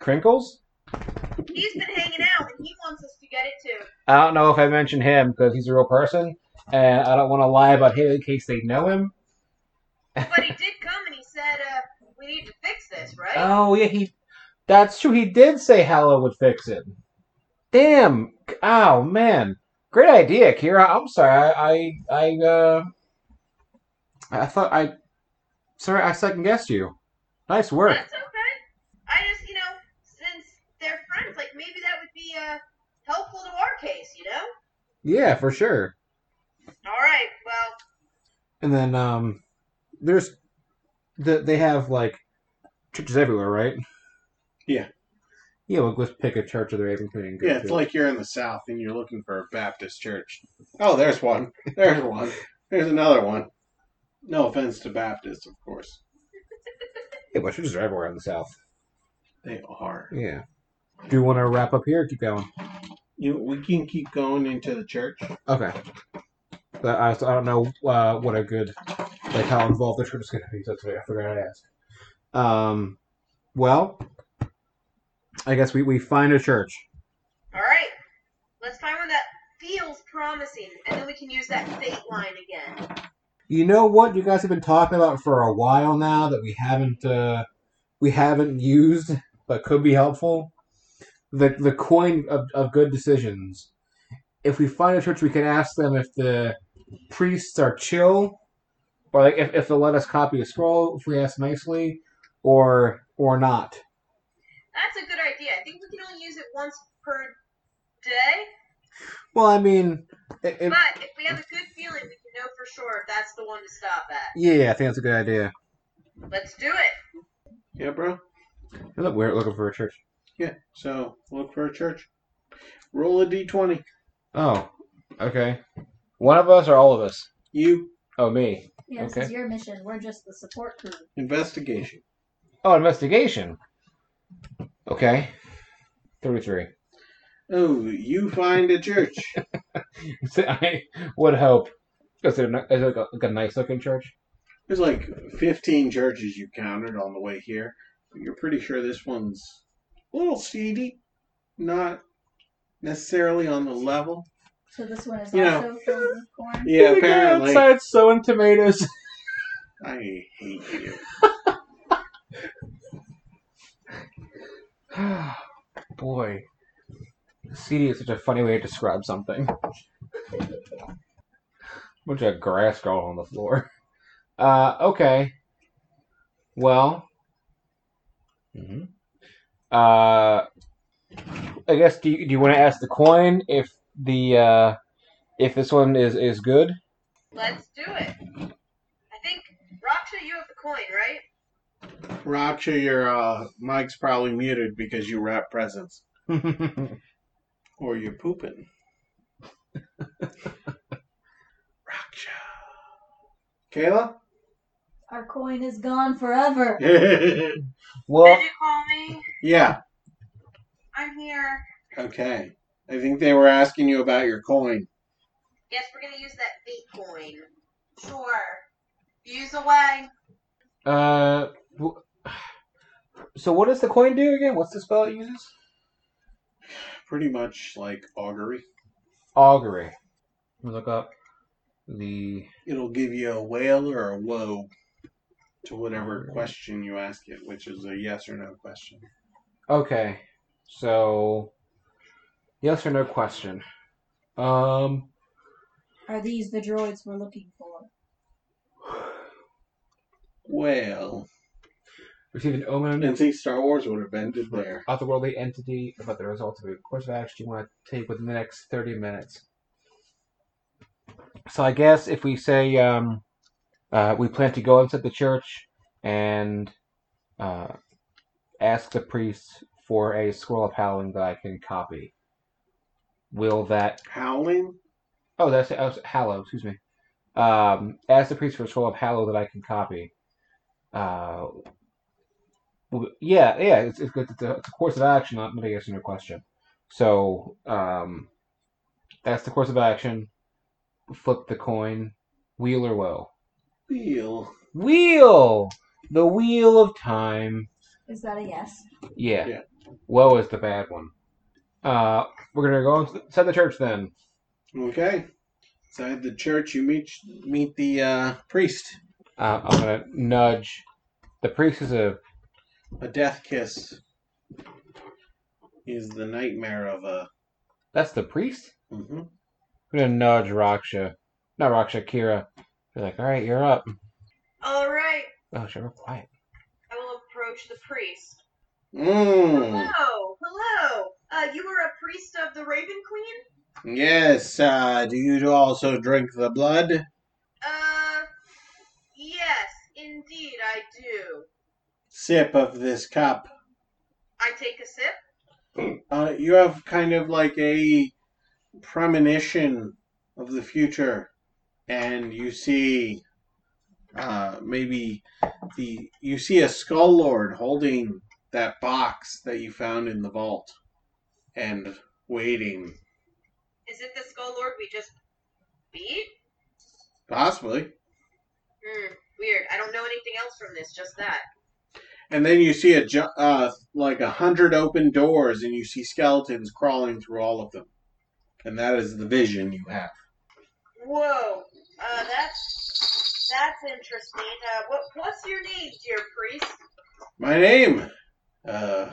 Speaker 3: Crinkles?
Speaker 4: He's been hanging out, and he wants us to get it too.
Speaker 3: I don't know if I mentioned him because he's a real person, and I don't want to lie about him in case they know him.
Speaker 4: But he did come, and he said, uh, "We need to fix this, right?"
Speaker 3: Oh yeah, he. That's true. He did say Hallow would fix it. Damn. Oh man. Great idea, Kira. I'm sorry. I I, I uh. I thought I. Sorry, I second guessed you. Nice work.
Speaker 4: That's okay. I just, you know, since they're friends, like maybe that would be uh helpful to our case, you know?
Speaker 3: Yeah, for sure.
Speaker 4: All right. Well,
Speaker 3: And then um, there's the, they have like churches everywhere, right?
Speaker 2: Yeah.
Speaker 3: Yeah, we'll just pick a church of the Raven Queen. and go
Speaker 2: Yeah, it's
Speaker 3: to.
Speaker 2: like you're in the South and you're looking for a Baptist church. Oh, there's [LAUGHS] one. There's one. There's another one. No offense to Baptists, of course.
Speaker 3: yeah, well, churches are everywhere in the South.
Speaker 2: They are.
Speaker 3: Yeah. Do you want to wrap up here? Or keep going.
Speaker 2: You, we can keep going into the church.
Speaker 3: Okay. But I, I don't know uh, what a good, like how involved the trip is going to be. That's what I forgot to ask. Um, well, I guess we, we find a church.
Speaker 4: All right, let's find one that feels promising, and then we can use that fate line again.
Speaker 3: You know what you guys have been talking about for a while now that we haven't uh, we haven't used but could be helpful. The the coin of, of good decisions. If we find a church, we can ask them if the priests are chill, or like if, if they'll let us copy a scroll if we ask nicely, or or not.
Speaker 4: That's a good idea. I think we can only use it once per day,
Speaker 3: Well, I mean, it, it,
Speaker 4: but if we have a good feeling, we can know for sure if that's the one to stop at.
Speaker 3: yeah, I think that's a good idea.
Speaker 4: Let's do it.
Speaker 2: Yeah, bro.
Speaker 3: I look weird looking for a church.
Speaker 2: Yeah. So look for a church. Roll a d20.
Speaker 3: Oh, okay. One of us or all of us?
Speaker 2: You
Speaker 3: Oh, me.
Speaker 5: Yeah, this is
Speaker 3: Okay.
Speaker 5: your mission. We're just the support crew.
Speaker 2: investigation.
Speaker 3: Oh, investigation. Okay. 33.
Speaker 2: Oh, you find a [LAUGHS] church.
Speaker 3: So [LAUGHS] I would hope. Is it, a, is it like a, like a nice looking church?
Speaker 2: There's like 15 churches you counted on the way here. You're pretty sure this one's a little seedy, not necessarily on the level.
Speaker 5: So this one is
Speaker 2: You know.
Speaker 5: also filled with corn.
Speaker 2: [LAUGHS] Yeah, apparently.
Speaker 3: Outside sowing tomatoes. [LAUGHS]
Speaker 2: I hate you.
Speaker 3: [SIGHS] Boy. CD is such a funny way to describe something. Bunch of grass growing on the floor. [LAUGHS] Uh, okay. Well. mhm. Uh, I guess do you, do you want to ask the coin if the uh, if this one is is good?
Speaker 4: Let's do it. I think Raksha, you have the coin, right?
Speaker 2: Raksha, your uh, mic's probably muted because you wrap presents. Or you're pooping. Raksha. Kayla? [LAUGHS]
Speaker 5: Our coin is gone forever.
Speaker 3: well,
Speaker 13: Did you call me?
Speaker 2: yeah,
Speaker 13: I'm here.
Speaker 2: okay. I think they were asking you about your coin.
Speaker 4: Yes, we're gonna use that fate coin.
Speaker 13: Sure. Use away.
Speaker 3: uh, w- [SIGHS] so what does the coin do again? What's the spell it uses?
Speaker 2: Pretty much like augury.
Speaker 3: Augury. Let me look up the
Speaker 2: It'll give you a whale or a woe to whatever question you ask it, which is a yes or no question.
Speaker 3: Okay. So, yes or no question. Um, [SIGHS]
Speaker 5: Are these the droids we're looking for?
Speaker 2: Well,
Speaker 3: receive an omen
Speaker 2: and see, Star Wars would have ended
Speaker 3: from an
Speaker 2: there.
Speaker 3: otherworldly entity about the results of a course of action you want to take within the next 30 minutes. So, I guess if we say um, uh, we plan to go inside the church and uh, ask the priest for a scroll of howling that I can copy, will that
Speaker 2: Howling?
Speaker 3: Oh, that's oh, it's Hallow. Excuse me. Um, ask the priest for a scroll of Hallow that I can copy. Uh, well, yeah, yeah. It's it's, good. It's, a, it's a course of action, not mitigation or question. So um, that's the course of action. Flip the coin. Wheel or woe.
Speaker 2: Wheel.
Speaker 3: Wheel. The wheel of time.
Speaker 5: Is that a yes?
Speaker 3: Yeah.
Speaker 2: Yeah.
Speaker 3: Woe is the bad one. Uh, we're gonna go inside the church then.
Speaker 2: Okay. Inside the church, you meet meet the uh, priest.
Speaker 3: Uh, I'm gonna nudge. The priest is a
Speaker 2: A death kiss is the nightmare of a.
Speaker 3: That's the priest?
Speaker 2: hmm
Speaker 3: I'm gonna nudge Raksha. Not Raksha, Kira. Be like, alright, you're up.
Speaker 4: All right,
Speaker 3: Oh, shit, we're quiet.
Speaker 4: I will approach the priest.
Speaker 2: Mm.
Speaker 4: Hello, hello. Uh, you are a priest of the Raven Queen?
Speaker 2: Yes. Uh, do you also drink the blood?
Speaker 4: Uh, yes, indeed, I do.
Speaker 2: Sip of this cup.
Speaker 4: I take a sip.
Speaker 2: Uh, you have kind of like a premonition of the future, and you see uh, maybe the you see a skull lord holding that box that you found in the vault and waiting,
Speaker 4: Is it the Skull Lord we just beat?
Speaker 2: possibly.
Speaker 4: Hmm, weird. I don't know anything else from this, just that.
Speaker 2: And then you see a ju- uh, like a hundred open doors, and you see skeletons crawling through all of them. And that is the vision you have.
Speaker 4: Whoa. Uh, that's that's interesting. Uh, what what's your name, dear priest?
Speaker 2: My name, uh,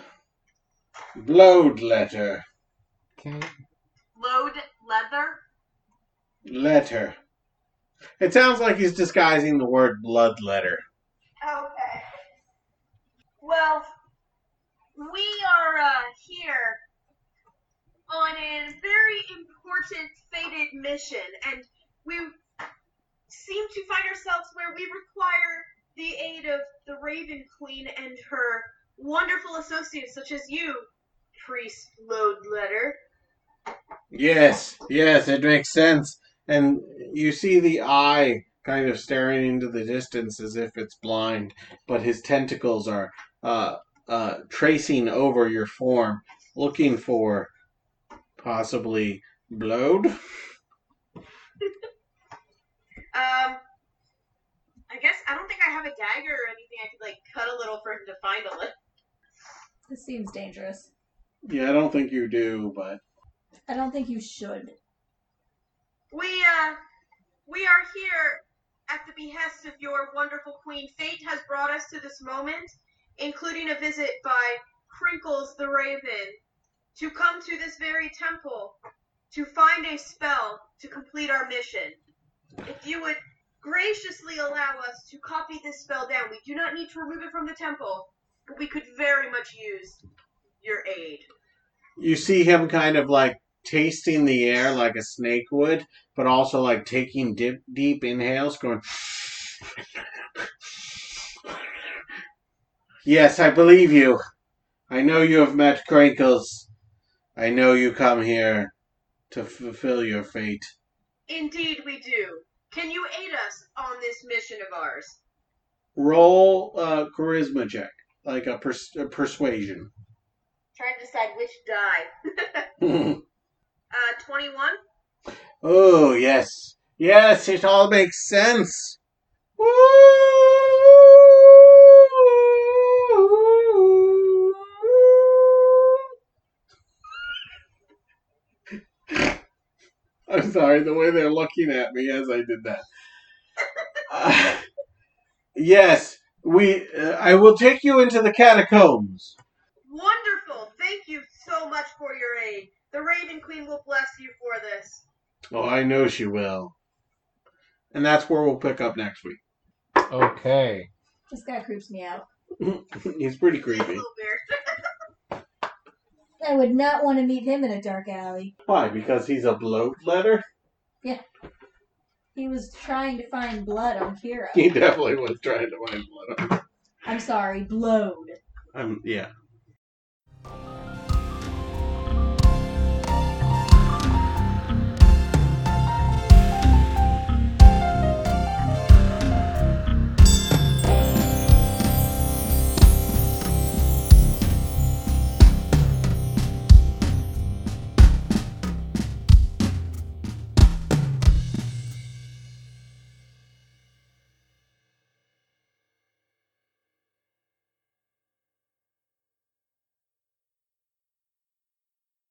Speaker 2: Blood Letter,
Speaker 14: Okay.
Speaker 15: Load leather.
Speaker 2: letter. It sounds like he's disguising the word blood letter.
Speaker 4: Okay. Well, we are uh, here on a very important fated mission, and we seem to find ourselves where we require the aid of the Raven Queen and her wonderful associates, such as you, Priest Load Letter.
Speaker 2: Yes, yes, it makes sense. And you see the eye kind of staring into the distance as if it's blind, but his tentacles are uh, uh, tracing over your form, looking for possibly blood.
Speaker 4: Um, I guess I don't think I have a dagger or anything. I could like cut a little for him to find a little.
Speaker 5: This seems dangerous.
Speaker 2: Yeah, I don't think you do, but
Speaker 5: I don't think you should.
Speaker 4: We uh, we are here at the behest of your wonderful queen. Fate has brought us to this moment, including a visit by Crinkles the Raven, to come to this very temple to find a spell to complete our mission. If you would graciously allow us to copy this spell down, we do not need to remove it from the temple, but we could very much use your aid.
Speaker 2: you see him kind of like tasting the air like a snake would, but also like taking dip, deep inhales, going. yes, I believe you. I know you have met Crinkles. I know you come here to fulfill your fate.
Speaker 4: Indeed, we do. Can you aid us on this mission of ours?
Speaker 2: Roll a charisma check, like a, pers- a persuasion. [LAUGHS]
Speaker 4: Trying to decide which die. Uh, 21?
Speaker 2: oh, yes. Yes, it all makes sense. [LAUGHS] Woo! I'm sorry, the way they're looking at me as I did that. Uh, [LAUGHS] yes, we. Uh, I will take you into the catacombs.
Speaker 4: Wonderful! Thank you so much for your aid. The Raven Queen will bless you for this.
Speaker 2: Oh, I know she will. And that's where we'll pick up next week.
Speaker 3: Okay.
Speaker 5: This guy creeps me out.
Speaker 2: [LAUGHS] He's pretty
Speaker 4: That's a
Speaker 2: creepy.
Speaker 4: little weird.
Speaker 5: I would not want to meet him in a dark alley.
Speaker 2: Why? Because he's a bloat letter? [LAUGHS]
Speaker 5: He was trying to find blood on Kira.
Speaker 2: He definitely was trying to find blood.
Speaker 5: I'm sorry, blowed.
Speaker 2: Um, yeah.